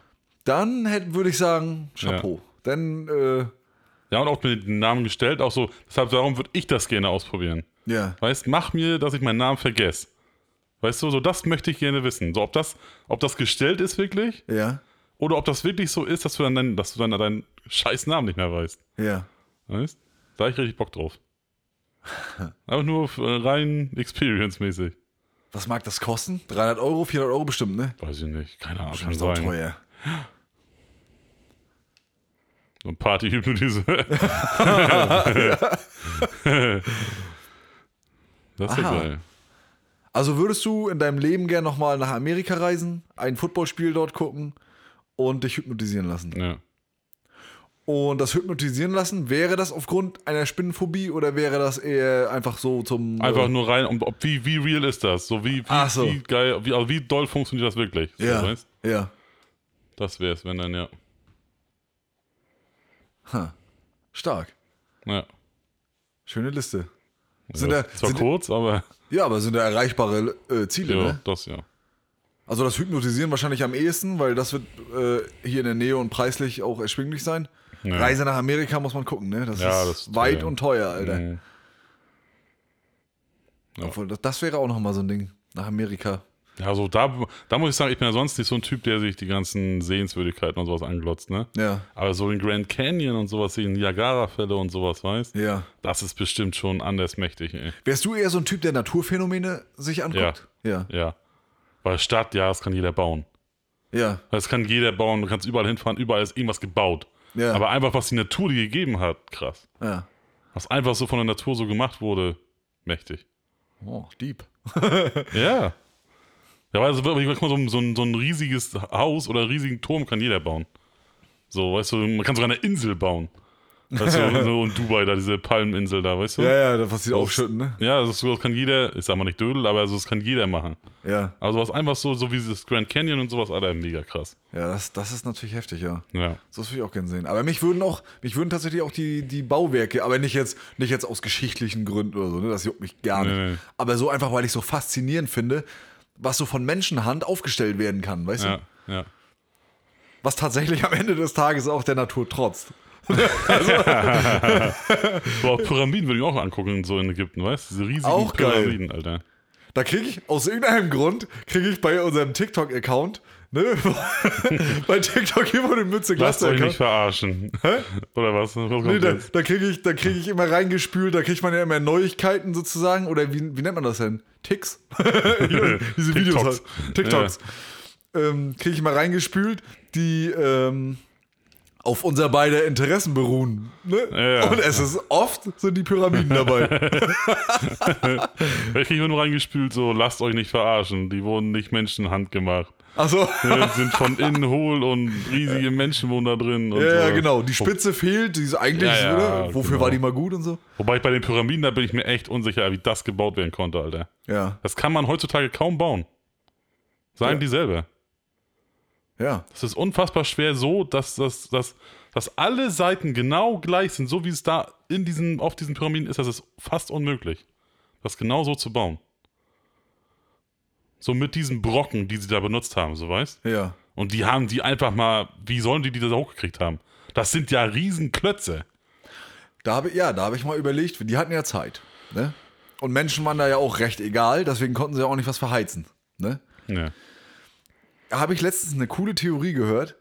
Dann hätte, würde ich sagen, Chapeau. Dann, äh,
Ja, und auch mit den Namen gestellt, auch so, deshalb, darum würde ich das gerne ausprobieren.
ja.
Weißt, mach mir, dass ich meinen Namen vergesse. Weißt du, so das möchte ich gerne wissen. So, ob das, ob das gestellt ist wirklich
Ja.
oder ob das wirklich so ist, dass du dann, deinen- dass du dann deinen scheiß Namen nicht mehr weißt.
Ja.
Weißt? Da hab ich richtig Bock drauf. Aber nur äh, rein experience-mäßig.
Was mag das kosten? 300 Euro, 400 Euro bestimmt, ne?
Weiß ich nicht. Keine Ahnung. Kann
Bestimmt sau
sein.
teuer.
So ein Party-Hypnotiseur. das ist ja
Aha.
geil.
Also würdest du in deinem Leben gern nochmal nach Amerika reisen, ein Footballspiel dort gucken und dich hypnotisieren lassen?
Ja.
Und das Hypnotisieren lassen, wäre das aufgrund einer Spinnenphobie oder wäre das eher einfach so zum. äh,
Einfach nur rein, um, ob, wie, wie real ist das? So wie, wie,
Ach so.
wie geil, wie, also wie doll funktioniert das wirklich? So,
Ja.
weißt?
Ja.
Das wäre es, wenn dann, ja.
Ha. Stark.
ja.
Schöne Liste.
ja
Sind da,
das war
sind,
kurz, aber
ja, aber sind da erreichbare äh, Ziele,
ja,
ne?
das ja.
Also das Hypnotisieren wahrscheinlich am ehesten, weil das wird äh, hier in der Nähe und preislich auch erschwinglich sein.
Ja.
Reise nach Amerika muss man gucken, ne? Das,
Ja,
ist,
das ist
weit
teuer.
und teuer, Alter.
Mhm. Ja.
Obwohl, das, das wäre auch nochmal so ein Ding. Nach Amerika.
Ja, so da, da muss ich sagen, ich bin ja sonst nicht so ein Typ, der sich die ganzen Sehenswürdigkeiten und sowas anglotzt, ne?
Ja.
Aber so den Grand Canyon und sowas, die Niagara-Fälle und sowas, weißt
Ja.
Das ist bestimmt schon anders mächtig, ey.
Wärst du eher so ein Typ, der Naturphänomene sich anguckt? Ja.
Ja. Weil Stadt, ja, das kann jeder bauen.
Ja.
Das kann jeder bauen, du kannst überall hinfahren, überall ist irgendwas gebaut.
Ja.
Aber einfach, was die Natur dir gegeben hat, krass.
ja.
Was einfach so von der Natur so gemacht wurde, mächtig.
Oh, deep.
Hm? Ja. Ja, weil also, wirklich, guck mal, so, ein- so, ein, so ein riesiges Haus oder einen riesigen Turm kann jeder bauen. So, weißt du, man kann sogar eine Insel bauen. Weißt du, so in Dubai, da diese Palmeninsel da, weißt du?
Ja, ja, das was die aufschütten, ne?
Ja, also sowas kann jeder, ich sag mal nicht Dödel, aber also das kann jeder machen.
Ja.
Also was einfach so, so wie dieses Grand Canyon und sowas, Alter, mega krass.
Ja, das, das ist natürlich heftig, ja.
Ja.
So würde ich auch gerne sehen. Aber mich würden auch, mich würden tatsächlich auch die, die Bauwerke, aber nicht jetzt, nicht jetzt aus geschichtlichen Gründen oder so, ne? Das juckt mich gar nicht.
Nee, nee.
Aber so einfach, weil ich so faszinierend finde, was so von Menschenhand aufgestellt werden kann, weißt
Ja,
du?
ja.
Was tatsächlich am Ende des Tages auch der Natur trotzt.
Boah, Pyramiden würde ich auch angucken, so in Ägypten, weißt du? Diese riesigen
Auch geil.
Pyramiden, Alter.
Da kriege ich aus irgendeinem Grund, kriege ich bei unserem TikTok-Account, ne? bei TikTok hier wurde Mütze
Lasst euch nicht
Glas-Account.
verarschen. Oder was? was kommt
Nee, da,
jetzt?
da kriege ich, da krieg ich immer reingespült, da kriegt man ja immer Neuigkeiten sozusagen. Oder wie, wie nennt man das denn? Ticks? Diese Videos
TikToks.
halt. TikToks. Ähm, kriege ich immer reingespült, die ähm, auf unser beider Interessen beruhen. Ne?
Ja, ja.
Und es ist oft sind die Pyramiden dabei.
Ich kriege nur reingespült, so, lasst euch nicht verarschen. Die wurden nicht menschenhand gemacht.
Also.
Die sind von innen hohl und riesige Menschen wohnen da drin. Und
Ja, ja,
so.
genau. Die Spitze fehlt, die ist eigentlich,
Ja, ja,
oder? Wofür
genau.
war die mal gut und so?
Wobei ich bei den Pyramiden, da bin ich mir echt unsicher, wie das gebaut werden konnte, Alter.
Ja,
Das kann man heutzutage kaum bauen. Sagen
Ja.
die selber.
ja.
Das ist unfassbar schwer so, dass, dass, dass, dass alle Seiten genau gleich sind, so wie es da in diesen, auf diesen Pyramiden ist. Das ist fast unmöglich, das genau so zu bauen. So mit diesen Brocken, die sie da benutzt haben, so weißt
Ja,
Und die haben die einfach mal, wie sollen die die da hochgekriegt haben? Das sind ja Riesenklötze.
da habe ja, da habe ich mal überlegt, die hatten ja Zeit, ne? Und Menschen waren da ja auch recht egal, deswegen konnten sie ja auch nicht was verheizen, ne?
Ja.
Da habe ich letztens eine coole Theorie gehört,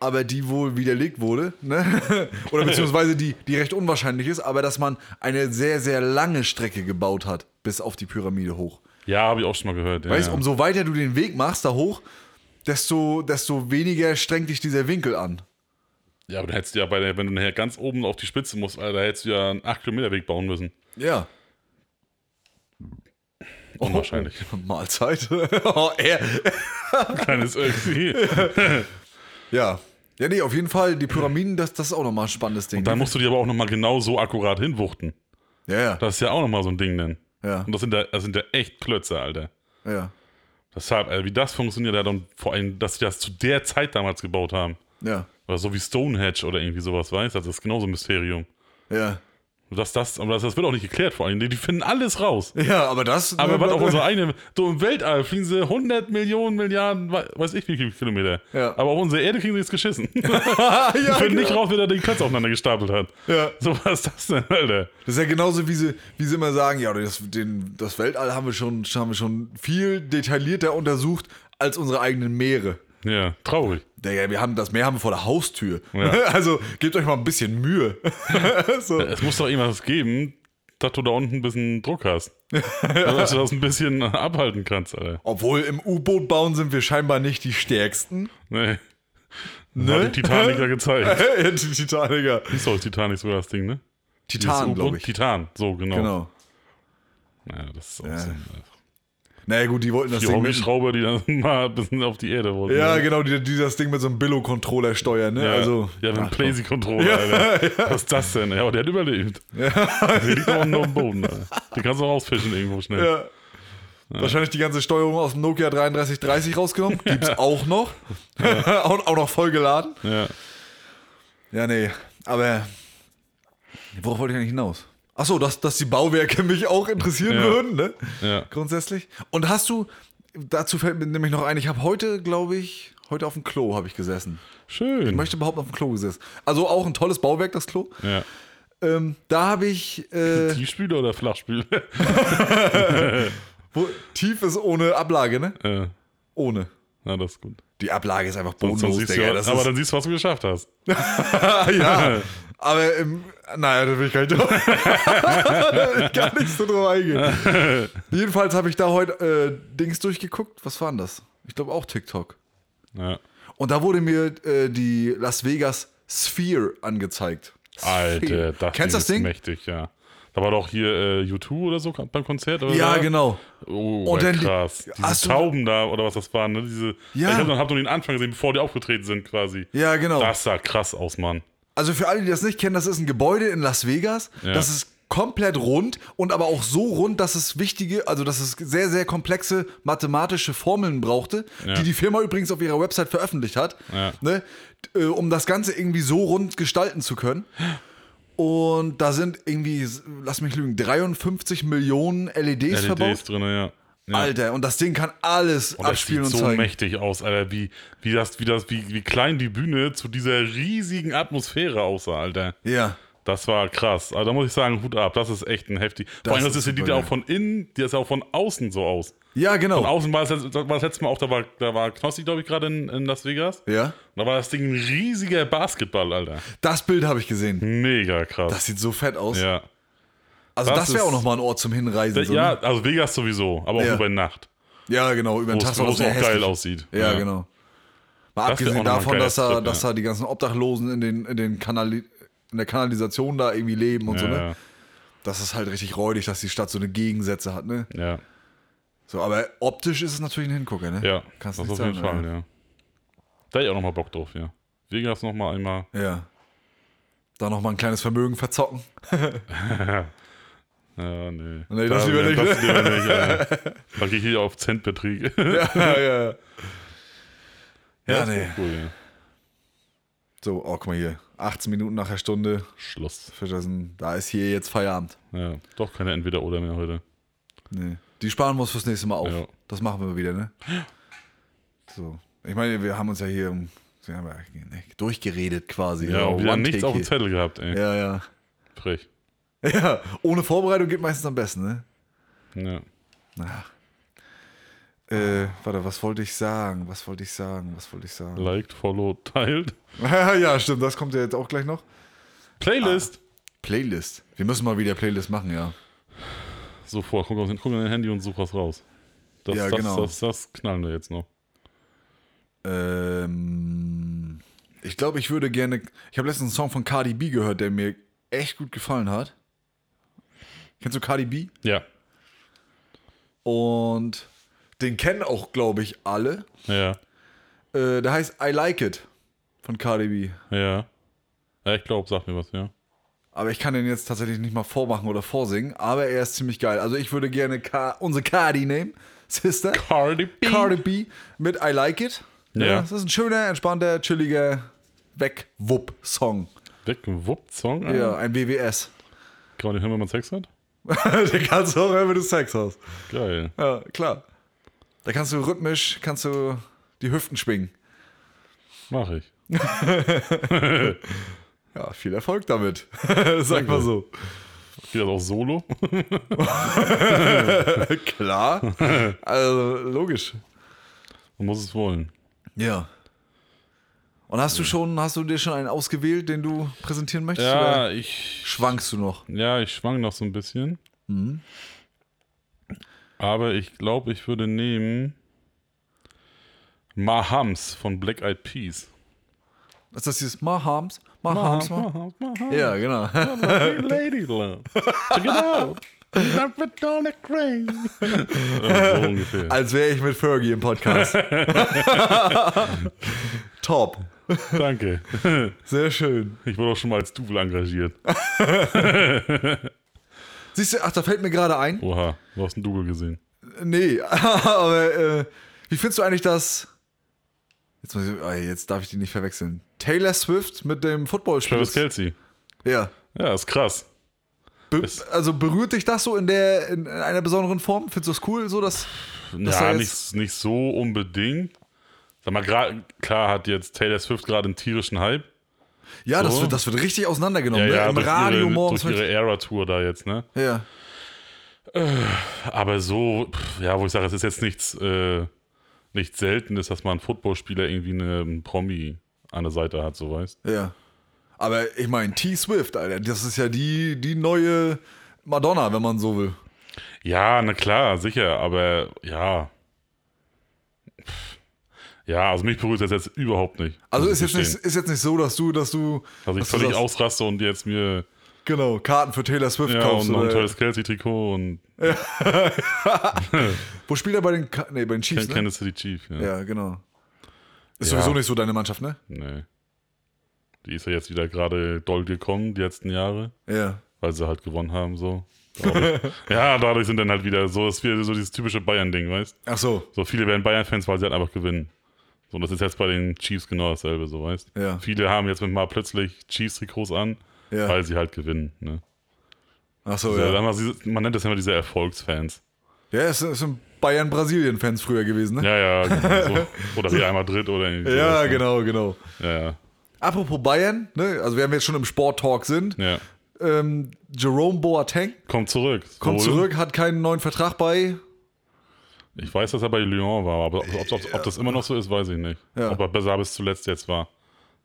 aber die wohl widerlegt wurde, ne? Oder beziehungsweise die, die recht unwahrscheinlich ist, aber dass man eine sehr, sehr lange Strecke gebaut hat, bis auf die Pyramide hoch.
Ja, habe ich auch schon mal gehört. Ja,
Weißt,
ja.
umso weiter du um den Weg machst da hoch, desto, desto weniger strengt dich dieser Winkel an.
ja, aber dann hättest du ja bei der, wenn du nachher ganz oben auf die Spitze musst, Alter, da hättest du ja einen 8 Kilometer Weg bauen müssen.
Ja.
Unwahrscheinlich.
Oh, Mahlzeit. oh, er.
Kleines irgendwie.
Ja. Ja, nee, auf jeden Fall, die Pyramiden, das, das ist auch nochmal ein spannendes Ding.
Und dann musst du die aber auch nochmal genau so akkurat hinwuchten.
ja, ja,
Das ist ja auch nochmal so ein Ding denn.
ja,
Und das sind ja, das sind ja echt Klötze, Alter.
ja,
Deshalb, also wie das funktioniert hat und vor allem, dass sie das zu der Zeit damals gebaut haben.
ja,
Oder so wie Stonehenge oder irgendwie sowas, weißt du? Das ist genauso ein Mysterium.
ja.
Und Das, das, aber das, das wird auch nicht geklärt vor allem. Die die finden alles raus.
Ja, aber das. ne,
Aber was auch unsere eigene, so im Weltall fliegen sie 100 Millionen, Milliarden, we- weiß ich wie viele Kilometer.
Ja.
Aber auf unsere Erde kriegen sie es geschissen.
ja,
Die finden
genau.
nicht raus, wer da die Klötze aufeinander gestapelt hat.
Ja.
So was ist das denn, Alter?
Das ist ja genauso, wie sie, wie sie immer sagen, ja, das, den, das Weltall haben wir, schon, haben wir schon viel detaillierter untersucht als unsere eigenen Meere.
Ja, traurig.
Digga, wir haben das Meer haben wir vor der Haustür.
Ja.
Also gebt euch mal ein bisschen Mühe. so.
Es muss doch irgendwas geben, dass du da unten ein bisschen Druck hast. Also, dass du das ein bisschen abhalten kannst, Alter.
Obwohl im U-Boot bauen sind wir scheinbar nicht die stärksten.
Nee.
Ne?
Hat die Titanic ja gezeigt.
Ja, die Titaniker.
Ist doch Titanic sogar das Ding, ne? Dieses
Titan,
U-Boot?
glaube ich.
Titan, so genau.
Genau.
Ja, das ist auch so.
Naja, gut, die wollten das
Die
Ding mit,
Hobbyschrauber, die dann mal ein bisschen auf die Erde wollten. ne?
Ja, genau, die, die das Ding mit so einem Billo-Controller steuern, ne?
Ja,
Also,
ja, mit dem
Ach,
Plazy-Controller, Alter. Was ist das denn? Ja, aber der hat überlebt. Der liegt auch noch am Boden, Alter. Den kannst du auch rausfischen irgendwo schnell.
Ja. Wahrscheinlich die ganze Steuerung aus dem Nokia 3330 rausgenommen. Gibt's auch noch. auch, auch noch vollgeladen.
Ja.
Ja, nee. Aber worauf wollte ich eigentlich hinaus? Achso, dass, dass die Bauwerke mich auch interessieren
Ja.
würden, ne?
Ja.
Grundsätzlich. Und hast du, dazu fällt mir nämlich noch ein, ich habe heute, glaube ich, heute auf dem Klo habe ich gesessen.
Schön.
Ich möchte behaupten, auf dem Klo gesessen. Also auch ein tolles Bauwerk, das Klo.
ja.
Ähm, da habe ich, äh,
Tiefspüle oder Flachspüle?
wo, tief ist ohne Ablage, ne?
äh,
Ohne.
na, das ist gut.
Die Ablage ist einfach
Sonst
bodenlos,
siehst
Oh, Digga.
du,
Das
aber
ist,
dann siehst du, was du geschafft hast.
ja. Aber ähm, naja, da will ich gar nicht, drauf- Da will ich gar nicht so drüber eingehen. Jedenfalls habe ich da heute äh, Dings durchgeguckt. Was war denn das? Ich glaube auch TikTok.
Ja.
Und da wurde mir äh, die Las Vegas Sphere angezeigt.
Alter,
Sphere.
das
Kennst du das
ist
Ding?
mächtig, ja. Da war doch hier äh, U2 oder so beim Konzert. Oder
Ja,
so.
genau.
Oh,
Und dann li-
krass.
Hast
Diese
du-
Tauben da, oder was das waren, ne? Diese,
Ja.
Ich hab, noch- hab nur den Anfang gesehen, bevor die aufgetreten sind, quasi.
Ja, genau.
Das sah krass aus, Mann.
Also für alle, die das nicht kennen, das ist ein Gebäude in Las Vegas.
Ja.
Das ist komplett rund und aber auch so rund, dass es wichtige, also dass es sehr, sehr komplexe mathematische Formeln brauchte,
Ja.
die die Firma übrigens auf ihrer Website veröffentlicht hat,
Ja.
ne, äh, um das Ganze irgendwie so rund gestalten zu können. Und da sind irgendwie, lass mich lügen, 53 Millionen LEDs,
LEDs
verbaut.
drin, ja. E ja.
Alter, und das Ding kann alles
Und das
abspielen
sieht
und
so
zeigen.
mächtig aus, Alter. Wie, wie, das, wie, das, wie, wie klein die Bühne zu dieser riesigen Atmosphäre aussah, Alter.
Ja.
Das war krass. Also da muss ich sagen, Hut ab. Das ist echt ein heftig.
Das
Vor allem, das
ist
ist, die
super
liegt ja auch
geil.
von innen, die ist ja auch von außen so aus.
Ja,
Von
genau.
außen war das, letzt- war das letzte Mal auch, da war, da war Knossi, glaube ich, gerade in, in Las Vegas.
Ja.
Und da war das Ding ein riesiger Basketball, Alter.
Das Bild habe ich
Hm.
gesehen.
Mega krass.
Das sieht so fett aus.
ja.
Also
Das
das, wäre auch
ist-
nochmal ein Ort zum Hinreisen. so,
ja,
ne?
also Vegas sowieso, aber auch
Ja.
nur bei Nacht.
ja, genau, über den
Wo
Tag
es
soll
wo es
das sehr
auch geil
hässlich-
aussieht.
Ja, genau. Mal
wär auch
abgesehen
nochmal ein
davon,
geiler
dass da,
Trip,
dass
ja.
da die ganzen Obdachlosen in den, in den Kanali in der Kanalisation da irgendwie leben und so, ne?
Ja,
Das ist halt richtig räudig, dass die Stadt so eine Gegensätze hat, ne?
ja.
So, aber optisch ist es natürlich ein Hingucker, ne?
ja.
Kannst
das
nicht
auf jeden
sagen,
Fall, ja. Da hätte ich auch nochmal Bock drauf, ja. Vegas nochmal einmal.
ja. ne? ja. Da nochmal ein kleines Vermögen verzocken.
Ja, nee.
Nee, das lieber nicht,
Das lieber nicht, Alter. Da gehe ich hier auf Centbetrieb.
ja, ja. Ja,
das ist
nee.
Cool, ja.
So, oh, guck mal hier. 18 Minuten nach der Stunde.
Schluss.
Fischersen, da ist hier jetzt Feierabend.
Ja, doch keine Entweder-Oder mehr heute.
Nee. Die sparen wir uns fürs nächste Mal auf.
Ja.
Das machen wir mal wieder, ne? So. Ich meine, wir haben uns ja hier um- wir haben ja ne, durchgeredet quasi.
Ja, und wieder
One
nichts
Take
auf dem
hier.
Zettel gehabt, ey.
Ja, ja.
Frech.
Ja, ohne Vorbereitung geht meistens am besten, ne?
Ja.
Na. Äh, warte, was wollte ich sagen? Was wollte ich sagen? Was wollte ich sagen?
Liked, followed, teilt.
ja, stimmt, das kommt ja jetzt auch gleich noch.
Playlist.
Ah. Playlist. Wir müssen mal wieder Playlist machen, ja.
Sofort, guck auf dein, guck auf dein Handy und such was raus. Das,
Ja,
das,
genau.
das, das knallen wir jetzt noch.
Ähm, ich glaube, ich würde gerne. Ich habe letztens einen Song von Cardi B gehört, der mir echt gut gefallen hat. Kennst du Cardi B?
Ja.
Und den kennen auch, glaube ich, alle.
Ja,
Äh, der heißt I Like It von Cardi B.
ja. Ja, ich glaube, sag mir was, ja.
Aber ich kann den jetzt tatsächlich nicht mal vormachen oder vorsingen, aber er ist ziemlich geil. Also ich würde gerne Ka unsere Cardi nehmen, Sister.
Cardi B.
Cardi B mit I Like It.
Ja.
Das ist ein schöner, entspannter, chilliger Weg-Wupp-Song.
Weggewuppt-Song? Alter.
Ja, ein WWS.
Kann man den hören, wenn man Sex hat?
Den kannst du auch hören, wenn du Sex hast.
Geil.
Ja, klar. Da kannst du rhythmisch, kannst du die Hüften schwingen.
Mach ich.
Ja, viel Erfolg damit. Sag mal so.
Geht das auch solo?
klar. Also, logisch.
Man muss es wollen.
Ja. Und hast du schon, hast du dir schon einen ausgewählt, den du präsentieren möchtest?
Ja,
Oder
ich.
schwankst du noch?
Ja, ich schwang noch so ein bisschen.
Mhm.
Aber ich glaube, ich würde nehmen Mahams von Black Eyed Peas.
Ist das dieses Mahams? Mahams? Mahams?
Mahams, Mahams.
Ja, genau.
Hey, Lady Love. Check it out. Never gonna cry. so ungefähr.
Als wäre ich mit Fergie im Podcast. Top.
Danke.
Sehr schön.
Ich wurde auch schon mal als Double engagiert.
Siehst du, ach, da fällt mir gerade ein.
Oha, du hast einen Double gesehen.
Nee, aber äh, wie findest du eigentlich das? Jetzt, muss ich, ah, jetzt darf ich die nicht verwechseln. Taylor Swift mit dem Footballspiel.
Travis Kelsey.
Ja.
Ja, ist krass.
Be
Ist-
also berührt dich das so in der in, in einer besonderen Form? Findest du das cool, so dass dass
ja,
er
nicht, nicht so unbedingt. Sag mal, gra- klar hat jetzt Taylor Swift gerade einen tierischen Hype.
Ja, das
so?
wird das wird richtig
Ja,
auseinandergenommen.
Oh. ja,
ne? Im
durch
Radio
ihre,
morgens.
Durch
Mit,
ihre Era-Tour da jetzt, ne?
ja.
Aber so, pff, ja, wo ich sage, es ist jetzt nichts, äh, nichts Seltenes, dass man einen Footballspieler irgendwie eine, einen Promi an der Seite hat, so weißt
Ja. Aber ich meine, T Swift, Alter, das ist ja die die neue Madonna, wenn man so will.
Ja, na klar, sicher, aber ja. Pff. Ja, also mich berührt das jetzt überhaupt nicht.
Also
muss
ist
ich
jetzt, nicht,
gestehen.
ist jetzt nicht so, dass du, dass du,
Dass ich
dass du
völlig
sagst,
ausraste und jetzt mir
genau, Karten für Taylor Swift
ja,
kaufst.
und noch ein
oder-
tolles Kelsey-Trikot und
Wo spielt er bei den, Ka- nee, bei den Chiefs, ne?
Kansas City Chief. Ja.
Ja, genau. Ist
Ja.
sowieso nicht so deine Mannschaft, ne?
Nee. Die ist ja jetzt wieder gerade doll gekommen, die letzten Jahre,
Ja.
weil sie halt gewonnen haben, so. Dadurch, ja, dadurch sind dann halt wieder so, ist wieder so dieses typische Bayern-Ding, weißt
Ach so,
So viele werden Bayern-Fans, weil sie halt einfach gewinnen. So, und das ist jetzt bei den Chiefs genau dasselbe, so, weißt
Ja.
Viele haben jetzt mit mal plötzlich Chiefs-Trikots an,
Ja.
weil sie halt gewinnen, ne?
ach so,
Also,
ja.
sag mal, sie- Man nennt das immer diese Erfolgsfans.
Ja, es es sind Bayern-Brasilien-Fans früher gewesen, ne?
Ja, ja, genau so. Oder Real Madrid oder irgendwie.
Ja,
sowas, ne?
genau, genau.
Ja, ja.
Apropos Bayern, ne? Also, während wir jetzt schon im Sport-Talk sind,
ja.
ähm, Jerome Boateng
Kommt zurück.
kommt
Wohl.
zurück, hat keinen neuen Vertrag bei.
Ich weiß, dass er bei Lyon war, aber ob, ob, ob, ob das immer noch so ist, weiß ich nicht.
Ja.
Ob er besser bis zuletzt jetzt war.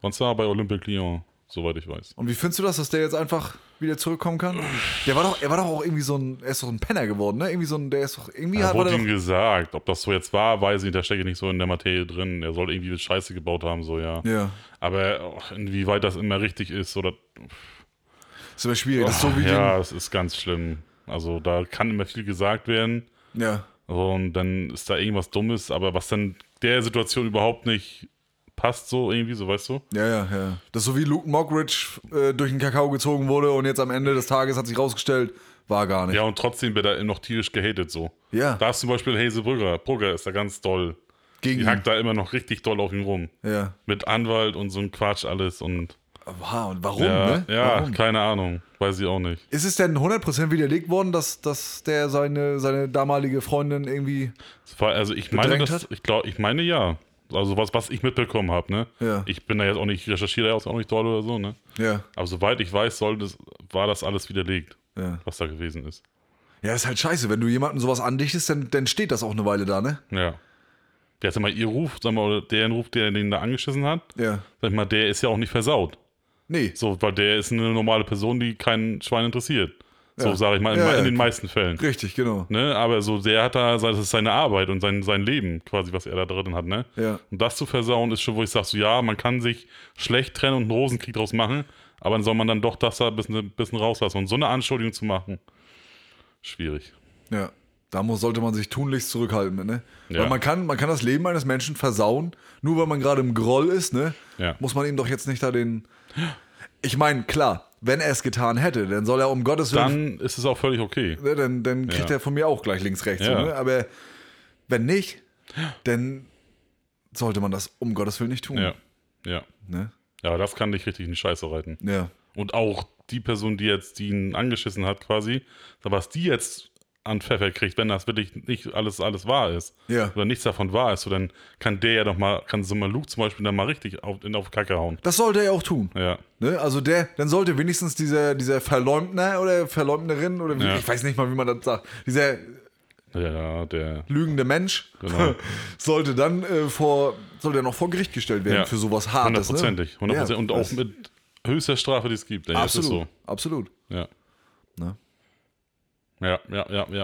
Sonst war er bei Olympique Lyon, soweit ich weiß.
Und wie findest du das, dass der jetzt einfach wieder zurückkommen kann? Der war doch, er war doch auch irgendwie so ein, er ist doch ein Penner geworden, ne? Irgendwie so ein, der ist doch, irgendwie
Ja,
hat, war
wurde
der
ihm
doch,
gesagt, ob das so jetzt war, weiß ich nicht, da stecke ich nicht so in der Materie drin. Er soll irgendwie Scheiße gebaut haben, so ja.
ja,
Aber och, inwieweit das immer richtig ist oder ah,
ist immer schwierig. Das ist so wie
ja, es ist ganz schlimm. Also da kann immer viel gesagt werden
den, ja.
und dann ist da irgendwas Dummes, aber was dann der Situation überhaupt nicht passt, so irgendwie, so weißt du?
Ja, ja, ja. Das ist so wie Luke Mockridge äh, durch den Kakao gezogen wurde und jetzt am Ende des Tages hat sich rausgestellt, war gar nicht.
Ja, und trotzdem wird er noch tierisch gehatet so.
Ja.
Da ist zum Beispiel Hazel Brugger. Brugger ist da ganz doll.
Gegen
Die
ihn.
hackt da immer noch richtig doll auf ihn rum.
Ja. Mit
Mit Anwalt und so ein Quatsch alles und.
Wow, und warum,
ja,
ne?
ja
Warum?
keine Ahnung. Weiß ich auch nicht.
Ist es denn 100% widerlegt worden, dass, dass der seine, seine damalige Freundin irgendwie.
Es war- Also ich meine,
Bedrängt
das,
hat?
ich glaube, ich meine ja. Also was, was ich mitbekommen habe, ne?
Ja.
Ich bin da jetzt auch nicht, recherchiere da jetzt auch nicht doll oder so, ne?
Ja.
Aber soweit ich weiß, soll das, war das alles widerlegt,
Ja.
was da gewesen ist.
Ja, ist halt scheiße. Wenn du jemandem sowas andichtest, dann, dann steht das auch eine Weile da, ne?
Ja. Der ist mal ihr Ruf, sag mal, oder deren Ruf, der den da angeschissen hat,
Ja.
sag ich mal, der ist ja auch nicht versaut.
Nee.
So, weil der ist eine normale Person, die kein Schwein interessiert. So
Ja.
sage ich mal, in,
Ja, ja,
in den
klar.
meisten Fällen.
Richtig, genau.
Ne? Aber so, der hat da, das ist seine Arbeit und sein, sein Leben quasi, was er da drin hat. Ne?
Ja.
Und das zu versauen ist schon, wo ich sage, so, ja, man kann sich schlecht trennen und einen Rosenkrieg draus machen, aber dann soll man dann doch ne, das da ein bisschen, ein bisschen rauslassen. Und so eine Anschuldigung zu machen, schwierig.
Ja. Da muss, sollte man sich tunlichst zurückhalten, ne?
Ja.
Weil man kann, man kann das Leben eines Menschen versauen, nur weil man gerade im Groll ist, ne?
Ja.
Muss man ihm doch jetzt nicht da den. Ich meine, klar, wenn er es getan hätte, dann soll er um Gottes Willen.
Dann ist es auch völlig okay.
ne, dann, dann kriegt
Ja.
er von mir auch gleich links, rechts.
Ja.
So, ne? Aber wenn nicht, dann sollte man das um Gottes Willen nicht tun.
Ja. Ja.
Ne?
Ja, das kann dich richtig in die Scheiße reiten.
ja.
Und auch die Person, die jetzt die ihn angeschissen hat, quasi, was die jetzt an Pfeffer kriegt, wenn das wirklich nicht alles, alles wahr ist.
Ja.
Oder nichts davon wahr ist, so dann kann der ja doch mal, kann so mal Luke zum Beispiel dann mal richtig auf, in, auf Kacke hauen.
Das sollte er auch tun.
Ja.
Ne? Also der, dann sollte wenigstens dieser, dieser Verleumdner oder Verleumdnerin oder wie,
Ja.
ich weiß nicht mal, wie man das sagt, dieser
Ja, der.
lügende Mensch
Genau.
sollte dann äh, vor, sollte noch vor Gericht gestellt werden
Ja.
für sowas Hartes.
Hundertprozentig.
Ne?
Hundertprozentig. Und auch
das-
mit höchster Strafe, die es gibt. Ey. Das
absolut,
ist so.
absolut.
Ja.
Ne?
Ja, ja, ja, ja.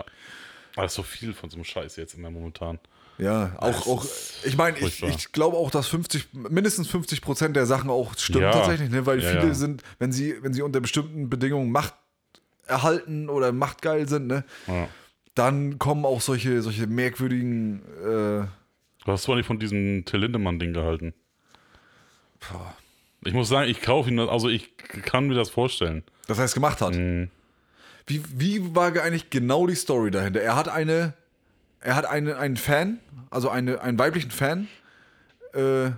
Aber das ist so viel von so einem Scheiß jetzt immer momentan.
Ja, auch, auch ich meine, ich,
furchtbar.
ich glaube auch, dass 50, mindestens 50 Prozent der Sachen auch stimmen
Ja.
tatsächlich, ne? weil
Ja,
viele
ja.
sind, wenn sie, wenn sie unter bestimmten Bedingungen Macht erhalten oder machtgeil sind, ne?
Ja.
dann kommen auch solche, solche merkwürdigen, äh,
Was hast du eigentlich von diesem Till Lindemann-Ding gehalten?
boah,
Ich muss sagen, ich kaufe ihn, also ich kann mir das vorstellen.
das heißt gemacht hat. Wie, wie war ge- eigentlich genau die Story dahinter? Er hat eine, er hat eine, einen Fan, also eine, einen weiblichen Fan, äh,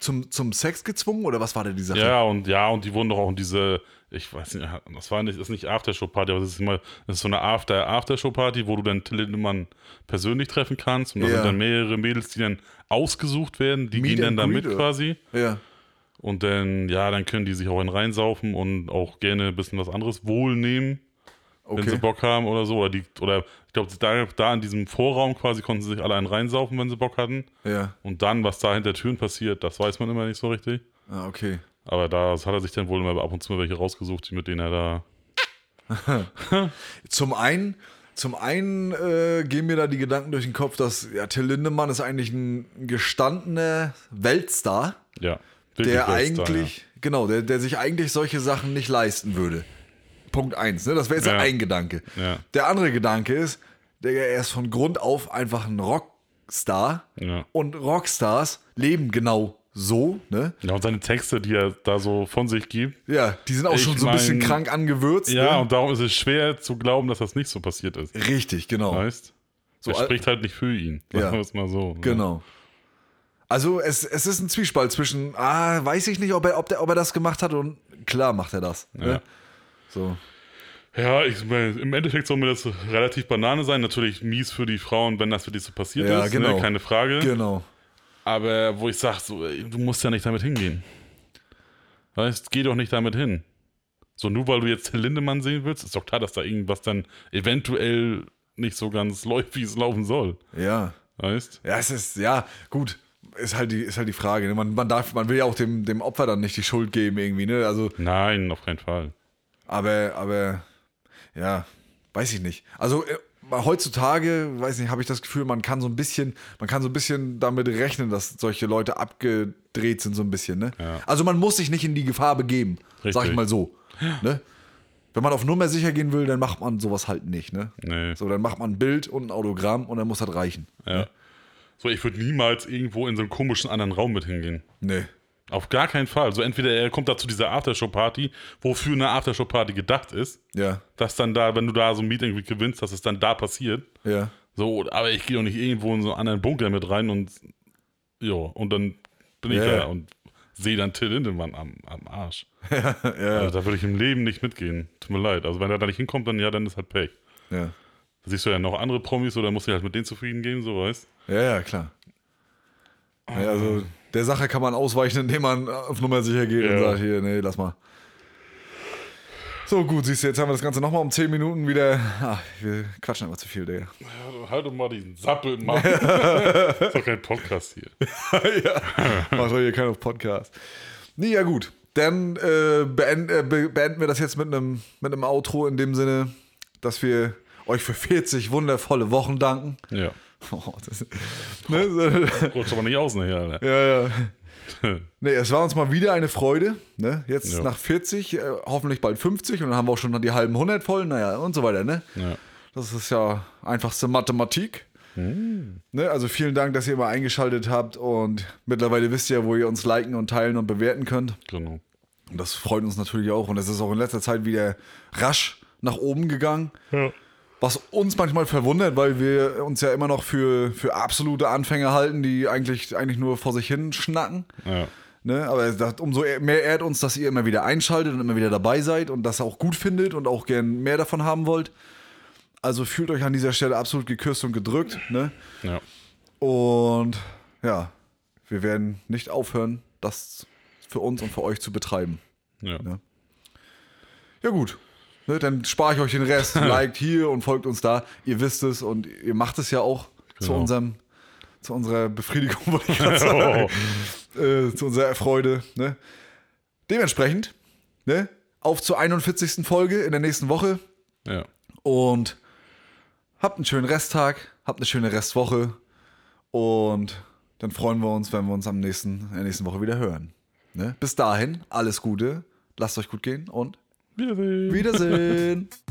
zum, zum Sex gezwungen oder was war da die Sache?
Ja, und ja, und die wurden doch auch in diese, ich weiß nicht, das war nicht, das ist nicht Aftershow-Party, aber das ist immer, das ist so eine After- Aftershow-Party, wo du dann Till Lindemann persönlich treffen kannst und da
Ja.
sind dann mehrere Mädels, die dann ausgesucht werden, die
Meet
gehen dann
and
da
greet,
mit
oder?
quasi.
ja.
Und dann, ja, dann können die sich auch einen reinsaufen und auch gerne ein bisschen was anderes wohl nehmen, wenn sie
Okay.
Bock haben oder so. Oder, die, oder ich glaube, da, da in diesem Vorraum quasi konnten sie sich alle einen reinsaufen, wenn sie Bock hatten.
Ja.
Und dann, was da hinter Türen passiert, das weiß man immer nicht so richtig.
Ah, okay.
Aber da hat er sich dann wohl immer ab und zu mal welche rausgesucht, die- mit denen er da.
Zum einen, zum einen äh, gehen mir da die Gedanken durch den Kopf, dass ja, Till Lindemann ist eigentlich ein gestandener Weltstar,
Ja.
der
Weltstar,
eigentlich, genau, der, der sich eigentlich solche Sachen nicht leisten würde. Punkt eins, ne? Das wäre jetzt
Ja.
ein Gedanke.
Ja.
Der andere Gedanke ist, der er ist von Grund auf einfach ein Rockstar
Ja.
und Rockstars leben genau so, ne?
Ja. ja, und seine Texte, die er da so von sich gibt.
Ja, die sind auch
Ich
schon so ein bisschen
mein-
krank angewürzt.
Ja,
ne?
und darum ist es schwer zu glauben, dass das nicht so passiert ist.
richtig, genau.
Weißt?
So,
er
al-
spricht halt nicht für ihn.
Ja.
Sagen wir es mal so. ne?
Genau. Also es, es ist ein Zwiespalt zwischen, ah, weiß ich nicht, ob er, ob, der, ob er das gemacht hat und klar macht er das.
Ja.
Ne? So.
Ja, ich, im Endeffekt soll mir das relativ Banane sein. Natürlich mies für die Frauen, wenn das wirklich so passiert
Ja,
ist.
genau.
Ne? Keine Frage.
Genau.
Aber wo ich sage, so, ey, du musst ja nicht damit hingehen. Weißt, geh doch nicht damit hin. So, nur weil du jetzt Till Lindemann sehen willst, ist doch klar, dass da irgendwas dann eventuell nicht so ganz läuft, wie es laufen soll.
Ja.
Weißt?
Ja, es ist, ja, gut. Ist halt die, ist halt die Frage. Ne? Man, man, darf, man will ja auch dem, dem Opfer dann nicht die Schuld geben irgendwie, ne? Also,
Nein, auf keinen Fall.
aber, aber, ja, weiß ich nicht. Also äh, heutzutage, weiß nicht, habe ich das Gefühl, man kann so ein bisschen, man kann so ein bisschen damit rechnen, dass solche Leute abgedreht sind, so ein bisschen, ne?
Ja.
Also man muss sich nicht in die Gefahr begeben, sag ich
Richtig.
mal so. Ne? Wenn man auf Nummer sicher gehen will, dann macht man sowas halt nicht, ne?
Nee.
So, dann macht man ein Bild und ein Autogramm und dann muss das reichen.
Ja. So, ich würde niemals irgendwo in so einen komischen anderen Raum mit hingehen.
Nee.
Auf gar keinen Fall. So, entweder er kommt da zu dieser Aftershow-Party, wofür eine Aftershow-Party gedacht ist,
Ja,
dass dann da, wenn du da so ein Meeting gewinnst, dass es dann da passiert.
ja.
So, aber ich gehe doch nicht irgendwo in so einen anderen Bunker mit rein und ja, und dann bin ich
Ja,
da
ja.
und sehe dann Till Lindemann am, am Arsch. Also, da würde ich im Leben nicht mitgehen. Tut mir leid. Also wenn er da nicht hinkommt, dann ja, dann ist halt Pech.
Ja,
Da siehst du ja noch andere Promis oder musst du dich halt mit denen zufrieden geben, so weißt
ja, ja klar. Ja, also der Sache kann man ausweichen, indem man auf Nummer sicher geht und
Ja.
sagt, hier, nee, lass mal. So, gut, siehst du, jetzt haben wir das Ganze nochmal um 10 Minuten wieder. Ach, wir quatschen einfach zu viel, Digga.
Ja, halt doch mal diesen Sappel, Mann. ist doch kein Podcast hier.
ja, macht doch hier keinen auf Podcast. Nee, ja gut, dann äh, beend, äh, be beenden wir das jetzt mit einem mit einem Outro in dem Sinne, dass wir euch für 40 wundervolle Wochen danken.
Ja.
Oh, das, ne, so,
Rutscht aber nicht aus nachher, Alter.
ja, ja. Nee, es war uns mal wieder eine Freude. Ne? Jetzt
Ja.
nach 40, äh, hoffentlich bald 50 und dann haben wir auch schon die halben 100 voll, naja, und so weiter. Ne?
ja.
Das ist ja einfachste Mathematik.
Hm.
Ne, also vielen Dank, dass ihr immer eingeschaltet habt und mittlerweile wisst ihr, wo ihr uns liken und teilen und bewerten könnt.
Genau.
Und das freut uns natürlich auch. Und es ist auch in letzter Zeit wieder rasch nach oben gegangen.
Ja.
Was uns manchmal verwundert, weil wir uns ja immer noch für, für absolute Anfänger halten, die eigentlich, eigentlich nur vor sich hin schnacken.
ja.
Ne? Aber das, umso eher- mehr ehrt uns, dass ihr immer wieder einschaltet und immer wieder dabei seid und das auch gut findet und auch gern mehr davon haben wollt. Also fühlt euch an dieser Stelle absolut geküsst und gedrückt. Ne?
Ja.
Und ja, wir werden nicht aufhören, das für uns und für euch zu betreiben.
Ja.
Ja. Ja, gut. Ne, dann spare ich euch den Rest. Liked hier und folgt uns da. Ihr wisst es und ihr macht es ja auch zu
Genau.
unserem, zu unserer Befriedigung, wollte ich gerade
Oh.
sagen. äh, zu unserer Freude. Ne? Dementsprechend, ne? Auf zur 41. Folge in der nächsten Woche
ja.
und habt einen schönen Resttag, habt eine schöne Restwoche und dann freuen wir uns, wenn wir uns am nächsten, in der nächsten Woche wieder hören. Ne? Bis dahin, alles Gute, lasst euch gut gehen und
Wiedersehen.
Wiedersehen.